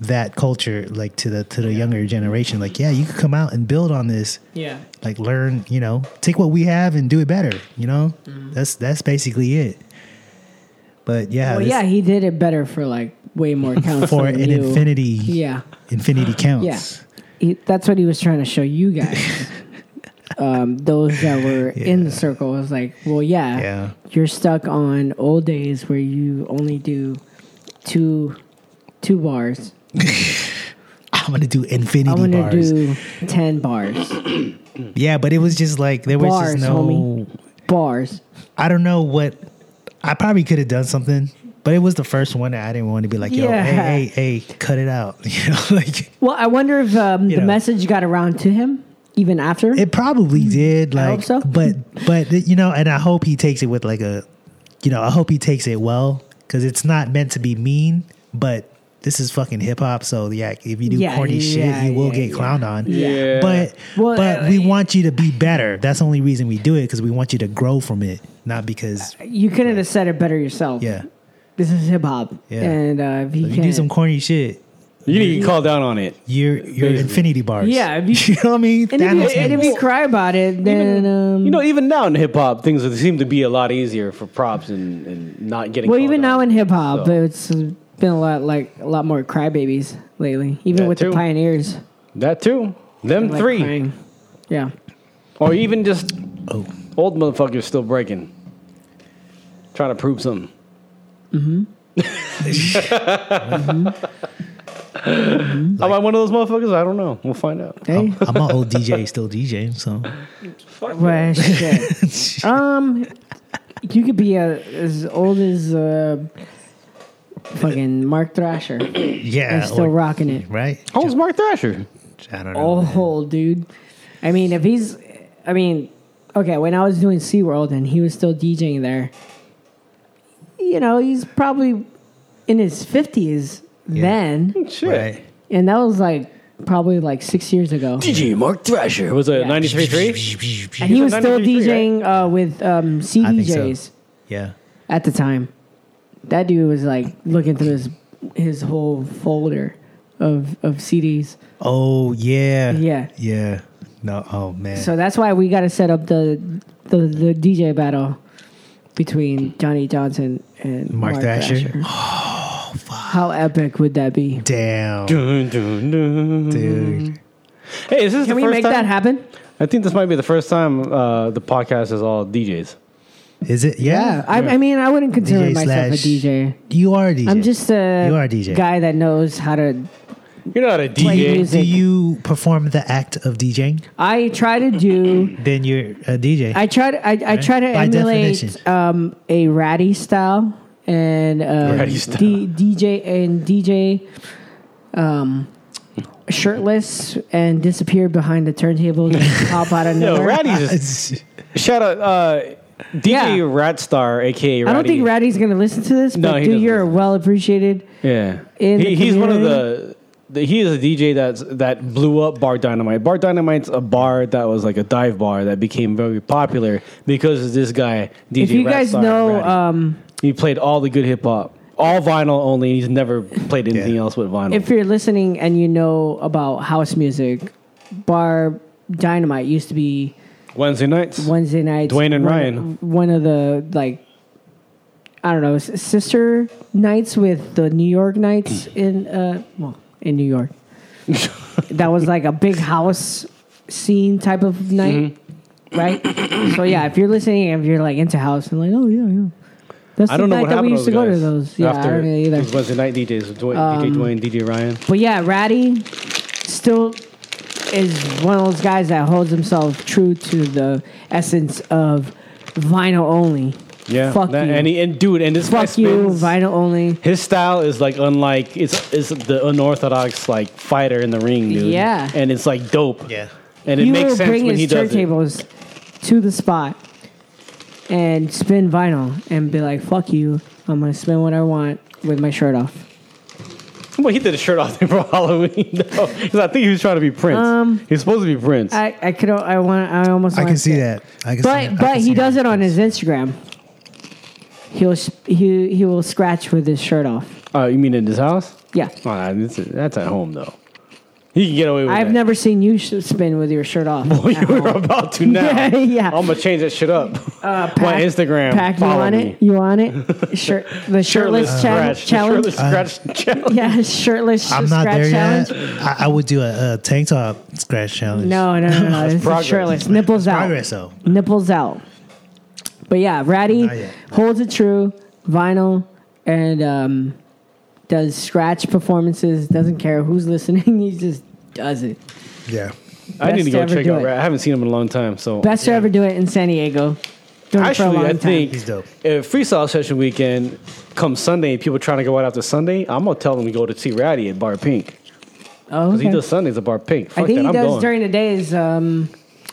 that culture, like to the to the younger generation. Like, yeah, you could come out and build on this.
Yeah.
Like, learn. You know, take what we have and do it better. You know,
Mm-hmm.
that's that's basically it. But yeah,
Well,
this-
yeah, he did it better for like way more counts
for
than
an
you.
infinity,
Yeah,
infinity counts.
yeah. He, that's what he was trying to show you guys. um, those that were in the circle was like, well, yeah,
Yeah.
you're stuck on old days where you only do two two bars.
I'm gonna do infinity
I want to
bars.
do ten bars.
yeah, but it was just like there was
Bars,
just no.
homie. bars.
I don't know what I probably could have done something, but it was the first one that I didn't want to be like, yo,
Yeah.
hey, hey, hey, cut it out. You know, like
Well, I wonder if um,
You
the
know.
message got around to him even after.
it probably did.
Hmm. I
Like
hope so.
but but you know, and I hope he takes it with like a you know, I hope he takes it well because it's not meant to be mean, but this is fucking hip hop, so yeah, if you do
Yeah,
corny
yeah,
shit, you will
yeah,
get clowned on.
Yeah.
But
Well, uh,
but we want you to be better. That's the only reason we do it because we want you to grow from it, not because
you couldn't have said it better yourself.
yeah.
This is hip hop.
Yeah.
And uh, if you
If you
can't.
do some corny shit,
You need to call down on it.
your your
Basically.
infinity bars.
Yeah, if
you know what I mean.
and, if you,
Thanos
and if
moves.
you cry about it, then. um,
You know, even now in hip hop, things seem to be a lot easier for props and, and not getting.
well,
called
even now
out.
in hip hop,
So-
it's been a lot like a lot more crybabies lately, even
That
with
too.
the pioneers.
that too, them
like,
three,
crying. Yeah.
or even just
Oh.
old motherfuckers still breaking, trying to prove something.
Mm-hmm.
Am I one of those motherfuckers? I don't know. We'll find out.
Hey.
I'm an old DJ, still DJing. So
Well, shit. um, you could be uh as old as uh, fucking Mark Thrasher and
yeah,
still
or-
rocking it.
right?
Home's Mark Thrasher.
I don't know.
Oh, dude. I mean, if he's, I mean, okay, when I was doing SeaWorld and he was still DJing there, you know, he's probably in his 50s then.
Shit.
Right.
And that was like probably like six years ago.
DJ Mark Thrasher. Was it
Yeah.
93.3?
And he
He's
was
a
still
93,
DJing uh, with um,
think so.
CDJs
Yeah,
at the time. That dude was like looking through his his whole folder of, of CDs.
oh yeah,
Yeah.
yeah. No, oh man,
So that's why we got to set up the, the the DJ battle between Johnny Johnson and
Mark
Mark,
Thrasher?
Thrasher. Oh, fuck. How epic would that be?
damn,
Dun, dun, dun.
dude.
Hey, is this the
Can we
first
make
time?
that happen?
I think this might be the first time uh, the podcast is all DJs.
Is it? Yeah,
I, I mean, I wouldn't consider
DJ
myself
slash
a DJ.
you are a DJ.
I'm just a,
You are a DJ.
guy that knows how to.
You're not a
Play
DJ.
music.
Do you perform the act of DJing?
I try to do.
Then you're a DJ.
I try to. I, I try to
By
emulate
definition.
um, a ratty style and um,
Ratty style.
D, DJ and DJ. Um, shirtless and disappear behind the turntable and pop out of
No,
nowhere.
Ratty's just, shout out uh, DJ
Yeah.
Ratstar, aka Ratty.
I don't think Ratty's gonna listen to this,
No,
but
he
dude,
doesn't
you're
listen.
well appreciated.
Yeah,
in the
he, he's one of
community.
the. the- He is a DJ that's that blew up Bar Dynamite. Bar Dynamite's a bar that was like a dive bar that became very popular because of this guy DJ.
if you guys
Ratstar
know,
Ratty.
um,
he played all the good hip hop, all vinyl only. He's never played anything
Yeah.
else with vinyl.
if you're listening and you know about house music, Bar Dynamite used to be
Wednesday nights,
Wednesday nights.
Dwayne and
one-
Ryan.
One of the like, I don't know, s- sister nights with the New York nights
Mm.
in uh, well, in New York. that was like a big house scene type of night.
Mm-hmm.
right? so yeah, if you're listening, if you're like into house and like, oh yeah, yeah. That's
I don't
the night
know what
that
happened
we used to
those
go to
guys
those. Yeah, I
after
don't know either. Um,
these Wednesday night DJs, Dwayne, DJ Dwayne, DJ Ryan.
But yeah, Ratty still is one of those guys that holds himself true to the essence of vinyl only.
Yeah,
fuck
that-
you.
and he, and dude, and this guy
fuck you,
spins-
vinyl only.
His style is like unlike it's it's the unorthodox like fighter in the ring, dude.
Yeah.
and it's like dope.
Yeah.
and it
You
makes
will
sense
bring
when he
his
does it.
turntables to the spot and spin vinyl and be like, fuck you, I'm gonna spin what I want with my shirt off.
Well, he did a shirt off there for Halloween though, because I think he was trying to be Prince.
Um,
He's supposed to be Prince.
I, I could I want I almost
I
wanna
can see
say-
that. I can see
But
that. I
but
can
he
see
does
that.
it on his Instagram. He'll s- he he will scratch with his shirt off.
uh, you mean in his house?
Yeah.
Ah, this is- that's at home though. He can get away with
I've
that.
never seen you sh- spin with your shirt off. Uh,
Well, you were about to now.
Yeah, yeah.
I'm gonna change that shit up. My Instagram.
Pack, you
follow
on
me.
it? You on it? Shirt the shirtless, challenge.
scratch.
challenge. Uh,
Shirtless scratch challenge.
Yeah, shirtless sh-
I'm not
scratch
there
challenge.
yet. I, I would do a, a tank top scratch challenge.
No, no, no, no. this
progress.
is shirtless. Nipples out.
Progress though.
Nipples out. But yeah, Ratty
Not yet.
holds it true. Vinyl and um, does scratch performances. Doesn't care who's listening. He just does it.
Yeah.
I need to
Best
go
ever
check
do
out.
it.
Rat. I haven't seen him in a long time, so
Best to ever do it in San Diego. Doing it for a
actually,
long
I
time.
think
He's dope.
if freestyle session weekend comes Sunday, people trying to go out after Sunday, I'm gonna tell them to go to see Ratty at Bar Pink because
Oh, okay.
he does Sundays at Bar Pink. Fuck
I think
that,
he
I'm
does
going.
during the days. Um,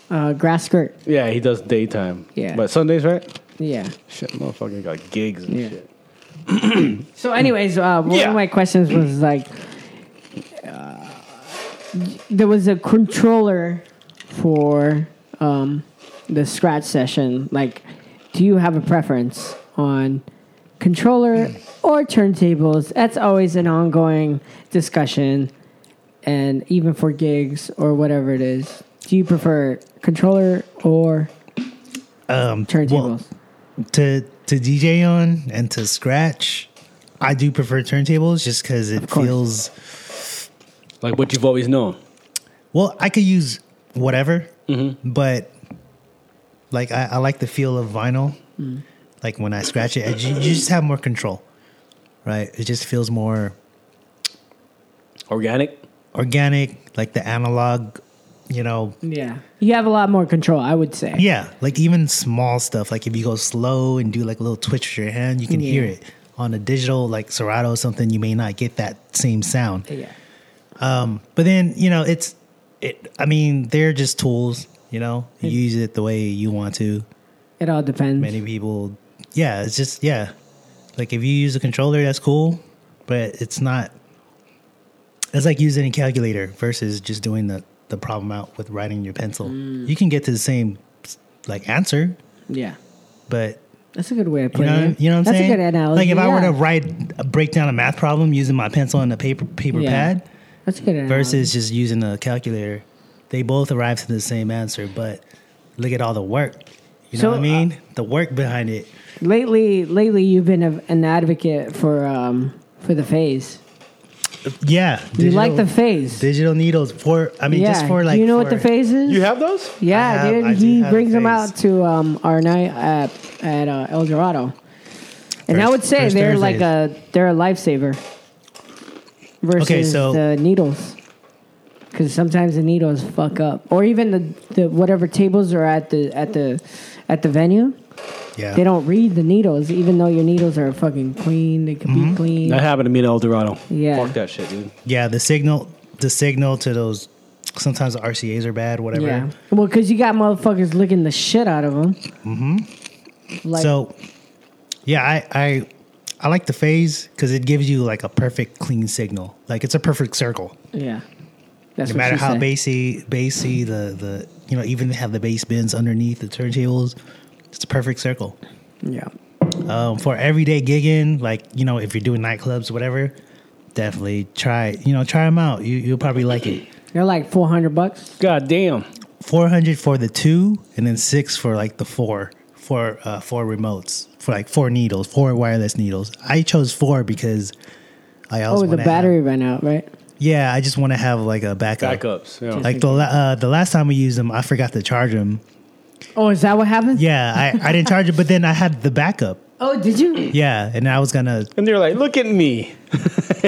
uh, grass skirt.
yeah, he does daytime.
Yeah.
but Sundays, right?
Yeah.
Shit, motherfucker got gigs and
Yeah.
shit.
So, anyways, uh, one
Yeah.
of my questions was like, uh, there was a controller for um, the scratch session. Like, do you have a preference on controller
Hmm.
or turntables? That's always an ongoing discussion, and even for gigs or whatever it is, do you prefer controller or
Um,
turntables?
well, to to DJ on and to scratch, I do prefer turntables just because it
course.
feels.
Like what you've always known.
Well, I could use whatever, but like I, I like the feel of vinyl.
Mm.
Like when I scratch it, you, you just have more control, right? It just feels more
Organic.
organic, like the analog, you know.
yeah, you have a lot more control, I would say.
Yeah, like even small stuff. Like if you go slow and do like a little twitch with your hand, you can hear
Yeah.
it. On a digital like Serato or something, you may not get that same sound.
yeah.
But then you know it's it. I mean, they're just tools. You know, you use it the way you want to.
It all depends.
Many people, yeah, it's just yeah. Like if you use a controller, that's cool, but it's not. It's like using a calculator versus just doing the the problem out with writing your pencil. You can get to the same like answer,
Yeah.
but
That's a good way of
you
putting
know,
it.
you know what I'm
That's
saying?
a good analogy.
Like if I were
yeah.
to write uh, break down a math problem using my pencil and a paper paper
Yeah.
pad,
That's a good analogy.
versus just using a calculator. They both arrive to the same answer, but look at all the work. You know
So, uh,
what I mean? the work behind it.
lately, lately you've been a, an advocate for um for the phase.
Yeah,
You like the phase?
digital needles for. I mean,
yeah.
just for like.
you know what
for-
the phase is?
You have those?
yeah,
I have-
dude.
I do
he
have
brings them out
Phase.
to um our night at at uh, El Dorado, and I
First-
would say
first
they're
Thursdays.
like a they're a lifesaver versus
so-
the needles. Because sometimes the needles fuck up, or even the, the whatever tables are at the at the at the venue.
Yeah.
They don't read the needles, even though your needles are fucking clean. They can
Mm-hmm.
be clean.
That happened to me in El Dorado.
Yeah.
Fuck that shit, dude.
Yeah, the signal. The signal to those. Sometimes the RCA's are bad. Whatever.
yeah. Well, because you got motherfuckers licking the shit out of them. Mm-hmm. Like,
Mm-hmm. so, yeah, I I I like the phase because it gives you like a perfect clean signal. Like it's a perfect circle.
yeah. That's
no
what
matter
she
how
said.
bassy, bassy the the you know even have the bass bins underneath the turntables, it's a perfect circle.
Yeah.
Um, for everyday gigging, like you know if you're doing nightclubs, whatever, definitely try you know try them out. You you'll probably like it.
They're like 400 bucks.
God damn.
Four hundred for the two, and then six for like the four four uh, four remotes for like four needles, four wireless needles. I chose four because I
Oh,
also
the battery ran out, right?
yeah, I just want to have like a backup.
Backups. Yeah.
Like the la- uh, the last time we used them, I forgot to charge them,
Oh, is that what happened?
Yeah, I, I didn't charge it, but then I had the backup.
Oh, did you?
Yeah, and I was gonna
And they're like, look at me.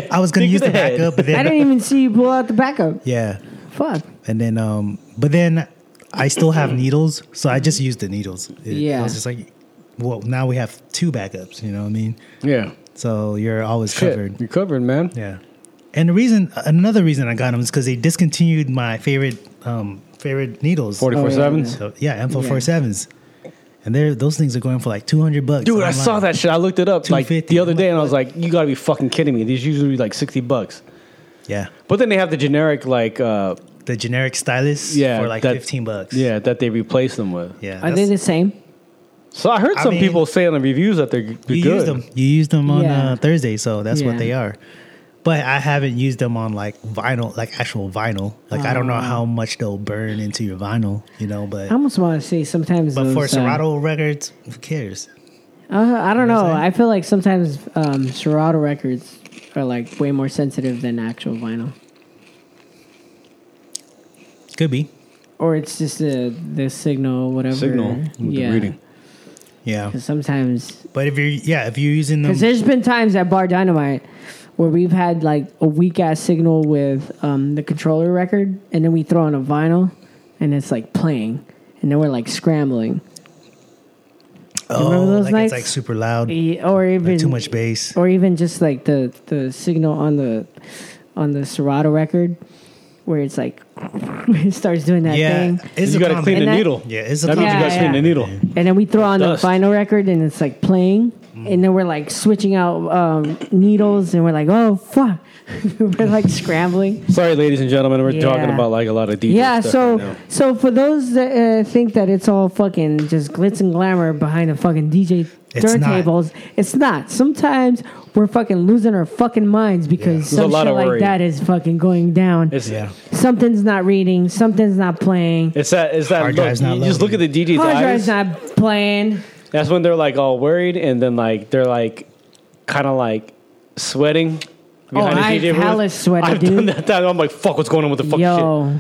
I was gonna
Think
use the
of the head.
backup, but
I
then
didn't even see you pull out the backup.
yeah,
Fuck.
and then um, but then I still have needles, so I just used the needles. It-
Yeah.
I was just like, well, now we have two backups. You know what I mean?
Yeah.
So you're always
Shit.
covered.
You're covered, man.
Yeah. And the reason, another reason I got them is because they discontinued my favorite, um, favorite needles.
Oh,
44 sevens.
So yeah, M447s. And they're, those things are going for like 200 bucks.
Dude, I
online.
saw that shit. I looked it up like
250.
the other day and I was like, you gotta be fucking kidding me. These usually like 60 bucks.
Yeah.
But then they have the generic, like, uh,
The generic stylus
yeah.
for like
that-
15 bucks.
Yeah, that they replace them with.
Yeah.
Are they
that's-
the same?
So I heard
I
some
mean,
people say on the reviews that they're, they're
you
good.
used them. You used them on
Yeah.
uh, Thursday, so that's
Yeah.
what they are. But I haven't used them on like vinyl, like actual vinyl. Like I
Oh.
don't know how much they'll burn into your vinyl, you know. But
I almost want to say sometimes.
but
those,
for
uh,
Serato records, who cares?
Uh, I don't know.
what I'm
I feel like sometimes um, Serato records are like way more sensitive than actual vinyl,
Could be.
or it's just the the signal, whatever.
Signal with the
yeah.
reading.
Yeah.
'Cause sometimes,
But if you're yeah, if you're using them,
because there's been times at Bar Dynamite where we've had like a weak ass signal with um, the controller record, and then we throw on a vinyl, and it's like playing, and then we're like scrambling,
oh,
remember those
like
nights?
it's like super loud,
E- or even
like too much bass.
or even just like the the signal on the on the Serato record where it's like it starts doing that
Yeah,
thing
it's
you
a
gotta
combi-
clean the
And that-
needle.
Yeah, it's a
That means you
combi-
gotta
Yeah,
clean
yeah.
the needle.
and then we throw on
Dust.
the vinyl record and it's like playing
Mm.
and then we're like switching out um, needles and we're like oh fuck we're like scrambling
Sorry, ladies and gentlemen, we're
Yeah.
talking about like a lot of DJ
yeah
stuff
so
right now.
so for those that uh, think that it's all fucking just glitz and glamour behind the fucking DJ
It's not.
turntables it's not sometimes we're fucking losing our fucking minds because
There's a
some
lot
shit
of
like
worry.
that is fucking going down
it's
Yeah,
Something's not reading. Something's not playing.
it's that it's that
Hard
look.
drive's
You
not
just look at the DJ's
Hard
eyes.
drive's not playing.
That's when they're like all worried, and then like they're like kind of like sweating. behind the
I've
DJ booth.
Oh, hella sweated,
I've
dude.
done that. time. I'm like, fuck, what's going on with the fucking shit?
Yo.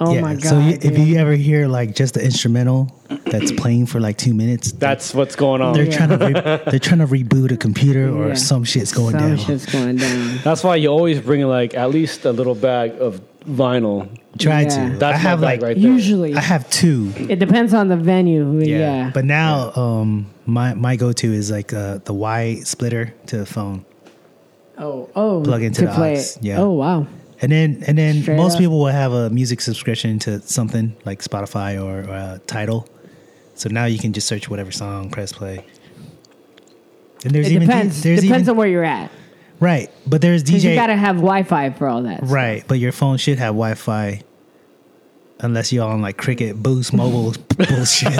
Oh
yeah.
my god.
so you, if
dude.
you ever hear like just the instrumental that's playing for like two minutes,
That's what's going on.
they're
Yeah.
trying to re- they're trying to reboot a computer or
Yeah.
some shit's going
Some
down.
shit's going down.
That's why you always bring like at least a little bag of vinyl.
Try
Yeah.
to.
That's
I
my
have
bag
like
right there.
Usually,
I have two.
it depends on the venue. Yeah.
But now, um, my my go to is like uh, the Y splitter to the phone,
oh, oh,
Plug into
to
the
play it.
aux, yeah.
Oh wow.
and then and then
Straight
most
up.
people will have a music subscription to something like Spotify or, or uh, Title. So now you can just search whatever song, press play. And there's
It
even D-
depends.
there's
depends
even,
on where you're at.
right, but there's
'Cause
DJ
you gotta have Wi-Fi for all that.
right, but your phone should have Wi Fi. Unless you're on like Cricket, Boost, Mobile bullshit.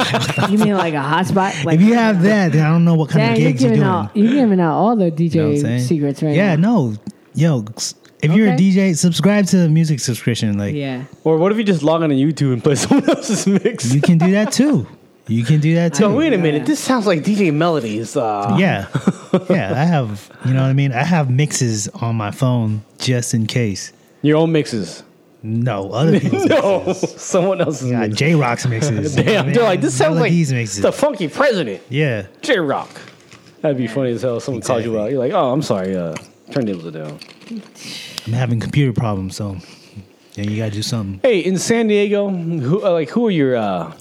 You mean like a hotspot? Like
if you have that, then I don't know what kind
Dang,
of
you're
gigs you're
giving
doing.
out. You're giving out all the DJ
You know what I'm saying?
secrets right
yeah,
now.
no. Yo, s- if you're a
Okay.
DJ, subscribe to the music subscription. Like
Yeah.
Or what if you just log on to YouTube and play someone else's mix?
you can do that too. You can do that too.
No, wait a minute. This sounds like DJ Melodies. Uh,
yeah. Yeah, I have, you know what I mean? I have mixes on my phone just in case.
Your own mixes.
No, other people's
No,
mixes.
someone else's
Yeah,
mixes.
J Rock's mixes. you know what I
Damn,
mean?
they're like, this sounds like
Melody's mixes.
the funky president,
yeah.
J Rock. That'd be funny as hell. Someone calls you
Exactly.
out. You're like, oh, I'm sorry. Uh, turntables are down.
I'm having computer problems, so yeah, you gotta do something.
Hey, in San Diego, who uh, like who are your uh,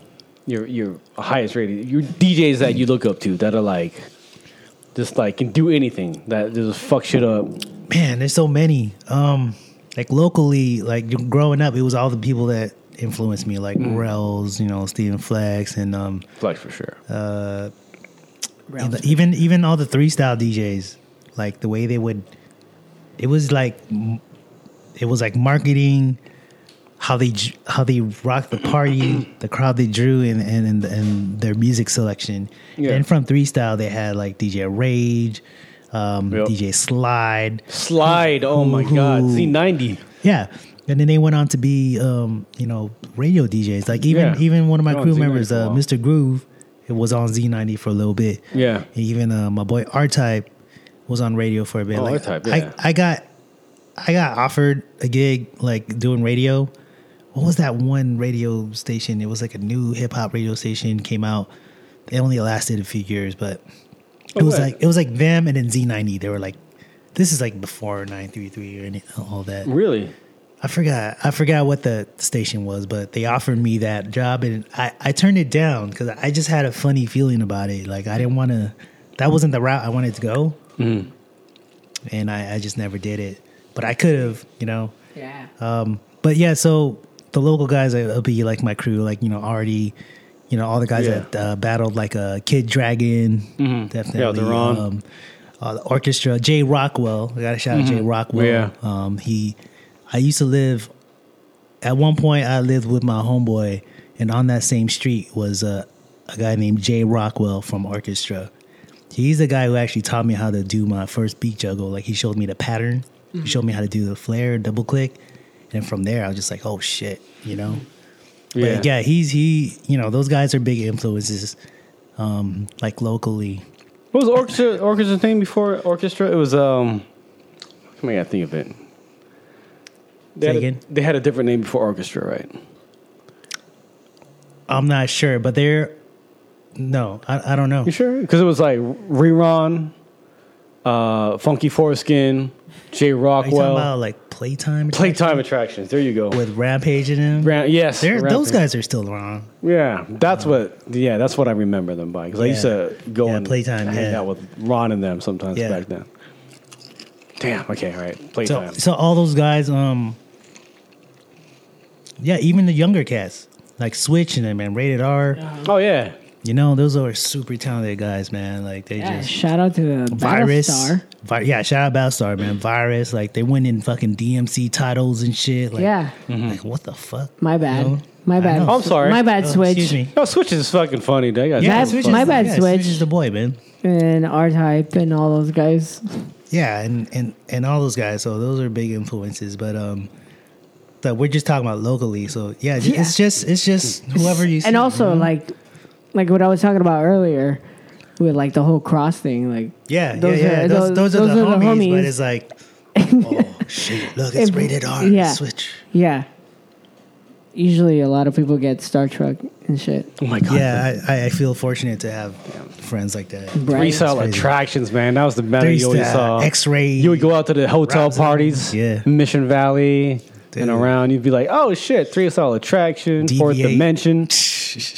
your your highest rated your DJs that you look up to that are like just like can do anything that just fuck shit up.
Man, there's so many. Um, like locally, like growing up, it was all the people that influenced me, like
Mm.
Rel's, you know, Stephen Flex, and um,
Like for sure.
And the- even even all the three style DJs, like the way they would, it was like, m- it was like marketing, how they j- how they rocked the party, the crowd they drew, and and and, and their music selection.
Yeah.
And from three style, they had like DJ Rage, um,
Yep.
DJ Slide,
Slide. Oh my god.
Ooh.
C90.
yeah. And then they went on to be, um, you know, radio DJs. Like even
Yeah.
even one of my
They're on
crew
Z90
members,
for a
uh,
while.
Mr. Groove, it was on Z90 for a little bit.
Yeah.
And even uh, my boy R Type was on radio for a bit.
Oh,
like,
R-Type, yeah.
I, I got I got offered a gig like doing radio what was that one radio station? It was like a new hip hop radio station came out. It only lasted a few years, but it was
what?
like it was like them and then Z90. They were like, this is like before 933 or any, all that.
Really?
I forgot. I forgot what the station was, but they offered me that job, and I, I turned it down because I just had a funny feeling about it. Like I didn't want to. That wasn't the route I wanted to go,
Mm.
and I, I just never did it. But I could have, you know.
Yeah.
Um, but yeah, so the local guys uh, will be like my crew, like you know Artie, you know all the guys
Yeah. Mm-hmm.
that uh, battled like uh, Kid Dragon, definitely.
Yeah, they're on.
Um, uh, the orchestra, Jay Rockwell. I got to shout out Jay Rockwell.
Yeah.
Um, he, I used to live. At one point, I lived with my homeboy, and on that same street was uh, a guy named Jay Rockwell from Orchestra. He's the guy who actually taught me how to do my first beat juggle. Like he showed me the pattern, he showed me how to do the flare, double click, and from there I was just like, oh shit, you know. But yeah. he's he. You know, those guys are big influences, um, like locally.
What was the orchestra orchestra thing before orchestra? It was um. Come on, I gotta think of it. They
Say
had, a,
again?
they had a different name before orchestra, right?
I'm not sure, but they're no, I, I don't know.
You sure? Because it was like Reron, uh, Funky Foreskin, Jay
Are you talking
Rockwell,
about like playtime?
Playtime Attractions. There you go.
with Rampage in him.
Ram- yes,
They're- those
Rampage.
guys are still around.
Yeah, that's what. Yeah, that's what I remember them by. Because I used
Yeah.
to go
Yeah,
and
Playtime,
hang
yeah.
out with Ron and them sometimes
Yeah.
back then. Damn. Okay. All right.
So,
Playtime.
so all those guys, um, yeah, even the younger cats like Switch and them, man, Rated R.
oh yeah.
You know, those are super talented guys, man. Like they
Yeah,
just
shout out to the
virus.
Battlestar.
Vi- yeah, shout out Battlestar, man. Virus, like they went in fucking DMC titles and shit. Like,
Yeah.
like
Mm-hmm.
what the fuck?
My bad.
You know?
My bad.
know.
I'm sorry.
My bad,
Oh,
Switch.
Excuse me.
No, Switch is fucking funny. That guy's
Yeah,
yeah,
Switch
Switch
is- My bad,
yeah,
Switch.
is the boy, man.
And R Type and all those guys.
yeah and and and all those guys so those are big influences but um but we're just talking about locally so yeah, j-
Yeah.
it's just it's just whoever you see
And also like like what I was talking about earlier with like the whole cross thing, like
yeah
those
yeah yeah
are-
those, those, are, the, homies,
homies.
but it's like oh shit look it's
If-
rated r
yeah.
switch
yeah. Usually a lot of people get Star Trek and shit.
Oh my god.
yeah I, I- I feel fortunate to have friends like that
Right.
Resell
crazy.
attractions, man. That was the
There
better
used
you always
to, uh,
saw.
X-ray
You would go out to the hotel
Robinson.
parties,
Yeah.
Mission Valley,
Dude.
and around. You'd be like, "Oh shit, three cell attraction, fourth
Deviate.
dimension."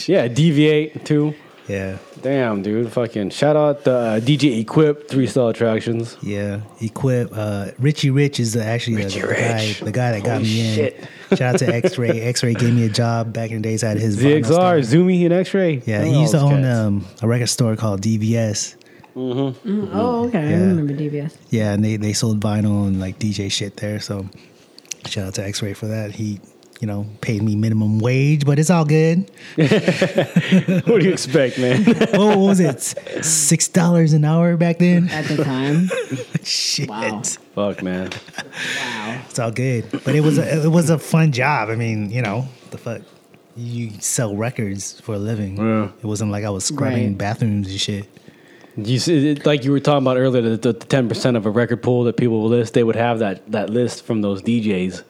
yeah, deviate too.
yeah
Damn, dude. Fucking shout out the uh, DJ Equip, three cell attractions.
yeah equip uh richie rich is the, actually uh, the- the, guy the guy that got me
shit.
in shout out to x-ray x-ray gave me a job back in the days i had his vinyl store.
ZXR, Zoomy, and X Ray.
Yeah, he used to own um, a record store called DVS.
Oh, okay. I remember DBS.
Yeah, and they, they sold vinyl and like DJ shit there. So shout out to X Ray for that. He, you know, paid me minimum wage, but it's all good. uh,
What do you expect, man?
What, what was it? Six dollars an hour back then?
At the time.
Shit,
Wow.
Fuck, man.
wow.
it's all good. But it was a, it was a fun job. I mean, you know, the fuck. You sell records for a living.
Yeah.
It wasn't like I was scrubbing
Right.
bathrooms and shit.
You see, it, like you were talking about earlier, the ten percent of a record pool that people will list, they would have that that list from those DJs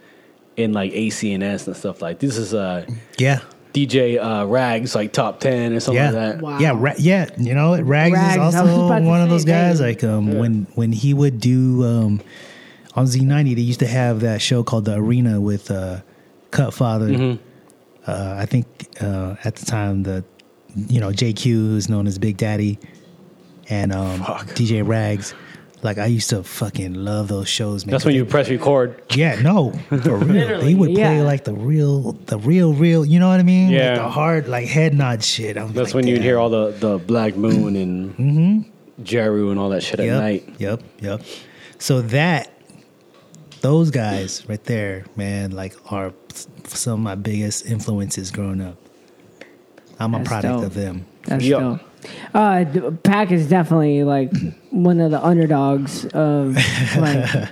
in like ACNS and stuff like. This is uh,
Yeah.
DJ uh, Rags like top ten or something
yeah.
like that.
Wow.
Yeah, ra- yeah, you know, what? Rags,
Rags, I was
is
just about
also
to
one of
say,
those guys.
dang.
Like um, when when he would do um, on Z90, they used to have that show called The Arena with uh, Cutfather.
Mm-hmm.
Uh, I think uh, at the time the you know JQ, who's known as Big Daddy, and um, DJ Rags. Like I used to fucking love those shows, man.
That's when you press record.
Yeah, no, for real.
Literally,
He would play
yeah.
like the real, the real, real. You know what I mean?
Yeah.
Like the hard, like head nod shit. I'm
That's
like,
when you'd
damn.
hear all the the Black Moon and Jeru and all that shit at
yep,
night.
Yep, yep. So that those guys right there, man, like are s- some of my biggest influences growing up. I'm a
That's
product
dope.
of them.
That's
Yeah.
dope. Uh, d- Pac is definitely like one of the underdogs of like,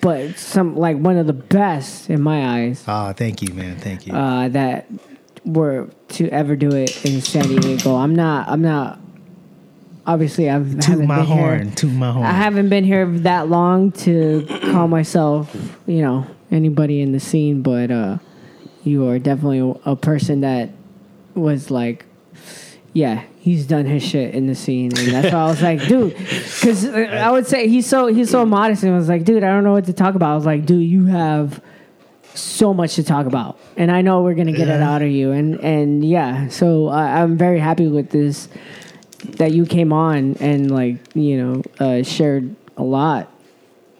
but some like one of the best in my eyes
Ah, thank you, man. Thank you.
uh, that were to ever do it in San Diego. I'm not. I'm not. Obviously, I've
toot
haven't
my
been here-
horn. Toot my horn.
I haven't been here that long to call myself, you know, anybody in the scene, but uh, you are definitely a person that was like, yeah, he's done his shit in the scene, and that's why I was like, dude, because I would say he's so he's so modest, and I was like, dude, I don't know what to talk about. I was like, dude, you have so much to talk about, and I know we're gonna get it out of you, and and yeah, so I I'm very happy with this that you came on and like you know uh, shared a lot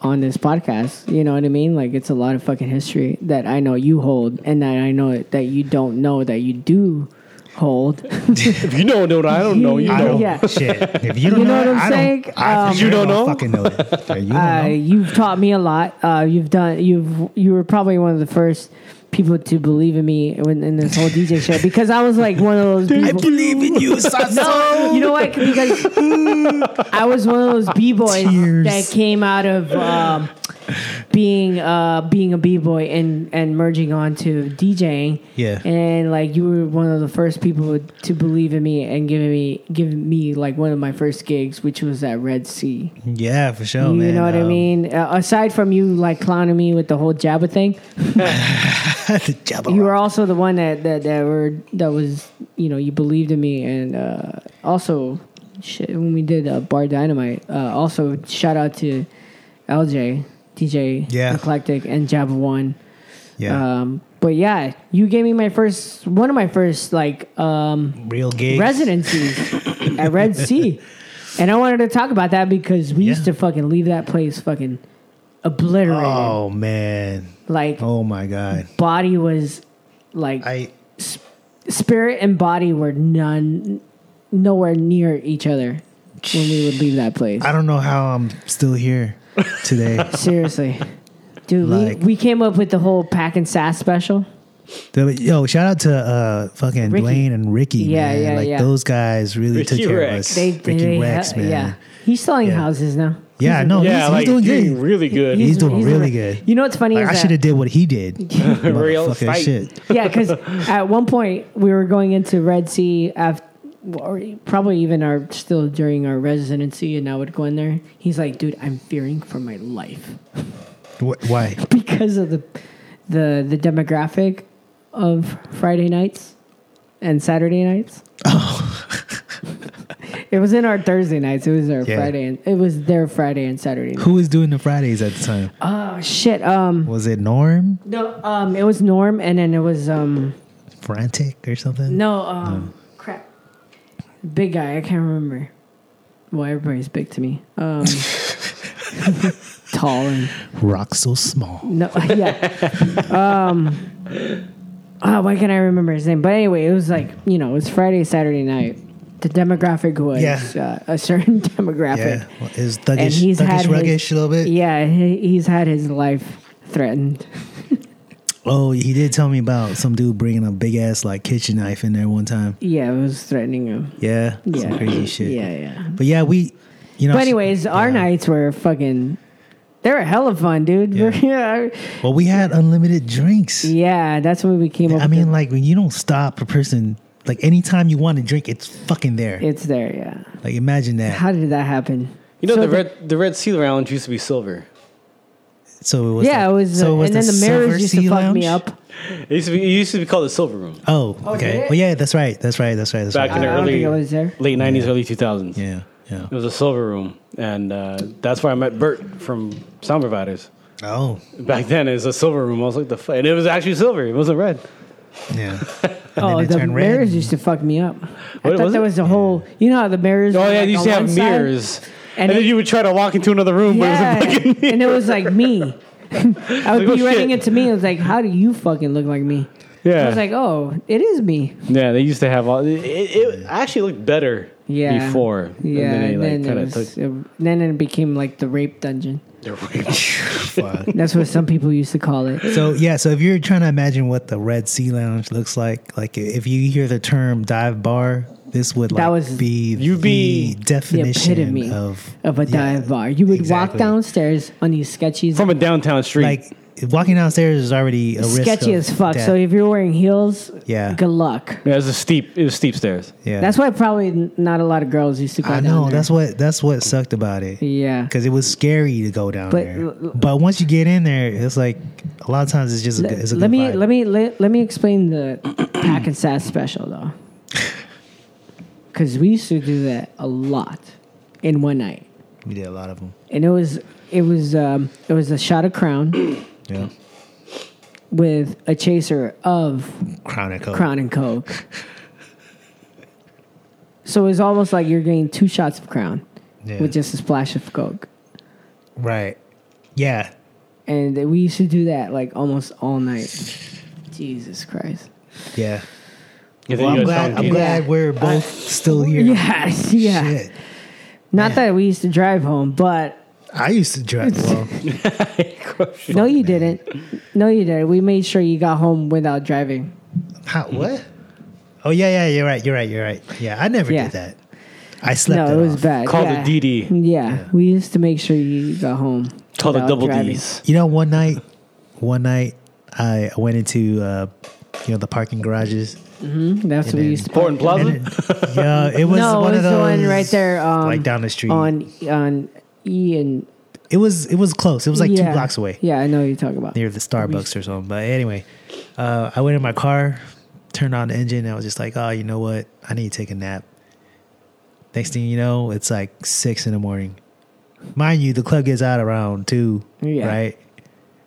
on this podcast. You know what I mean? Like it's a lot of fucking history that I know you hold, and that I know that you don't know that you do hold.
If you don't know that, I don't know. You
I
know.
don't
Yeah.
shit. If you don't
You
know,
know
it,
what I'm
I don't-
saying?
I for
Um,
sure
You don't know?
Fucking know that. Yeah, you don't
Uh,
know.
you've taught me a lot. Uh, you've done. You've you were probably one of the first people to believe in me in, in this whole DJ show because I was like one of those people.
believe in you, Sasso.
No, you know what? Because I was one of those b boys
Tears.
that came out of um, being uh, being a b boy and and merging onto DJing.
Yeah.
and like you were one of the first people to believe in me and giving me giving me like one of my first gigs, which was at Red Sea.
Yeah, for sure,
you
man.
know what I
Um,
mean? Uh, aside from you like clowning me with the whole Jabba thing,
the Jabba.
you were also the one that that that were that was you know you believed in me and uh, also shit, when we did uh, Bar Dynamite. Uh, also shout out to LJ, DJ
Yeah.
Eclectic, and Jabba One.
yeah,
Um, but yeah, you gave me my first one of my first like um,
real gigs.
residencies at Red Sea, and I wanted to talk about that because we used
Yeah.
to fucking leave that place fucking obliterated.
Oh man.
Like
Oh my god.
body was like
I
spirit and body were none nowhere near each other when we would leave that place.
I don't know how I'm still here today.
Seriously. Dude,
Like-
we, we came up with the whole pack and sass special.
The- Yo, shout out to uh, fucking
Ricky.
Dwayne and Ricky.
Yeah,
man.
yeah,
like
yeah.
those guys really
Ricky
took care
Rex.
of us.
They
Ricky
they-
Rex, man.
Yeah.
Yeah,
He's selling
Yeah.
houses now.
no,
Yeah,
he's, he's
like
doing good.
really good.
He's doing really good.
You know what's funny
Like, I
is
should
that,
have did what he did.
Real
Motherfucker,
fight.
shit.
yeah, because at one point we were going into Red Sea after, or probably even our still during our residency, and I would go in there. He's like, "Dude, I'm fearing for my life."
Wh- Why?
because of the the the demographic of Friday nights and Saturday nights. Oh. it was in our Thursday nights. It was our
Yeah.
Friday and it was their Friday and Saturday. Night.
Who was doing the Fridays at the time?
Oh shit. Um
Was it Norm
no um it was Norm and then it was um
Frantic or something?
no um crap. Big guy, I can't remember. Well, everybody's big to me. Um tall and
Rock so small.
No, yeah. um, oh, why can't I remember his name? But anyway, it was like you know, it was Friday, Saturday night. The demographic was
Yeah.
uh, a certain demographic,
Yeah, well, it was
and
thuggish,
he's
thuggish,
had
ruggish
his,
a little bit.
Yeah, he, he's had his life threatened.
Oh, he did tell me about some dude bringing a big ass like kitchen knife in there one time.
Yeah, it was threatening him.
Yeah,
Yeah,
some crazy shit.
Yeah, yeah.
But yeah, we, you know.
But anyways, our
yeah.
nights were fucking. They were hella fun, dude.
Yeah.
Yeah,
Well, we had unlimited drinks.
yeah that's when we came up.
I
with
mean,
the-
like when you don't stop a person, like anytime you want to drink, it's fucking there.
it's there. Yeah.
like imagine that.
How did that happen?
You know
So
the
the-
red the red sea lounge used to be silver.
so it was.
yeah,
like-
it was.
So
uh, and then the
Silver
mirrors used
Sea
to fuck
Lounge?
me up.
It used to be it used to be called the silver room
Oh,
did
okay.
it?
Well, yeah, that's right. That's right. That's right. That's
back
right.
in the
I don't
early
think I was there.
late nineties, early two thousands.
yeah, yeah.
It was a silver room, and uh, that's where I met Bert from Sound Providers.
Oh,
Back then, it was a silver room. I was like, the f-? and it was actually silver. It wasn't red.
yeah.
Oh,
it
the
turned red
mirrors
and-
used to fuck me up. I
What
thought
was
that
it?
was a whole. You know how the mirrors.
Oh
were,
yeah,
like,
you
on
used to have
one side?
mirrors,
And
and, then
it-
you would try to walk into another room,
Yeah,
but it was a fucking
and it was like me. I would
Like, oh,
be running
shit.
into me. and It was like, how do you fucking look like me?
yeah.
I was like, oh, it is me.
yeah, they used to have all. It, it actually looked better
Yeah.
before.
Yeah,
and
and then,
then they like
it
kind of
was,
took.
it- then it became like the rape dungeon.
Fuck.
That's what some people used to call it.
So yeah, so if you're trying to imagine what the Red Sea Lounge looks like, like if you hear the term dive bar, this would like
That was-
be
You'd
the
be the
definition
epitome
of
Of a
yeah,
dive bar, you would walk
exactly.
downstairs on these sketchy
From a downtown street,
Like walking downstairs is already a risk.
sketchy
of
as fuck.
death.
So if you're wearing heels,
Yeah.
good luck.
Yeah, it was a steep. It was steep stairs.
yeah,
That's why probably n- not a lot of girls used to go
I
down
know.
there.
That's what that's what sucked about it.
yeah.
because it was scary to go down
But-
there. But once you get in there, it's like a lot of times it's just a,
Let,
good- it's a
let
good
me
vibe.
let me let, let me explain the pack and sass special though, because we used to do that a lot in one night,
We did a lot of them.
and it was it was um, it was a shot of crown
Yeah,
with a chaser of
Crown and Coke.
Crown and Coke. so it's almost like you're getting two shots of Crown
Yeah.
with just a splash of Coke.
right. Yeah,
And we used to do that like almost all night. Jesus Christ.
yeah.
And then
Well,
you
I'm
guys
glad.
found
I'm
Keith.
glad we're both still here.
Yes, yeah.
Shit.
Not
Man.
that we used to drive home, but
I used to drive. Well,
no, you didn't. No, you didn't. We made sure you got home without driving.
how, what? Oh yeah, yeah. You're right. You're right. You're right. Yeah, I never
Yeah.
did that. I slept.
no, it was
off.
bad.
Call
yeah. Mm-hmm.
the DD.
Yeah, we used to make sure you got home.
Call the
without
double
driving.
D's.
You know, one night, one night, I went into uh, you know the parking garages.
Mm-hmm. That's what we
then-
used to
Horton Plaza.
And it- yeah, it was
no,
one
it was
of
the
those
one right there, um,
like down the street.
on on E and
It was it was close. It was like
yeah.
two blocks away
Yeah, I know what you're talking about.
near the Starbucks or something. But anyway, uh, I went in my car, turned on the engine. And I was just like, oh, you know what? I need to take a nap. Next thing you know, it's like six in the morning. Mind you, the club gets out around two,
Yeah.
right?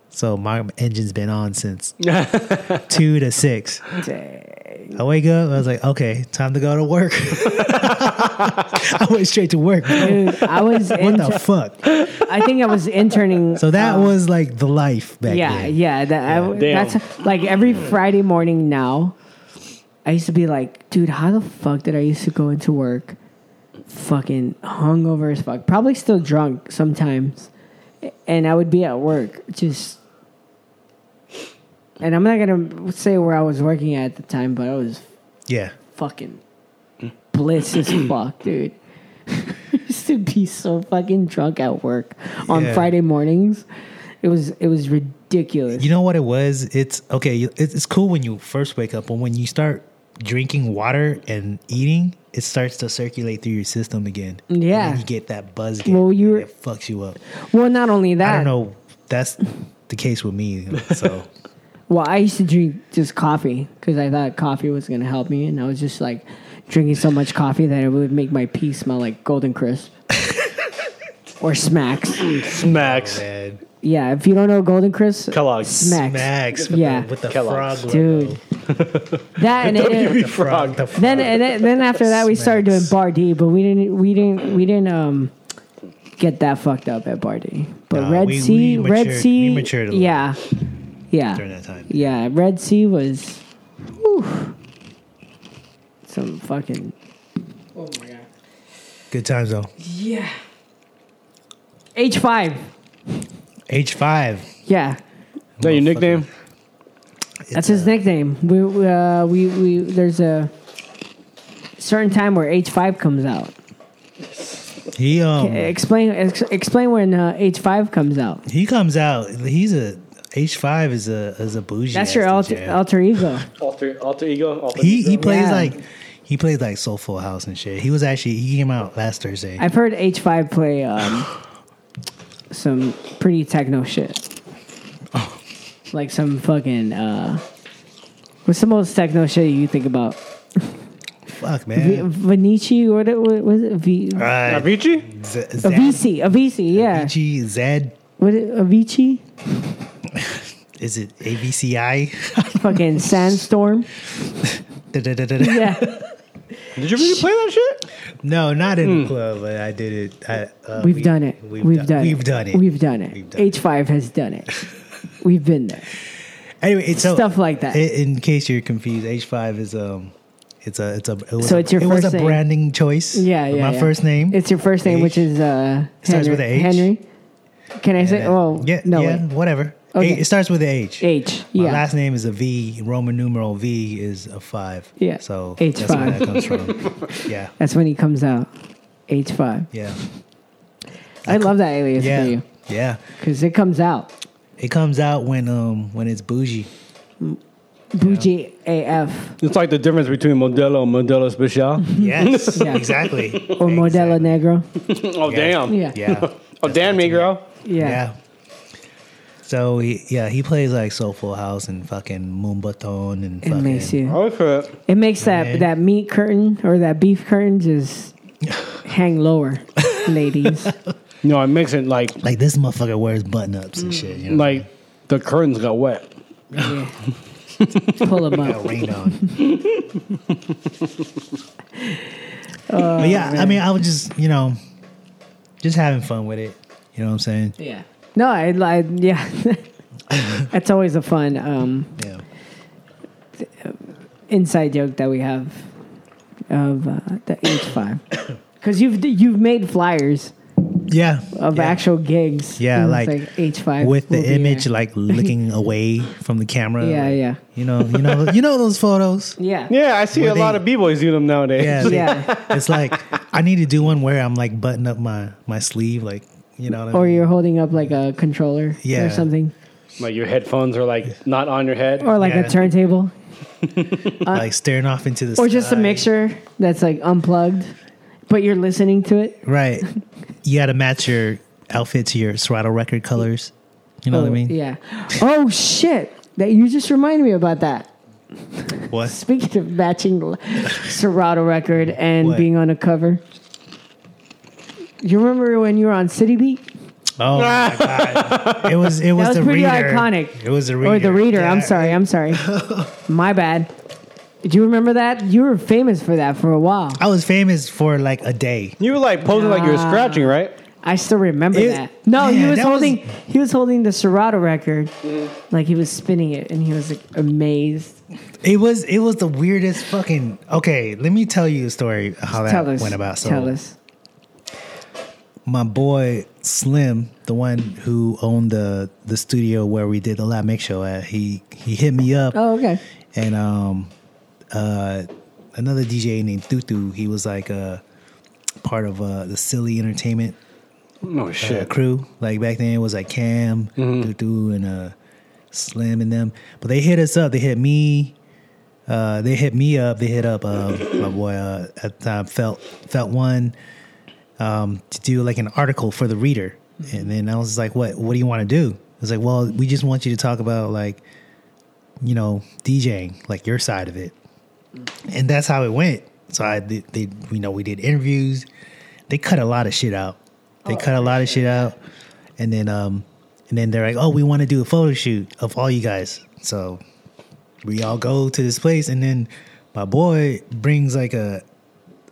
So my engine's been on since two to six. I wake up. I was like, okay, time to go to work. I went straight to work.
Dude, I was
What
inter-
the fuck?
I think I was interning.
So that
uh,
was like the life back
yeah,
then.
yeah. That, I,
Damn.
that's like every Friday morning now. I used to be like, dude, how the fuck did I used to go into work, fucking hungover as fuck, probably still drunk sometimes, and I would be at work just. And I'm not gonna say where I was working at the time, but I was
Yeah.
fucking bliss as fuck, dude. I used to be so fucking drunk at work on
Yeah.
Friday mornings. It was it was ridiculous.
You know what it was? It's okay. you- It's it's cool when you first wake up, but when you start drinking water and eating, it starts to circulate through your system again. And then
Yeah.
you get that buzz. Again,
Well,
and
you're- Ah.
it fucks you up.
well, not only that.
I don't know. That's the case with me. So
Well, I used to drink just coffee because I thought coffee was gonna help me, and I was just like drinking so much coffee that it would make my pee smell like Golden Crisp or Smacks.
Smacks.
bad.
Yeah, if you don't know Golden Crisp,
Kellogg's.
Smacks.
Max,
Yeah.
with the, with the
Kellogg's.
frog, logo.
Dude, that and it,
WB Frog.
The frog.
then and then, then after that we started doing
Smacks.
bar D, but we didn't we didn't we didn't um get that fucked up at bar D. But
Nah,
Red
we-
Sea,
we
Red
matured-
Sea,
we matured a little
yeah, yeah,
during that time.
yeah. Red Sea was whew, some fucking
Good times though.
yeah. H five,
H five.
yeah,
Is that your nickname?
that's his nickname. We we, uh, we we there's a certain time where H five comes out.
He um
Explain ex- explain when uh, H five comes out.
he comes out. He's a H five is a is a bougie.
That's
ass
your
DJ.
alter, alter ego.
Alter, alter ego. Alter
he he plays
Yeah.
like he plays like soulful house and shit. He was actually he came out last Thursday.
I've heard H5 play um, some pretty techno shit.
Oh.
Like some fucking. Uh, what's the most techno shit you think about?
Fuck
V-
man.
Vinici, what it what was it? V-
Right.
Avicii.
Z- Zad-
Avicii, Avicii, yeah.
Uh, Avicii, Zad.
What it, Avicii?
Is it AVCI?
fucking Sandstorm.
Da-da-da-da-da.
Yeah,
Did you really play that shit?
No, not in the club, but I did it. I, uh,
Hmm. we've
we-
done it. We've, done,
We've
it.
done it.
We've done it.
We've done it.
H5 has done it. We've been there.
Anyway, it's so,
Stuff like that.
i- In case you're confused, H five is um, it's a it's a it was
So
a,
it's your
it was
first
a
name.
branding choice.
Yeah,
for
yeah.
My
yeah.
first name.
It's your first name,
H.
which is uh,
starts
Henry.
with a H.
Henry. Can I say?
And then-
Oh,
yeah,
no.
yeah,
wait.
whatever.
Okay.
A- it starts with a H.
H.
My
Yeah.
last name is a V. Roman numeral V is a five.
Yeah.
So
H
that's where
five.
that comes from. yeah.
That's when he comes out. H five.
Yeah.
I love that alias
Yeah.
for you
Yeah.
because it comes out.
It comes out when um when it's bougie.
Bougie AF
It's like the difference between Modelo and Modelo Special.
Yes,
Yeah.
exactly.
or Modelo Negro.
oh, damn.
Yeah.
Yeah.
Oh, damn, Negro.
Yeah.
Yeah. So he, yeah, he plays like Soulful House and fucking Moonbaton and
It
fucking
makes you.
Oh, shit.
It makes that
Yeah.
that meat curtain or that beef curtain just hang lower, ladies.
No, it makes it like,
like this motherfucker wears button ups
Mm.
and shit. You know?
like the curtains got wet.
Yeah. Pull them
Got
up.
rain on.
Oh,
but yeah, I mean, I was just you know, just having fun with it. You know what I'm saying?
Yeah. No, I, I yeah. That's always a fun um,
Yeah.
inside joke that we have of uh, the H5. Because you've you've made flyers
Yeah.
of
yeah.
actual gigs.
Yeah,
And
like,
it's H5
with the
will be
image
there.
like looking away from the camera.
Yeah,
like,
yeah.
You know, you know, you know those photos.
yeah,
Yeah, I see
Were
a
they-
lot of b-boys do them nowadays.
Yeah, they-
Yeah.
It's like I need to do one where I'm like button up my my sleeve, like you know. What I
Or
mean?
you're holding up like a controller
Yeah.
or something,
Like your headphones are like not on your head.
or like
Yeah.
a turntable,
like staring off into the
or just a
sky.
mixer that's like unplugged, but you're listening to it.
Right. You got to match your outfit to your Serato record colors. You know what I
Oh,
mean?
Yeah. Oh shit! That you just reminded me about that.
What?
Speaking of matching l- Serato record and
What?
being on a cover, you remember when you were on City Beat?
Oh my god! It was it was,
was
the
pretty
reader.
iconic.
It was the reader
Or the reader? I'm
Yeah.
sorry. I'm sorry. My bad. Do you remember that? You were famous for that for a while.
I was famous for like a day.
You were like posing like you were scratching, right?
I still remember
It-
that. No, he
yeah,
was
that
holding
was- Mm.
he was holding the Serato record, like he was spinning it, and he was like, amazed.
It was it was the weirdest fucking. Okay, let me tell you a story how that
Tell us,
went about. So
tell us.
my boy Slim, the one who owned the the studio where we did the Lab Mix show at, he he hit me up
Oh, okay.
and um uh another DJ named Thutu, he was like uh part of uh the Silly Entertainment
Oh
uh,
shit.
crew. Like back then it was like Cam, Thutu and uh Slim and them. But they hit us up. They hit me uh they hit me up. They hit up uh my boy uh at the time felt felt one um, to do like an article for the reader. And then I was like, what, what do you want to do? I was like, well, we just want you to talk about like, you know, DJing, like your side of it. And that's how it went. So I, did- they, you know, we did interviews. They cut a lot of shit out. They cut a lot of shit out. And then, um, and then they're like, oh, we want to do a photo shoot of all you guys. So we all go to this place. And then my boy brings like a,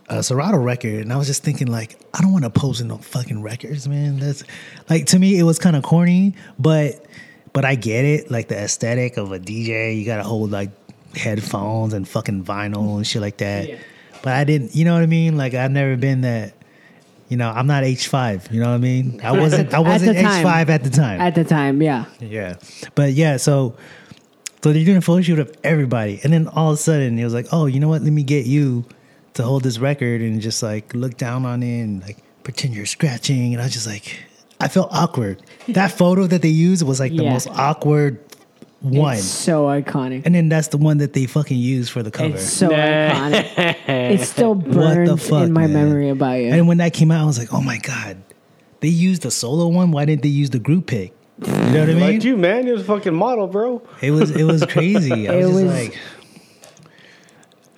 a Serato record, and I was just thinking like, I don't want to pose in no fucking records, man. That's like to me, it was kind of corny, but but I get it, like the aesthetic of a DJ. You gotta hold like headphones and fucking vinyl and shit like that. But I didn't, you know what I mean? Like I've never been that. You know, I'm not H five. You know what I mean? I wasn't. I
At the
wasn't H
time.
five at the time.
At the time, yeah.
Yeah. But yeah, so so they're doing a photo shoot of everybody. And then all of a sudden it was like, Oh, you know what? Let me get you to hold this record and just like look down on it and like pretend you're scratching. And I was just like I felt awkward. That photo that they used was like the
Yeah.
most awkward one.
It's so iconic.
and then that's the one that they fucking used for the cover.
It's so iconic. It still
What the
burns
fuck
in my
man?
memory about you.
And when that came out, I was like, Oh my God. They used the solo one. Why didn't they use the group pick? You know what I mean?
Like you, man. You're a fucking model, bro.
It was it was crazy. I
It
was, just
was-
like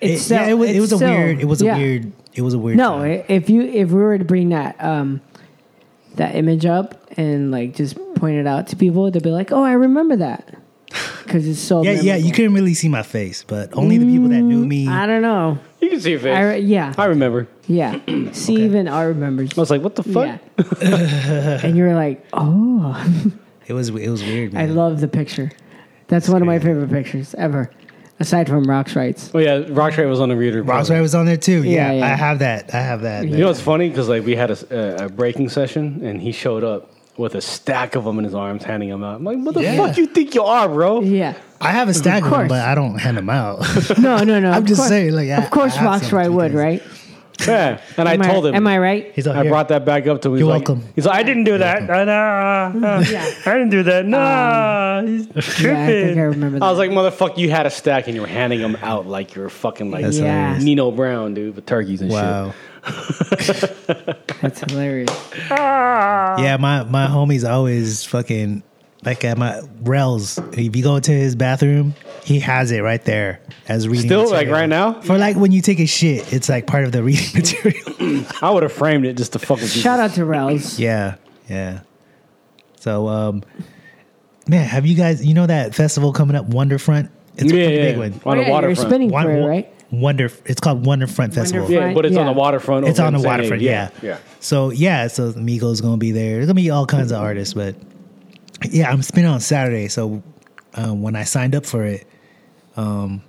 It's
it,
still-
yeah, it was, it
it's
was a
still-
weird. It was a
yeah.
weird. It was a weird.
No,
time.
i- if you if we were to bring that um that image up and like just point it out to people, they'd be like, "Oh, I remember that," because it's so.
yeah, yeah. You
memorable.
couldn't really see my face, but only the people that knew me.
I don't know.
You can see your face.
I
I,
re- yeah,
remember.
yeah. See, even I remember.
I was like, what the fuck?
Yeah. and you were like, "Oh,
It was it was weird.
I
Man.
love the picture." That's one of my favorite pictures ever, aside from Rock's rights.
Oh yeah, Rockray was on the reader.
Ross Wright was on there too. Yeah,
Yeah, yeah.
I have that. I have that.
You know what's funny? Because like we had a, s- a- a breaking session, and he showed up with a stack of them in his arms, handing them out. I'm like, what the
Yeah.
fuck you think you are, bro?
Yeah.
I have a stack of, them,
course.
but I don't hand them out.
No, no, no.
I'm
of
just
course-
saying, like, I-
of course,
I have
Rock's
some
right would
because-
right.
Yeah, and I
Am
told him.
Am I right?
He's all
I
here.
brought that back up to him. He's
You're
like-
welcome.
He's like, I didn't do that. Uh, nah, uh, I didn't do that. Nah, he's tripping.
Um, Yeah, I think I remember that.
I was like, motherfucker, you had a stack and you were handing them out like you're fucking like
That's
Yeah. hilarious.
Nino Brown, dude, with turkeys and
Wow.
That's hilarious.
Yeah, my my homie's always fucking like at my Rels. If you go to his bathroom, he has it right there as reading.
shit. Still, like
material.
right now,
For like when you take a shit, it's like part of the reading material.
I would have framed it just to fuck with you.
Shout out to Rouse.
yeah, yeah. So, um, man, have you guys? You know that festival coming up, Wonderfront. It's a
yeah,
pretty
yeah.
big one.
On
Oh, yeah,
the
you're
waterfront.
spinning
Won-
prayer,
wo-
right?
Wonder. It's called Wonderfront Festival.
Wonderfront.
yeah, but it's on
Yeah.
the waterfront.
It's
over
on the
in San
waterfront.
Diego.
Yeah.
yeah.
So yeah, so Migos gonna be there. There's gonna be all kinds of artists, but yeah, I'm spinning on Saturday. So um, when I signed up for it, um,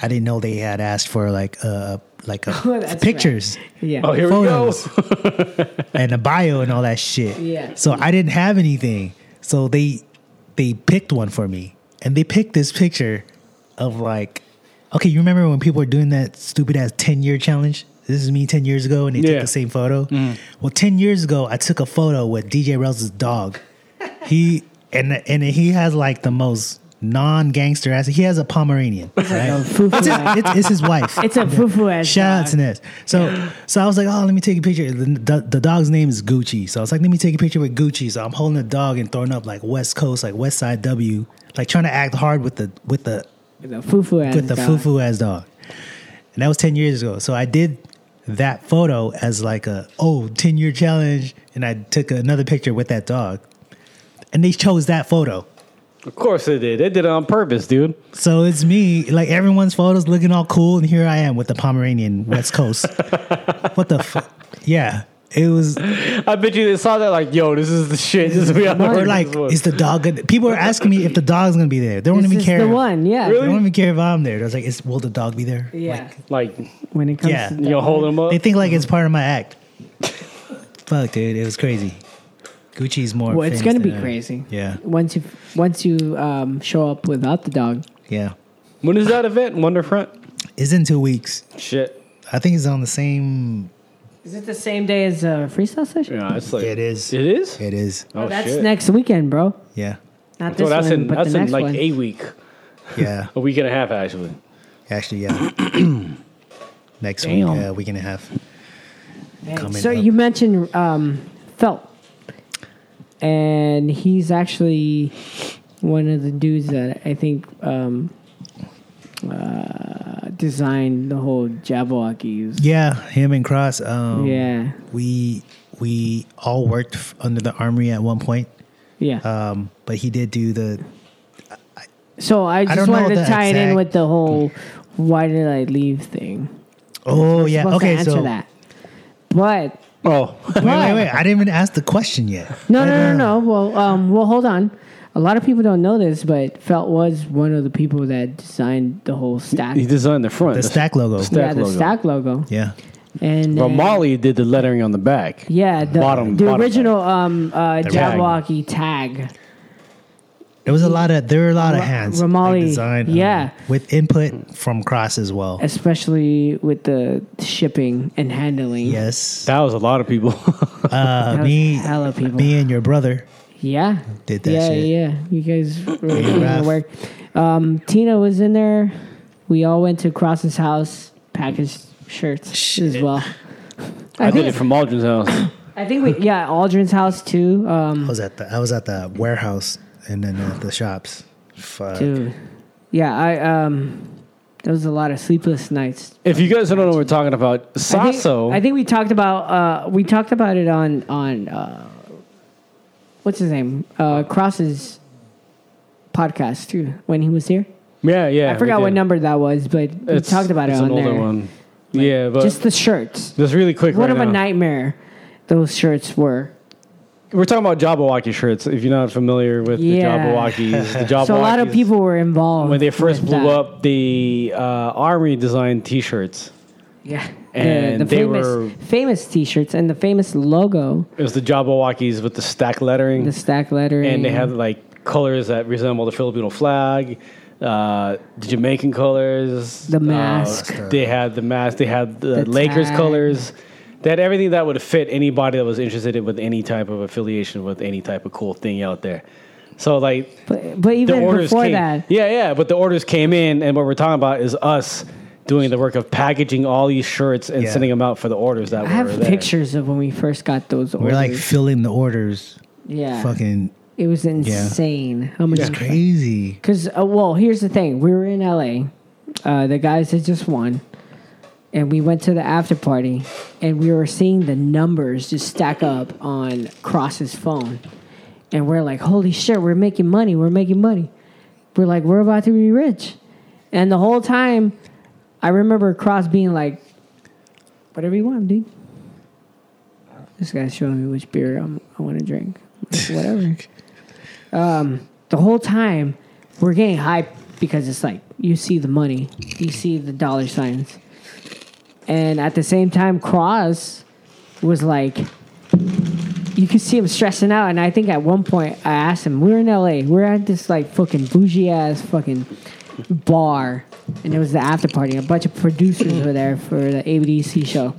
I didn't know they had asked for like uh like a,
That's
pictures
Yeah.
Oh, here
Photos.
we go.
and a bio and all that shit.
Yeah.
So I didn't have anything. So they they picked one for me, and they picked this picture of like, okay, you remember when people were doing that stupid ass ten year challenge? This is me ten years ago, and they
Yeah. Mm-hmm.
took the same photo. Well, ten years ago, I took a photo with DJ Rells's dog. He and and he has like the most non gangster ass. He has a Pomeranian. Right?
Fufu
it's, his,
ass.
it's, it's his wife.
It's a fufu ass.
Shout out
dog.
to Ness. So, so I was like, oh, let me take a picture. The, the, the dog's name is Gucci. So I was like, let me take a picture with Gucci. So I'm holding a dog and throwing up like West Coast, like West Side W, like trying to act hard with the with the
The fufu ass.
with the
dog.
fufu ass dog. And that was 10 years ago. So I did that photo as like a, oh, 10 year challenge. And I took another picture with that dog. And they chose that photo.
of course they did. They did it on purpose, dude.
So it's me, like everyone's photos looking all cool, and here I am with the Pomeranian West Coast. what the fuck? Yeah, it was.
I bet you they saw that like, yo, this is the shit. This is we
Or like, is the dog? Gonna, people are asking me if the dog's gonna be there. They don't
This
even
is
care.
the
if-
one. Yeah.
They don't even care if I'm there. I was like, is, will the dog be there?
Yeah.
Like,
like
when it comes
Yeah.
to
you know, holding them up.
they think like it's part of my act. fuck, dude, it was crazy. Gucci's more.
Well, it's
famous
gonna be
than I-
crazy.
Yeah,
Once you once you um, show up without the dog.
yeah.
When is that event? Wonderfront.
It's in two weeks.
Shit.
I think it's on the same.
Is it the same day as uh, freestyle session?
Yeah, it's like
It is.
It is.
It is.
Oh,
That's
shit.
next weekend, bro.
Yeah,
Not this
So that's
one,
in
but
that's
the
in
next
like
one.
a week,
yeah.
a week and a half actually.
Actually, yeah. Next week, uh, week and a half. coming
So
up.
you mentioned um, Felt, and he's actually one of the dudes that I think um, uh, designed the whole Jabberwockies.
Yeah, him and Cross. Um,
Yeah,
we we all worked f- under the Armory at one point,
yeah.
um, but he did do the
so I just
don't know
wanted to
the
tie it in
exact-
with the whole "Why did I leave?" thing.
oh yeah
Supposed to
okay
answer
so
that, but
Oh,
wait wait wait I didn't even ask the question yet
No, no, no, no. Well, um, well, hold on. A lot of people don't know this, but Felt was one of the people that designed the whole stack.
he designed the front.
the stack logo
Stack
yeah, the
logo.
stack logo.
yeah
And
Well,
then-
Molly did the lettering on the back.
yeah, the,
Bottom-
the
bottom
original um, uh,
tag.
Jabberwocky tag.
there was a lot of there were a lot of
Ra-
hands
Ramali,
like, design um,
yeah.
with input from Cross as well
especially with the shipping and handling.
yes
That was a lot of people.
uh,
was
me
hella people.
me and your brother
Yeah,
Did that
yeah,
shit.
yeah. You guys really put in the
Raph.
work. Um, Tina was in there. We all went to Cross's house, packaged shirts as well.
I did it from Aldrin's house.
I think we yeah, Aldrin's house too. Um,
I was at the I was at the warehouse and then at the shops uh, Fuck.
dude, yeah, I um, there was a lot of sleepless nights.
If you guys don't know what we're talking about,
I think,
Sasso.
I think we talked about uh, we talked about it on on uh, what's his name uh, Cross's podcast too when he was here.
yeah, yeah.
I forgot
we
what
did.
number that was, but we
It's-
talked about it
it's
on
an older
there.
one. Yeah, but
Just
just,
the shirts.
really quick.
What
right
of a
now.
nightmare those shirts were.
We're talking about Jabberwocky shirts. If you're not familiar with
Yeah.
the Jabberwockies, the Jabberwockies.
So a lot of people were involved
when they first
with
blew
that.
up the uh, army designed T-shirts.
Yeah, The-
And
the,
they
famous
were-
famous T-shirts and the famous logo,
It was the Jabberwockies with the stack lettering,
the stack lettering,
and they had like colors that resemble the Filipino flag. uh, the Jamaican colors,
The
uh,
mask.
they had the mask. They had the,
The
Lakers
tag.
colors. They had everything that would fit anybody that was interested in- with any type of affiliation with any type of cool thing out there. So like
But, but
the
even
orders
before
came.
that,
Yeah, yeah, but the orders came in, and what we're talking about is us doing the work of packaging all these shirts and
Yeah.
sending them out for the orders that
I
were
have
there.
pictures of when we first got those orders.
We're like filling the orders.
yeah,
Fucking
it was insane. How many?
it's crazy.
Because uh, well, here's the thing: we were in LA, uh, the guys had just won, and we went to the after party, and we were seeing the numbers just stack up on Cross's phone, and we're like, "Holy shit, we're making money! We're making money!" We're like, "We're about to be rich," and the whole time, I remember Cross being like, "Whatever you want, dude." This guy's showing me which beer I'm, I want to drink. I'm like, Whatever the whole time we're getting hype because it's like you see the money, you see the dollar signs. And at the same time, Cross was like, you could see him stressing out. And I think at one point I asked him, we were in LA, we are at this like fucking bougie ass fucking bar. And it was the after party. A bunch of producers were there for the ABDC show.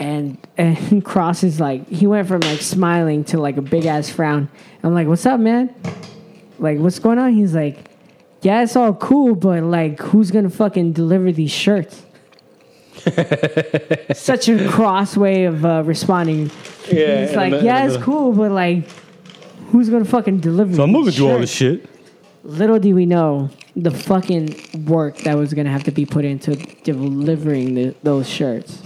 And, and Cross is like, he went from like smiling to like a big ass frown. I'm like, what's up, man? like what's going on he's like yeah it's all cool but like who's gonna fucking deliver these shirts such a cross way of uh, responding
Yeah,
it's
and
like
the-
yeah
and
it's
the-
cool but like who's gonna fucking deliver
I'm gonna
these
do all this
shirts?
shit.
little did we know the fucking work that was gonna have to be put into delivering the, those shirts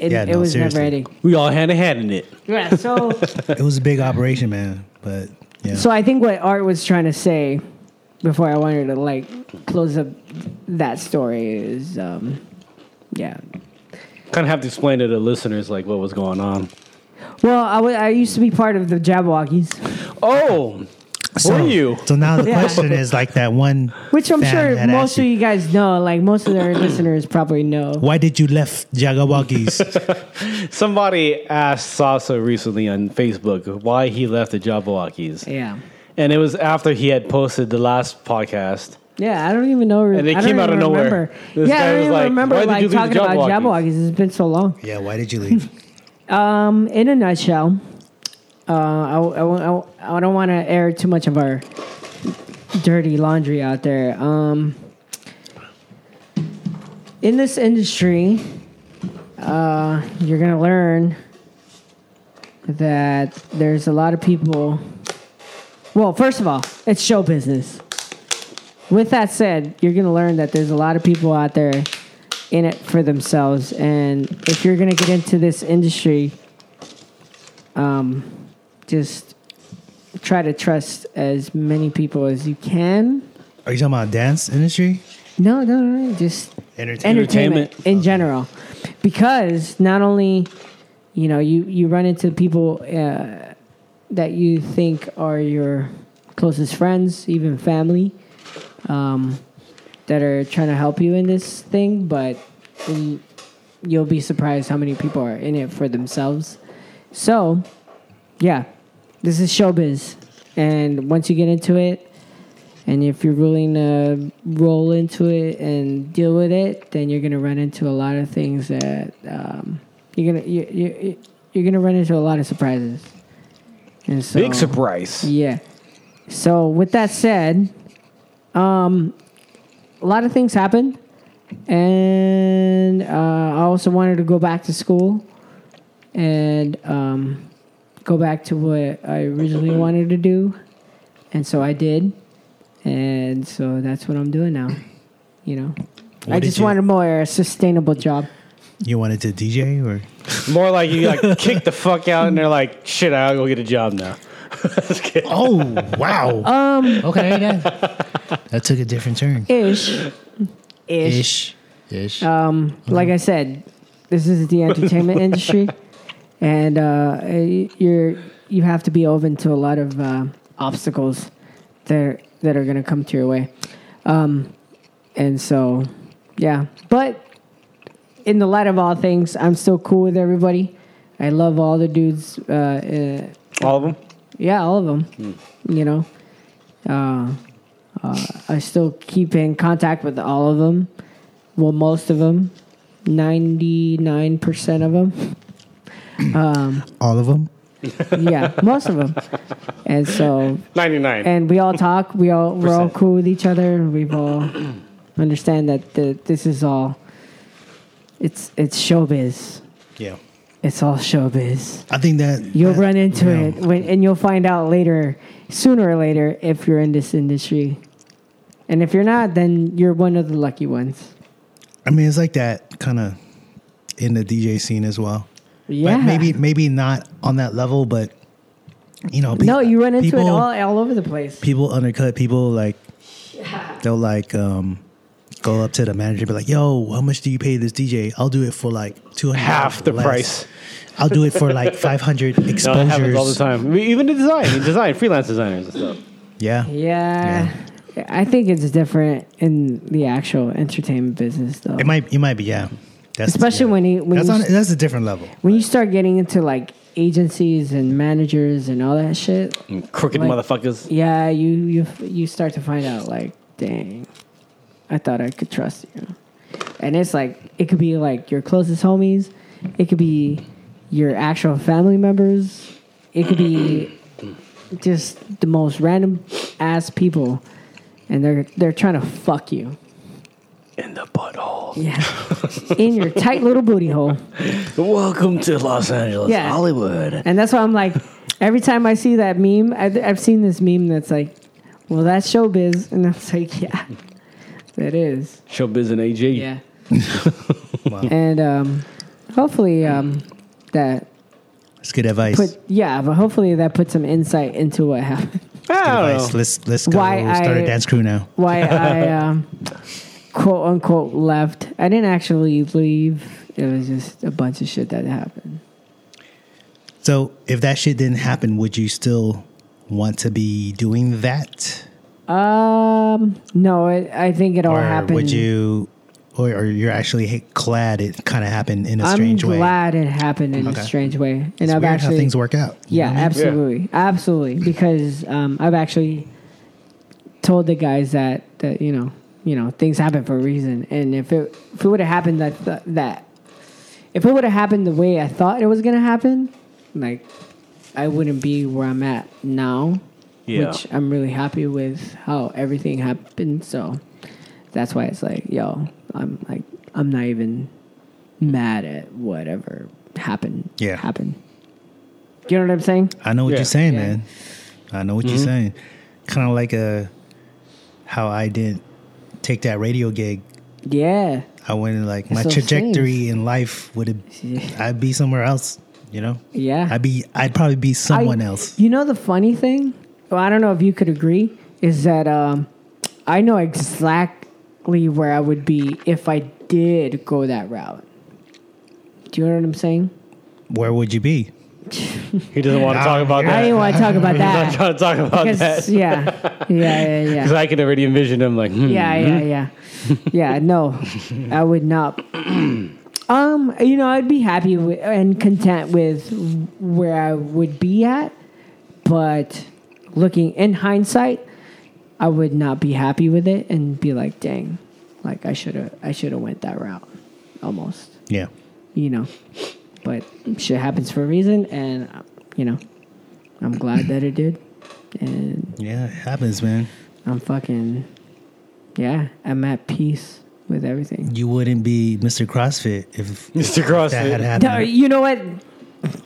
it,
Yeah,
it
no,
was
seriously.
never ending
We all hand in hand in it.
yeah so
It was a big operation, man. But yeah,
So I think what Art was trying to say before I wanted to like close up that story is, um, yeah.
Kind of have to explain to the listeners like what was going on.
Well, I wa- I used to be part of the Jabberwockies,
Oh,
so,
were you?
So now the
Yeah.
question is like that one.
which I'm
fan
sure
that
most
asked
of you guys know. Like most of their listeners probably know.
Why did you left Jagawakis?
Somebody asked Sasa recently on Facebook why he left the Jabberwockies,
Yeah,
and it was after he had posted the last podcast.
yeah. I don't even know.
And they
I don't
came out
even
of nowhere.
remember.
This
yeah,
guy
I don't
was
even
like, "Why
remember
did
like
you leave the
talking about
Jabberwockies?"
Jabberwockies. It's been so long.
yeah, why did you leave?
Um, in a nutshell, uh, I, I, I, I don't want to air too much of our dirty laundry out there. Um, in this industry, uh, you're gonna learn that there's a lot of people. Well, first of all, it's show business. With that said, you're gonna learn that there's a lot of people out there in it for themselves, and if you're gonna get into this industry, just try to trust as many people as you can.
Are you talking about dance industry?
No, no, no, no just
Entertainment.
entertainment, in general, because not only you know you you run into people uh, that you think are your closest friends, even family, um, that are trying to help you in this thing, but mm, you'll be surprised how many people are in it for themselves. So, yeah, this is showbiz, and once you get into it, and if you're willing to roll into it and deal with it, then you're gonna run into a lot of things that um, you're gonna you, you, you're gonna run into a lot of surprises. And so,
Big surprise.
yeah. So with that said, um, a lot of things happened, and uh, I also wanted to go back to school and um, go back to what I originally wanted to do, and so I did, and so that's what I'm doing now. You know, I
did
just
you-
wanted more sustainable job.
You wanted to DJ or
More like you like kick the fuck out, and they're like, "Shit, I'll go get a job now." Just kidding.
Oh wow. Um Okay, yeah. That took a different turn.
Ish, ish.
Ish. Ish. Mm-hmm.
like I said, this is the entertainment industry, and uh, you're you have to be open to a lot of uh, obstacles that are, that are going to come to your way, um, and so yeah. But in the light of all things, I'm still cool with everybody. I love all the dudes. Uh, uh,
All of them.
yeah, all of them. You know, uh, I still keep in contact with all of them. Well, most of them, ninety nine percent of them.
All of them.
Yeah, most of them. And so,
99.
and we all talk. We all we're all
Percent.
cool with each other. We've all understand that the, this is all. It's it's showbiz.
Yeah.
It's all showbiz.
I think that
You'll
that-
run into
yeah.
it, when, and you'll find out later, sooner or later, if you're in this industry. And if you're not, then you're one of the lucky ones.
I mean, it's like that kind of in the DJ scene as well.
Yeah.
But maybe maybe not on that level, but you know,
no, you run into
people-
it all all over the place.
people undercut people like they'll like um go up to the manager and be like, "Yo, how much do you pay this DJ? I'll do it for like 200
Half the
less.
price.
I'll do it for like 500
No, that happens
exposures."
all the time. We- Even the design, the design, freelance designers and stuff.
Yeah.
Yeah. I think it's different in the actual entertainment business, though.
It might it might be yeah. That's
Especially
yeah.
when he- when
That's
you
on
s-
that's a different level.
when you start getting into like agencies and managers and all that shit,
Crooked
Like-
motherfuckers.
yeah, you you you start to find out like, dang, I thought I could trust you, and it's like it could be like your closest homies, it could be your actual family members, it could be just the most random ass people, and they're they're trying to fuck you.
In the butthole.
Yeah, in your tight little booty hole.
Welcome to Los Angeles,
Yeah.
Hollywood.
And that's why I'm like, every time I see that meme, I, I've seen this meme that's like, well, that's showbiz. And I'm like, yeah, that is.
Showbiz and AG.
Yeah. And um, hopefully um, that
It's good advice.
put, yeah, but hopefully that put some insight into what happened.
I don't
advice.
know.
Let's let's go
Why
start a
I-
dance crew now.
Why I um, quote unquote left. I didn't actually leave. It was just a bunch of shit that happened.
So, if that shit didn't happen, would you still want to be doing that?
Um, no, it, I think it all
or
happened.
would you or, or you're actually h- glad it kind of happened in a strange
I'm
way
glad it happened in
Okay.
a strange way, and
it's
I've
weird
actually
how things work out you
yeah,
know what I mean?
absolutely, absolutely, because um, I've actually told the guys that that you know you know things happen for a reason, and if it if it would have happened that that- that if it would have happened the way I thought it was gonna happen, like I wouldn't be where I'm at now,
Yeah.
which I'm really happy with how everything happened. So that's why it's like, yo, I'm like I'm not even mad at whatever happened.
Yeah.
happened. You know what I'm saying?
i know what
Yeah.
you're saying
Yeah.
man i know what you're saying kind of like a how i didn't take that radio gig
Yeah.
i went in like my
those
trajectory in life would
Yeah.
have i'd be somewhere else you know
Yeah.
i'd be i'd probably be someone
I-
else
You know the funny thing? Well, I don't know if you could agree, is that um, I know exactly where I would be if I did go that route. Do you know what I'm saying?
where would you be
He doesn't want to talk about
I
that.
didn't want to talk about
I'm
that.
trying to talk about that.
Because yeah, yeah, yeah,
Because
yeah,
I could already envision him like, hmm.
yeah, yeah, yeah, yeah. No, I would not. Um, you know, I'd be happy wi- and content with where I would be at, but looking in hindsight, I would not be happy with it and be like, dang, like I should have, I should have went that route, almost,
yeah
you know. But shit happens for a reason, and you know, I'm glad that it did, and
yeah it happens man
I'm fucking, yeah, I'm at peace with everything.
you wouldn't be mr crossfit if
Mr.
that
CrossFit.
had happened
No, you know what?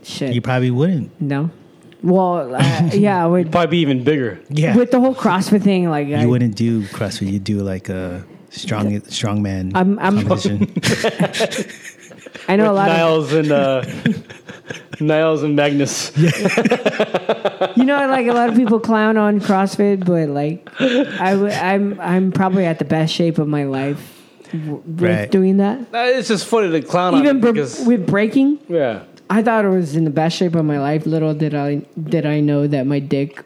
Shit.
you probably wouldn't
no. Well, uh, yeah, with,
Probably be even bigger.
yeah
with the whole CrossFit thing, like, I,
You wouldn't do CrossFit. You'd do like a strong strongman
I'm- I'm-
competition.
I know a lot
Niles and uh, Niles and Magnus.
of you know, like a lot of people clown on CrossFit, but like, I w- I'm I'm probably at the best shape of my life w- with
Right.
doing that.
Uh, It's just funny to clown on
Even
it
br-
because
with breaking,
yeah,
I thought it was in the best shape of my life. Little did I did I know that my dick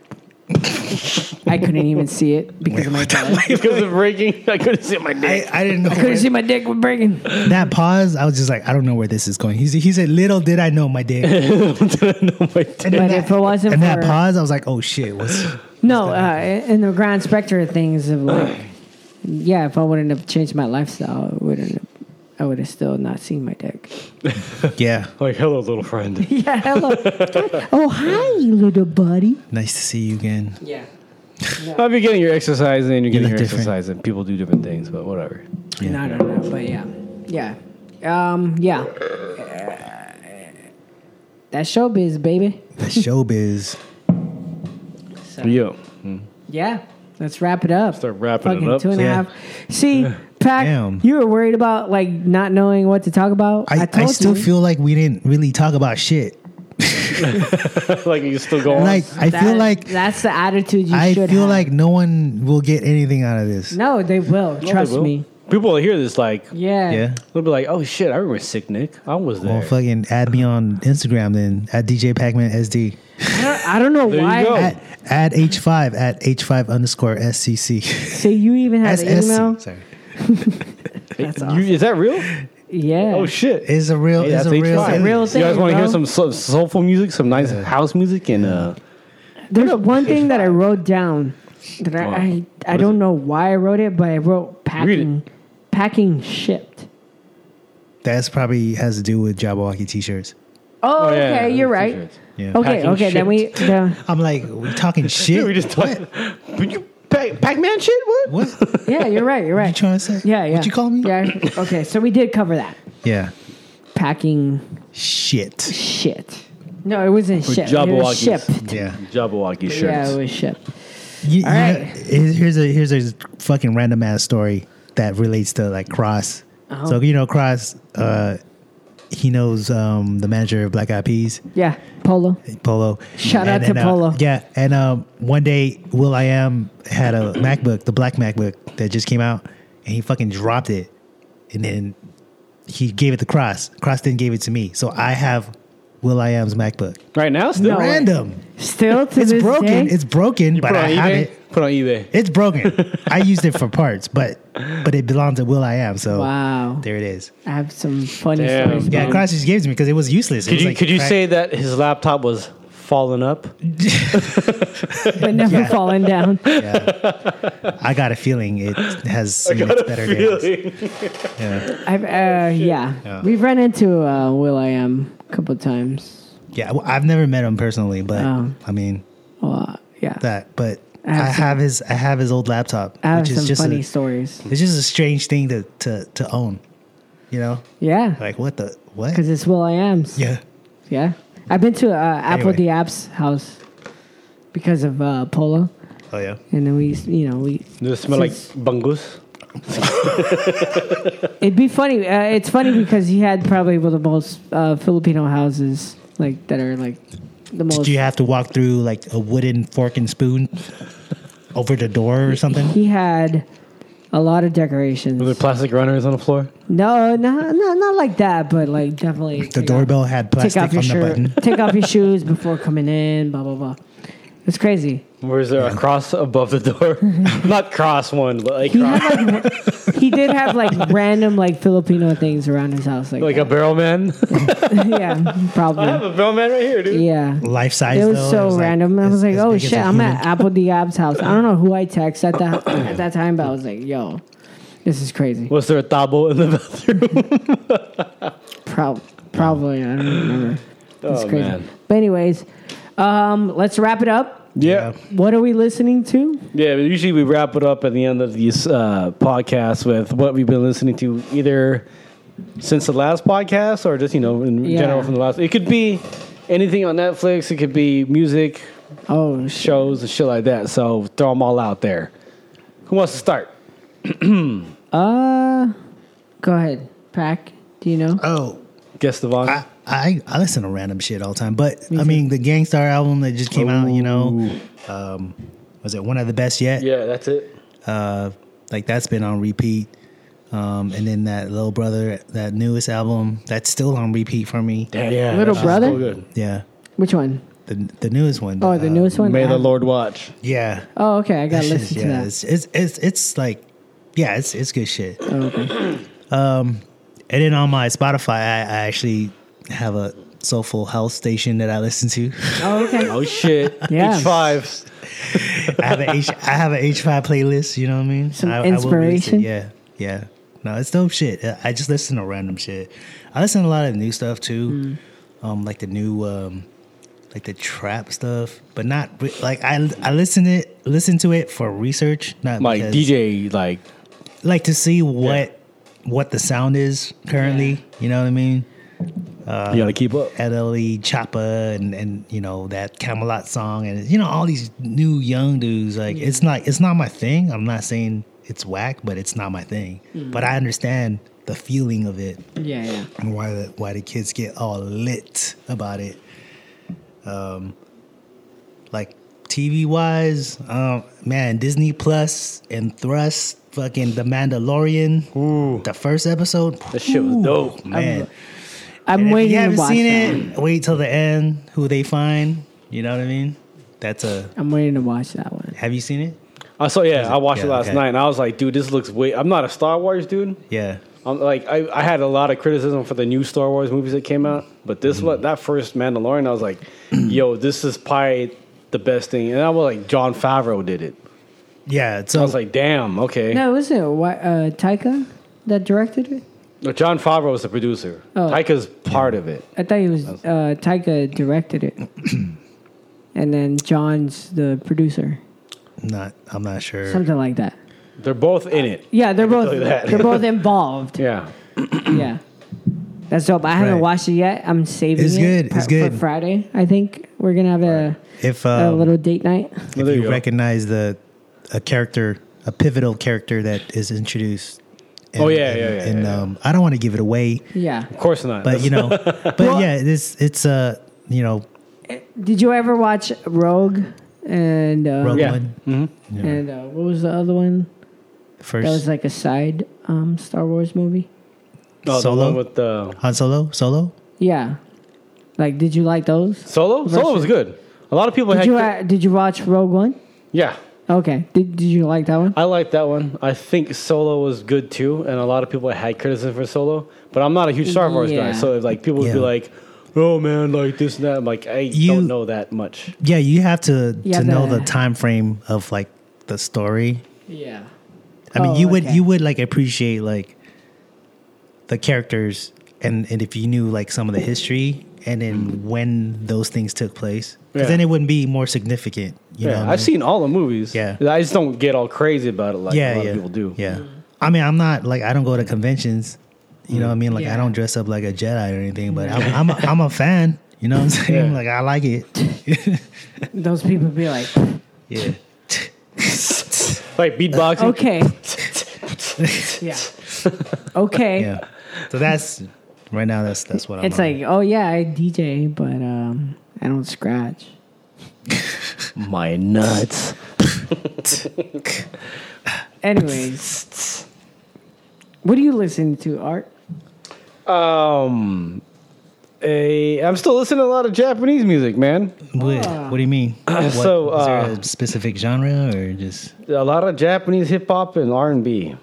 I couldn't even see it because of my dick.
because of breaking. I couldn't see my dick.
I, I didn't know.
I couldn't
where-
see my dick was breaking.
that pause, I was just like, I don't know where this is going. He said, he said little did I know my dick. and
No, my dick.
then
But
that,
if it wasn't
and
for-
that pause, I was like, oh shit, what's
No, uh, in the grand spectrum of things, of like, yeah, if I wouldn't have changed my lifestyle, I wouldn't. Have, I would have still not seen my dick.
yeah?
Like, hello, little friend.
Yeah, hello. oh, hi, you little buddy.
Nice to see you again.
Yeah.
I'll be getting your exercise and you're getting
look
your
different.
exercise, and people do different things, but whatever.
No, I don't know, but yeah, yeah, um, yeah. That's showbiz, baby.
The showbiz.
Yo,
Yeah, let's wrap it up.
Start wrapping it
Fucking
up.
Two and a
Yeah.
half. See, Pac,
Damn.
you were worried about like not knowing what to talk about.
I, I,
told
still
you.
feel like we didn't really talk about shit.
like you still go on.
Like I feel
That-
like
that's the attitude you
I
should.
feel
have.
like no one will get anything out of this.
no, they will.
Oh,
trust
well.
me.
People will hear this like
Yeah.
Yeah.
they'll be like, "Oh shit, I remember Sick Nick. I was there."
Well, fucking add me on Instagram then at DJ Pacman SD.
I don't, I don't know
There you
why.
go.
At, at H5 at H5 underscore SCC.
So you even had an email.
SSC. Sorry.
That's
You-
awesome.
is that real?
Yeah.
Oh shit.
It's a real,
Hey,
it's
that's
a
H5.
real,
a real
You guys
thing,
want to hear
bro.
some so- soulful music, some nice house music, and uh,
There's one thing that I wrote down that
Wow.
I I, I
What is
don't
it?
know why I wrote it, but I wrote
Read it.
packing packing shipped.
That's probably has to do with Jabberwocky t-shirts.
Oh,
yeah,
okay,
yeah,
you're
the
right.
t-shirts.
Yeah.
Okay,
Packing
okay, then we the,
I'm like, we talking shit?
we just talked. Would you Pac- Pac-Man shit? What?
what? What
yeah, you're right, you're
you
right.
trying to say?
Yeah, yeah.
What you call me?
Yeah. Okay, so we did cover that.
Yeah.
Packing
Shit.
shit. No, it wasn't shit. It was
Jabberwockies.
shipped.
Yeah.
Jabberwocky shirts.
Yeah, it was shipped.
You, you
All right.
know, here's a here's a fucking random ass story that relates to like Cross.
Uh-huh.
So you know Cross, uh, he knows um, the manager of Black Eyed Peas,
Yeah, polo.
Polo.
Shout out to
uh,
Polo.
yeah, and um, one day Will I Am had a MacBook, the black MacBook that just came out, and he fucking dropped it, and then he gave it to Cross. Cross then gave it to me, so I have Will I Am's MacBook.
Right now, still
No. way.
Random.
Still to
It's
this
broken.
day,
It's broken, but
put
I
on
have
eBay.
it.
Put on eBay.
It's broken. I used it for parts, but but it belongs to Will I Am. So
wow.
there it is.
I have some funny
Damn.
stories.
Yeah,
about-
Cross just gave it to me because it was useless. It
Could
was
you
like
could you
crack-
say that his laptop was falling up?
but never falling down.
I got a feeling it has seen its better days? Yeah,
I've, uh, yeah.
Yeah.
we've run into uh, Will I Am a couple times.
yeah. Well, I've never met him personally, but
Oh.
I mean
A lot. Yeah,
that. But I
have
have,
some-
his I have his old laptop,
I have
which is
some
just
funny
a,
stories.
it's just a strange thing to to to own. You know,
Yeah,
like what the what?
because it's Will I Am's. Yeah.
Yeah,
I've been to uh, Apple
Anyway.
the App's house because of uh, Polo,
oh yeah.
and then we, you know, we.
Does it smell like
Since-
bungus?
It'd be funny. Uh, it's funny because he had probably one of the most uh, Filipino houses like that are like the most.
Did you have to walk through like a wooden fork and spoon over the door or something?
he had a lot of decorations.
Were there plastic runners on the floor?
No, no, no, not like that, but like definitely.
The
take off-
doorbell had
Take
plastic on
off
the
your shirt.
button.
Take off your shoes before coming in. Blah blah blah. It's crazy.
Or is there a cross above the door? Not cross one, but like
He
cross,
had like he did have like random like Filipino things around his house, like,
like a barrel man.
that. yeah,
I have
probably.
a barrel man right here, dude.
Yeah.
Life size.
It was
though,
so random. I
as-
was like,
as
"Oh
big as
shit,
a
I'm
human.
at Apple Diab's house." I don't know who I text at that at that time, but I was like, "Yo, this is crazy."
Was there a tabo in the bathroom?
Prob- probably I don't remember. It's
Oh,
crazy.
man.
But anyways, um, let's wrap it up.
Yeah.
What are we listening to?
Yeah, but usually we wrap it up at the end of these uh, podcasts with what we've been listening to either since the last podcast or just, you know, in
Yeah.
general from the last. It could be anything on Netflix, it could be music,
Oh shit.
shows, and shit like that. So throw them all out there. Who wants to start?
Uh, go ahead, Pack. Do you know?
Oh,
Guess the volume.
I, I I listen to random shit all the time. But I mean, the Gangstar album that just came out, you know,
Oh.
um, was it one of the best yet?
yeah, that's it.
Uh, like that's been on repeat. Um, and then that little brother, that newest album, that's still on repeat for me.
Yeah, yeah.
Little
that's
Brother?
So good.
Yeah,
Which one?
the the newest one.
Oh, the
uh,
newest one.
May
I-
the Lord watch.
Yeah,
Oh, okay. I gotta
That
listen
shit-
to
yeah,
that.
It's, it's it's it's like yeah, it's it's good shit.
Oh,
Okay. Um, and then on my Spotify, I, I actually have a soulful house station that I listen to.
Oh, okay.
Oh shit!
Yeah.
H five.
I have a H I have an H five playlist. You know what I mean?
Some
I, I will release it,
inspiration.
yeah, yeah. No, it's dope shit. I- I just listen to random shit. I listen to a lot of new stuff too,
Hmm.
um, like the new um, like the trap stuff, but not re- like I I listen it listen to it for research, not
Like
because-
DJ, like
like to see what what the sound is currently. You know what I mean?
you gotta keep up.
Edelie Choppa and and you know that Camelot song and you know all these new young dudes. Like it's not it's not my thing. I'm not saying it's whack, but it's not my thing. But I understand the feeling of it
Yeah, yeah.
and why the why the kids get all lit about it. Um, like TV wise, um, man, Disney Plus and Thrust, fucking The Mandalorian, the first episode.
That shit was dope.
man.
I'm
And if
waiting
you haven't
to watch
seen
that.
it, wait till the end. Who they find? You know what I mean? That's a.
I'm waiting to watch that one.
Have you seen it?
I saw. Yeah, I watched it
Yeah,
last
okay.
night, and I was like, dude, this looks way. I'm not a Star Wars dude.
Yeah.
I'm like, I, I had a lot of criticism for the new Star Wars movies that came out, but this one, that first Mandalorian, I was like, yo, this is probably the best thing. And I was like, John Favreau did it.
Yeah.
I
So
was like, damn, okay.
No, was it what, uh, Taika that directed it?
No, John Favreau was the producer.
Oh.
Taika's part of it.
I thought he was uh, Taika directed it, and then John's the producer,
not. I'm not sure.
something like that.
They're both in it.
Yeah, they're both
tell you that.
they're both involved.
Yeah.
Yeah, that's dope. I haven't
Right.
watched it yet. I'm saving
It's
it
good,
pa-
it's good.
for Friday. I think we're gonna have a,
If
a
um,
little date night.
if
there
you,
you go.
recognize the a character, a pivotal character that is introduced. In,
Oh, yeah,
in-
yeah, yeah,
in,
yeah, yeah.
um, I don't want to give it away,
Yeah.
Of course not.
but you know, but yeah, this it's a uh, you know
Did you ever watch Rogue and uh,
Rogue
Yeah.
One
and uh, what was the other one?
first
That was like a side um, Star Wars movie.
No, the
Solo?
one with the
Han Solo, Solo.
Yeah. Like, did you like those?
Solo? Solo was good. A lot of people
Did
had.
you uh, did you watch Rogue One?
yeah.
Okay. Did Did you like that one?
I like that one. I think Solo was good too, and a lot of people had criticism for Solo. But I'm not a huge Star Wars
Yeah.
guy, so like people would be
Yeah.
like, "Oh man, like this and that." I'm like, I
You-
don't know that much.
Yeah, you have to
Yeah,
to know
the-
the time frame of like the story.
Yeah.
I mean,
Oh,
you would
okay.
you would like appreciate like the characters and and if you knew like some of the history and then when those things took place, 'Cause
Mm-hmm. Yeah.
then it wouldn't be more significant. You know,
Yeah,
what I
I've
mean?
seen all the movies.
Yeah.
I just don't get all crazy about it like a
yeah,
lot
yeah,
of people do. Mm-hmm.
Yeah, I mean, I'm not like I don't go to conventions. You know what I mean? Like
Yeah.
I don't dress up like a Jedi or anything, but I'm I'm a, I'm a fan. You know what I'm saying?
Yeah.
Like I like it.
Those people be like,
yeah.
Like beatboxing.
okay. yeah. Okay.
Yeah. So that's right now. That's that's what I'm.
It's
on.
like, oh yeah, I DJ, but um, I don't scratch.
My nuts.
Anyways, what are you listening to, Art?
Um, a, I'm still listening to a lot of Japanese music, man.
What, what do you mean? What,
So,
is there
uh,
a specific genre or just
a lot of Japanese hip hop and R and B.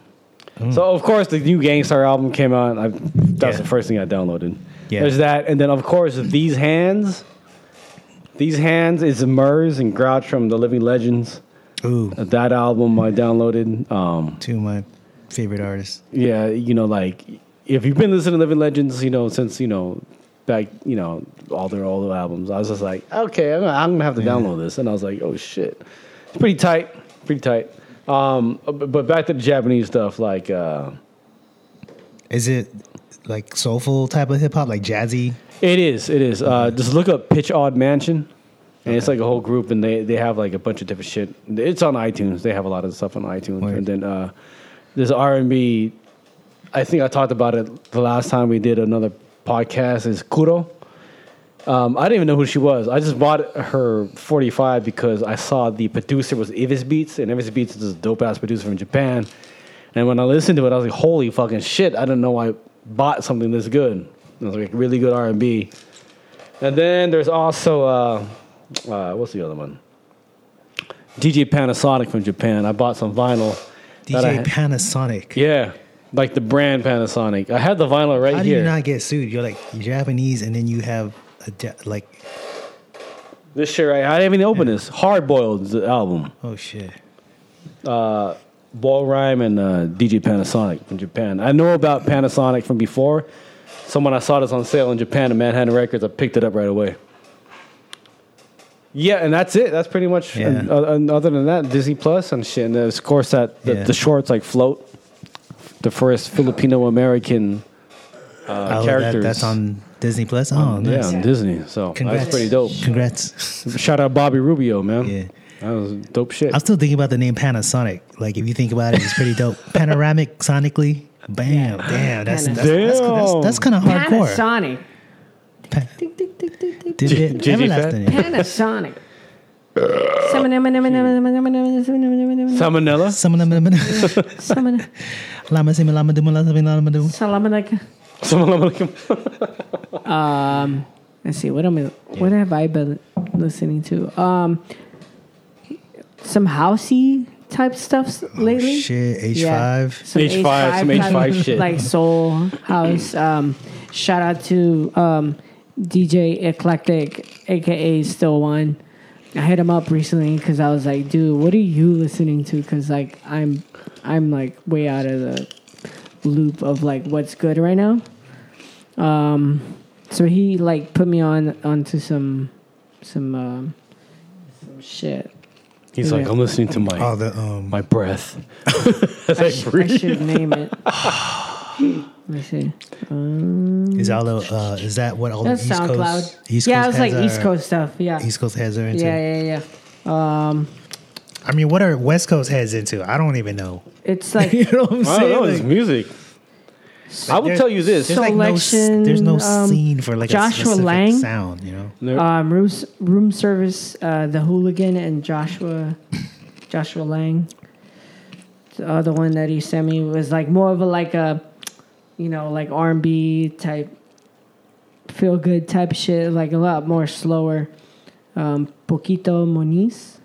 So of course the new Gangstar album came out. I, that's
Yeah.
the first thing I downloaded.
Yeah.
There's that, and then of course these hands. These hands is Murs and Grouch from the Living Legends.
ooh
That album I downloaded. Um,
two of my favorite artists?
yeah, you know, like if you've been listening to Living Legends, you know, since you know back, you know, all their old albums, I was just like, okay, I'm, I'm gonna have to download this, and I was like, oh shit, it's pretty tight, pretty tight. Um, but but back to the Japanese stuff, like uh,
Is it like soulful type of hip hop, like jazzy?
it is, it is. Uh, just look up Pitch Odd Mansion. And it's like a whole group, and they, they have like a bunch of different shit. It's on iTunes. They have a lot of stuff on iTunes.
Word.
And then uh, there's R and B. I think I talked about it the last time we did another podcast. Is Kuro? Um, I didn't even know who she was. I just bought her 45 because I saw the producer was Ivis Beats, and Ivis Beats is a dope ass producer from Japan. And when I listened to it, I was like, "Holy fucking shit! I didn't know I bought something this good." And It was like really good R and B. And then there's also uh, uh, what's the other one? DJ Panasonic from Japan. I bought some vinyl. that I
DJ
had-
Panasonic.
yeah, like the brand Panasonic. I had the vinyl right
How do
here.
you not get sued? You're like Japanese, and then you have a ja- like
this shit right. I didn't even open this. Hard Boiled is the album.
oh
Uh,
shit.
Ball Rhyme and uh, DJ Panasonic from Japan. I know about Panasonic from before. Someone I saw this on sale in Japan at Manhattan Records. I picked it up right away. Yeah, and that's it. That's pretty much.
Yeah.
And, uh, and other than that, Disney Plus and shit. And there's, of course, that the,
Yeah.
the shorts like float. The first Filipino American
Oh, that,
characters.
that's on Disney Plus. Oh,
yeah
nice.
on Disney. So
Congrats.
that's pretty dope.
Congrats.
Shout out Bobby Rubio, man.
Yeah.
That was dope shit.
I'm still thinking about the name Panasonic. Like if you think about it, it's pretty dope. Panoramic sonically. Bam, damn. That's that's, that's, that's,
Damn.
that's kind of hardcore.
Panasonic.
Pa-
Tick, tick, tick, tick, tick, tick.
Did
G-
it
G-
everlasting.
Panasonic. Salmon-
Salmonella.
Some of them- them- them-
salmon-
Lama sima, lama duma, lama sima, lama duma.
Salamalaikum.
Salmonella.
Let's see. What am I? What have I been listening to? Um, some housey type stuff lately.
Shit, H
Yeah.
five.
Some
H5, some H5 shit.
Like soul house. Um, shout out to um, DJ Eclectic, aka Still One. I hit him up recently because I was like, dude, what are you listening to? Because like I'm, I'm like way out of the loop of like what's good right now. Um, so he like put me on onto some, some, um, some shit.
He's like, I'm listening to my
Oh, the um.
my breath. As I,
I
breathe.
should name it. Let me see.
Is all the uh, is that what all
That's
the East
SoundCloud.
Coast? East
yeah,
Coast
I was like
has
East
are-
Coast stuff. Yeah.
East Coast has their into.
yeah, yeah, yeah.
I mean, what are West Coast heads into? I don't even know.
It's like
you know what I'm
I don't
saying?
know. It's
Like,
music. I will
there's-
tell you this.
there's like no, s-
Selection,
there's no
um,
scene for like
Joshua
a specific
Lang.
sound, you know.
um, room, room service, uh, the hooligan, and Joshua, Joshua Lang. The other one that he sent me was like more of a like a, you know, like R and B type, feel good type shit, like a lot more slower. Um, Poquito Moniz.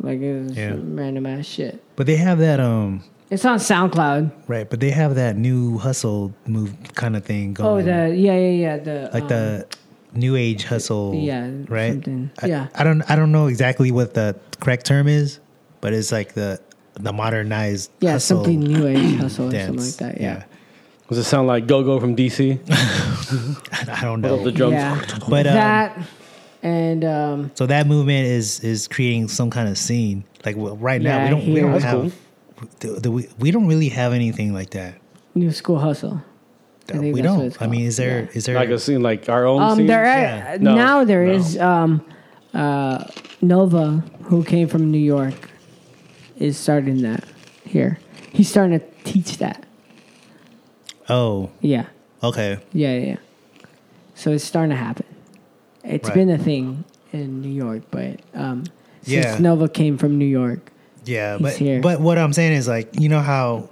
Like it was
Yeah.
random ass shit.
But they have that um
It's on SoundCloud.
right, but they have that new hustle move kind of thing
Oh,
going.
the yeah, yeah, yeah. The
like
um,
the new age hustle.
yeah,
right.
something.
I,
Yeah.
I don't I don't know exactly what the correct term is, but it's like the the modernized
yeah,
hustle
something new age hustle or something like
dance.
that. Yeah,
Does it sound like Go Go from DC?
yeah. I don't
the
know.
drums.
yeah.
But um,
that and um,
so that movement is is creating some kind of scene. Like well, right now
Yeah,
we don't we
here.
don't
That's
have do- do we, we don't really have anything like that.
new school hustle. I think
we
that's what
don't.
it's
I mean, is there is there
Like a scene, like our own
Um,
scene.
there
Yeah.
are,
No,
now there
no.
is um, uh, Nova, who came from New York, is starting that here. He's starting to teach that.
oh
Yeah,
okay
yeah, yeah. yeah. So it's starting to happen. It's
Right.
been a thing in New York, but um, since
Yeah.
Nova came from New York,
yeah
He's
but
here.
but what I'm saying is like you know how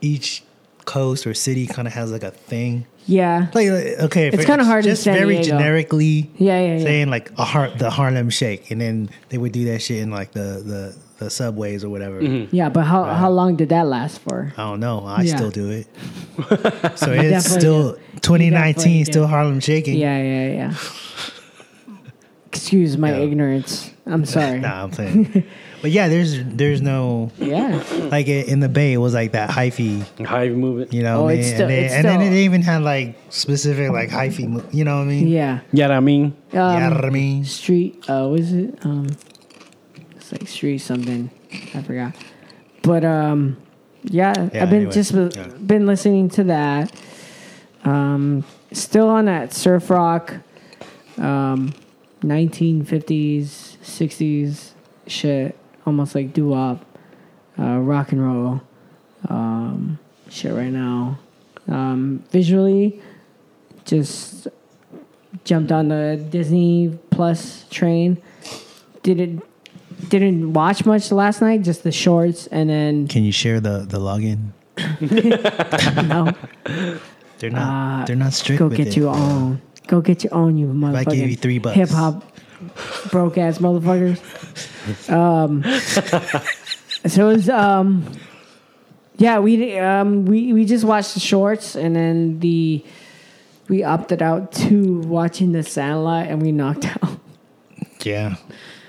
each coast or city kind of has like a thing
yeah,
like like, okay
It's
for-
kinda hard in
just
San
very
Diego.
generically
Yeah, yeah, yeah.
saying like a har- the Harlem Shake and then they would do that shit in like the the, the subways or whatever
Yeah, but how how long did that last for?
I don't know I
Yeah.
still do it so it's
definitely
still 2019
You definitely
still
do.
Harlem Shaking
Yeah, yeah, yeah. Excuse my
Yeah.
ignorance. I'm sorry.
nah I'm saying but yeah there's there's no
Yeah,
like i- in the Bay it was like that hyphy
Hive movement.
You know,
Oh,
what I
it's
mean?
still-
and, they,
it's
and then
still-
it even had like specific like hyphy, mo- you know what I mean?
yeah.
Yeah, I mean,
Yeah,
Um,
what I mean?
street. Uh, what is it? Um, it's like street something. I forgot. But um, yeah,
Yeah,
I've been
anyway,
just
yeah.
been listening to that. Um, still on that surf rock, um, 1950s, 60s shit, almost like doo wop, uh, rock and roll, um, shit right now. Um, visually, just jumped on the Disney Plus train. Didn't didn't watch much last night, just the shorts, and then
Can you share the the login?
no,
They're not they're not strict.
Uh, go
with
get
it.
your own. Go get your own, you motherfucker.
I gave you three bucks.
Hip hop, broke ass motherfuckers. Um, so it was, um, yeah, we um, we we just watched the shorts, and then the we opted out to watching the Sandlot, and we knocked out.
Yeah,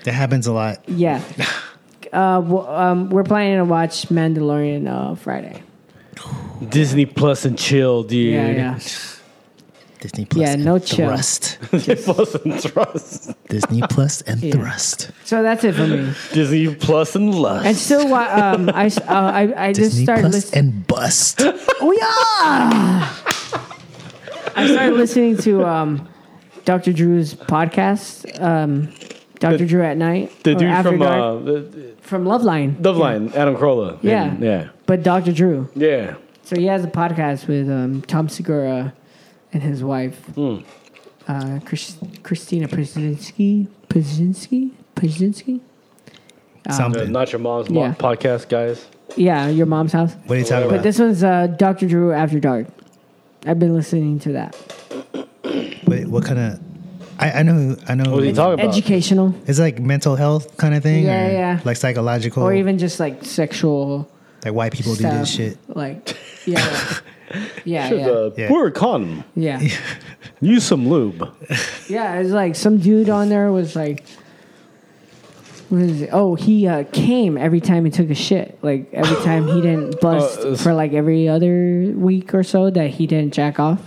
that happens a lot.
Yeah. Uh, w- um, we're planning to watch Mandalorian uh, Friday.
Disney Plus and chill, dude.
Yeah, yeah.
Disney Plus
Yeah,
and
no chill.
thrust.
Plus and trust.
Disney Plus and
Yeah.
thrust.
So that's it for me.
Disney Plus and lust.
And still, wa- um, I s- uh, I I just
Disney
started
Plus
listening.
and bust.
Oh yeah! I started listening to um, Dr. Drew's podcast, um, Dr. Drew at night,
the
or
dude
After
from
Dark,
uh, the,
from Loveline.
Dove Line, Adam Carolla.
Yeah.
And- yeah,
But Dr. Drew,
yeah.
so he has a podcast with um, Tom Segura and his wife,
Hmm.
uh, Chris- Christina Pazinski, Pazinski, Pazinski.
The
Something.
Not your mom's Mom
Yeah.
podcast, guys.
Yeah, your mom's house.
What are you talking
But
about?
this one's uh, Dr. Drew After Dark. I've been listening to that.
Wait, what kind of? I, I know. I know.
What are you talking about?
Educational
It's like mental health kind of thing.
Yeah,
or
yeah.
Like psychological.
or even just like sexual
like white people
stuff.
do this shit.
Like, yeah. yeah,
Should,
yeah.
uh,
Yeah.
Wear a condom.
Yeah.
Use some lube.
Yeah, it's like some dude on there was like, what is it? Oh, he uh, came every time he took a shit. Like every time he didn't bust
Uh, it's-
for like every other week or so that he didn't jack off.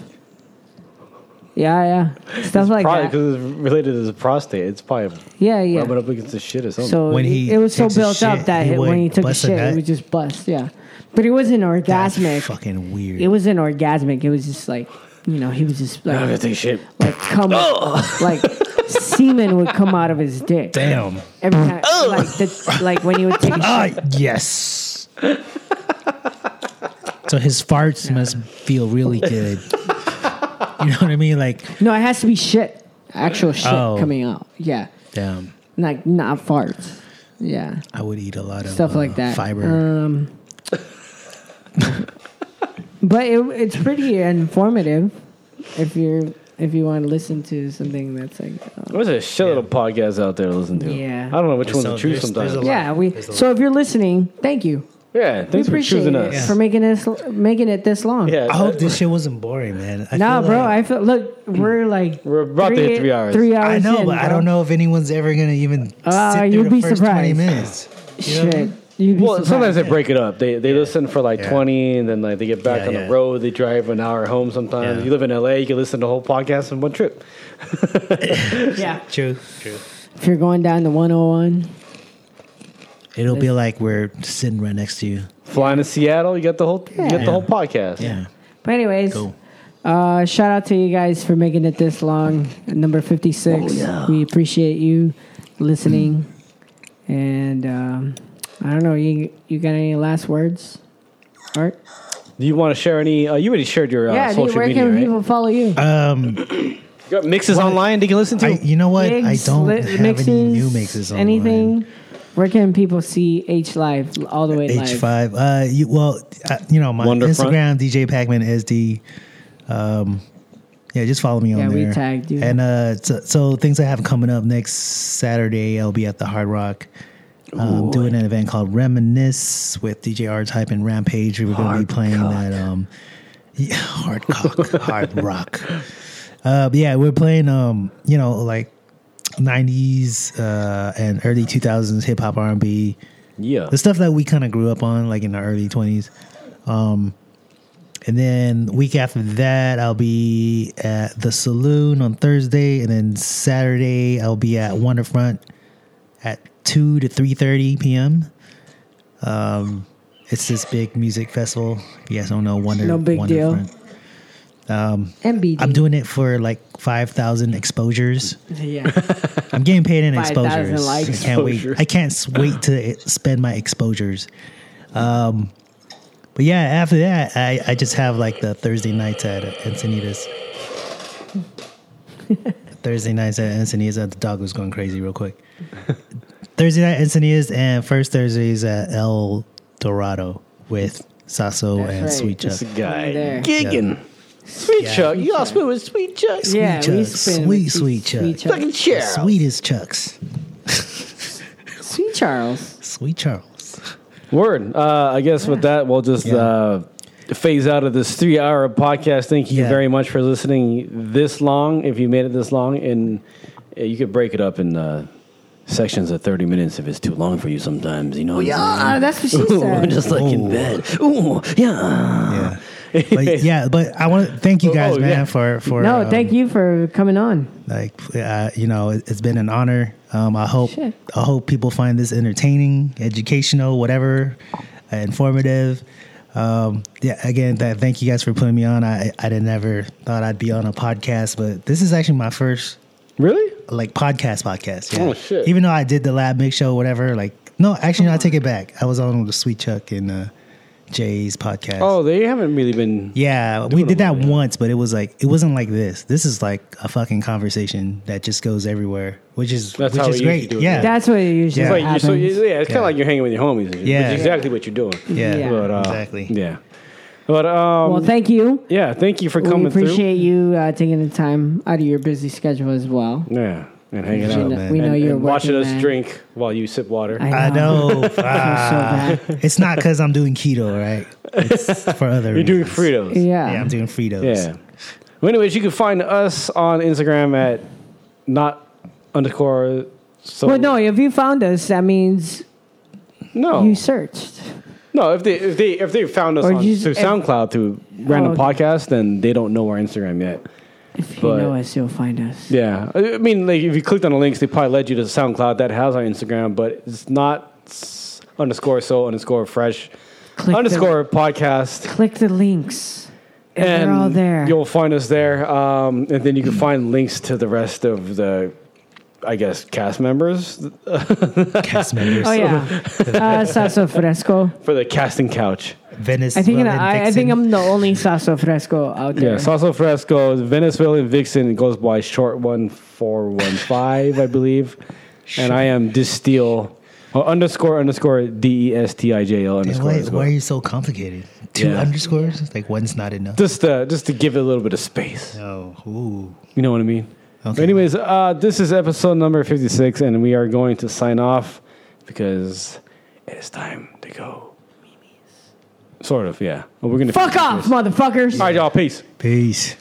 Yeah, yeah, stuff like
Probably
that.
because it's related to the prostate. It's probably
Yeah, yeah.
rubbing up against the shit or something.
So
When
it-
he
it was so
takes a
built up
shit,
that
he
it-
would
when he took a
bust a
shit, it
nut.
would just bust. Yeah, but it wasn't
That's
orgasmic.
fucking weird.
It wasn't orgasmic. It was just like you know he was just
I'm gonna
like
take shit.
like come
Oh.
like semen would come out of his dick
Damn.
every time
Oh.
like the, like when he would take a
Ah,
shit.
yes. so his farts must feel really good. you know what I mean? Like,
No, it has to be shit, actual shit
Oh.
coming out. Yeah,
damn.
like not farts. Yeah,
I would eat a lot of
stuff
uh,
like that.
Fiber.
Um, but it, it's pretty informative if you're if you want to listen to something that's like uh,
There's a shitload of podcasts out there to listen to.
Yeah.
I don't know which one's to
So
choose
there's- there's
sometimes.
a lot.
yeah we.
There's a lot.
So if you're listening, thank you.
Yeah, thanks
we
for
appreciate
choosing
it
us.
for making this making it this long.
Yeah,
I hope this shit wasn't boring, man. I
No,
feel
Uh, bro,
like-
I feel look we're like
We're about to hit three hours.
Three hours.
I know,
in,
but I
bro.
don't know if anyone's ever gonna even
Uh,
sit
you'd
through the
be
first twenty
surprised.
minutes.
Shit, you'd be
well,
surprised.
sometimes they break it up. They they listen for like
Yeah.
twenty, and then like they get back
Yeah,
on
yeah.
the road. They drive an hour home. Sometimes
Yeah.
you live in LA, you can listen to the whole podcast in one trip.
yeah.
True, true.
If you're going down to 101,
It'll be like we're sitting right next to you.
Flying to Seattle, you got the whole you got
Yeah.
the whole podcast.
Yeah,
but anyways,
Cool.
uh, shout out to you guys for making it this long. Number 56. We appreciate you listening, and um, I don't know. You you got any last words? Art?
Do you want to share any? Uh, you already shared your uh,
yeah, dude,
social
where
media,
can
right?
people follow you?
Um,
You got mixes online they can listen to.
I, you know what?
Gigs,
I don't
lit-
have any new mixes. Online.
Anything? Where can people see H Live all the way live?
H five. Uh, you, well, uh, you know my
Wonderfront.
Instagram DJ Pacman SD. Um, yeah, just follow me
Yeah,
on
we
there.
tagged you.
And uh, so, so things I have coming up next Saturday, I'll be at the Hard Rock. Um, doing an event called Reminisce with DJ R Type and Rampage. We're going to be playing that um, yeah, hard cock, hard rock. Uh, but yeah, we're playing um, you know like '90s uh, and early 2000s hip hop R&B
yeah,
the stuff that we kind of grew up on, like in the early twenties. Um, and then week after that, I'll be at the saloon on Thursday, and then Saturday I'll be at Wonderfront at two to three thirty p.m. Um, it's this big music festival. If you guys don't know Wonder,
No big deal.
Wonderfront.
MBD.
I'm doing it for like five thousand exposures.
Yeah.
I'm getting paid
5,000
in exposures.
likes.
I can't
Exposures.
wait. I can't s- wait to e-, spend my exposures. Um, but yeah, after that, I, I just have like the Thursday nights at Encinitas. Thursday nights at Encinitas. The dog was going crazy real quick. Thursday night Encinitas and first Thursdays at El Dorado with Sasso and
right.
Sweet
this
Jeff.
guy
There.
Gigging.
Sweet Chuck. You all spit with Sweet Chuck.
yeah,
Chuck.
we spin
Sweet,
with
sweet
cheese-
Chuck.
Sweet,
Fucking chair.
Sweetest Chucks.
Sweet Charles.
Sweet Charles.
Word. Uh, I guess with that, we'll just uh, phase out of this three hour podcast. Thank you
Yeah.
very much for listening this long. If you made it this long, and uh, you could break it up in uh, sections of 30 minutes if it's too long for you sometimes, you know? what I'm
Ah, that's what she
saying? Ooh, I'm
said.
just like in
Ooh.
bed. Ooh, yeah.
Yeah. Uh, but yeah, but I want to thank you guys,
Oh,
man,
yeah.
for for
No,
um,
thank you for coming on.
Like, uh, you know, it- it's been an honor. Um, I hope
Sure.
I hope people find this entertaining, educational, whatever, uh, informative. Um, yeah, again, that, thank you guys for putting me on. I I didn't ever thought I'd be on a podcast, but this is actually my first
Really?
like podcast podcast. Yeah.
Oh, shit.
Even though I did the lab mix show, whatever. Like, no, actually, no, I take it back. I was on with the Sweet Chuck and uh, Jay's podcast.
Oh, they haven't really been.
Yeah, we
doing
did
them
that
all, yeah.
once, but it was like it wasn't like this. This is like a fucking conversation that just goes everywhere, which is
That's
which
how
is
we usually
great.
do it,
yeah,
yeah.
That's what it usually
Yeah.
It's like you,
happens.
so, yeah, it's kind
Yeah.
of like you're hanging with your homies. and shit,
Yeah.
which is exactly what you're doing.
yeah,
yeah.
But, uh,
exactly.
Yeah. But um,
Well, thank you.
yeah, thank you for
We
coming through.
appreciate you uh, taking the time out of your busy schedule as well.
Yeah, and hanging
We
out.
know- we
and,
know you're
and watching
working,
us
man.
drink while you sip water.
I know. Ah,
bad.
it's not because I'm doing keto, right? It's for other.
You're doing
reasons.
Fritos.
Yeah.
Yeah, I'm doing Fritos.
Yeah. Well, anyways, you can find us on Instagram at not underscore. So
Well, no, if you found us, that means
no,
you searched.
no. If they if they if they found us
Or
on,
you-
through
if- Oh.
SoundCloud through random
okay.
podcast, then they don't know our Instagram yet.
If you
But-
know us, you'll find us.
Yeah, I I mean, like if you clicked on the links, they probably led you to SoundCloud that has our Instagram, but it's not s- underscore so underscore fresh
Click
underscore podcast.
The, click the links.
and
They're all there.
You'll find us there, um, and then you can find links to the rest of the, I guess, cast members
Cast members.
Oh yeah, uh, Sasso Fresco.
for the casting couch.
Venice.
I think I, I think I'm the only Sasso Fresco out there.
Yeah, Salsa Fresco, Venezuelan Vixen goes by short one four one five, I believe, and I am Distill or underscore underscore D E S T I J L underscore.
Why,
underscore.
why are you so complicated? Two
Yeah.
underscores? Like one's not enough.
just uh, just to give it a little bit of space.
Oh, ooh.
You know what I mean?
Okay.
Anyways, uh, this is episode number 56, and we are going to sign off because it's time to go. Sort of, yeah. But we're gonna
Fuck off, motherfuckers.
All right, y'all. Peace.
Peace.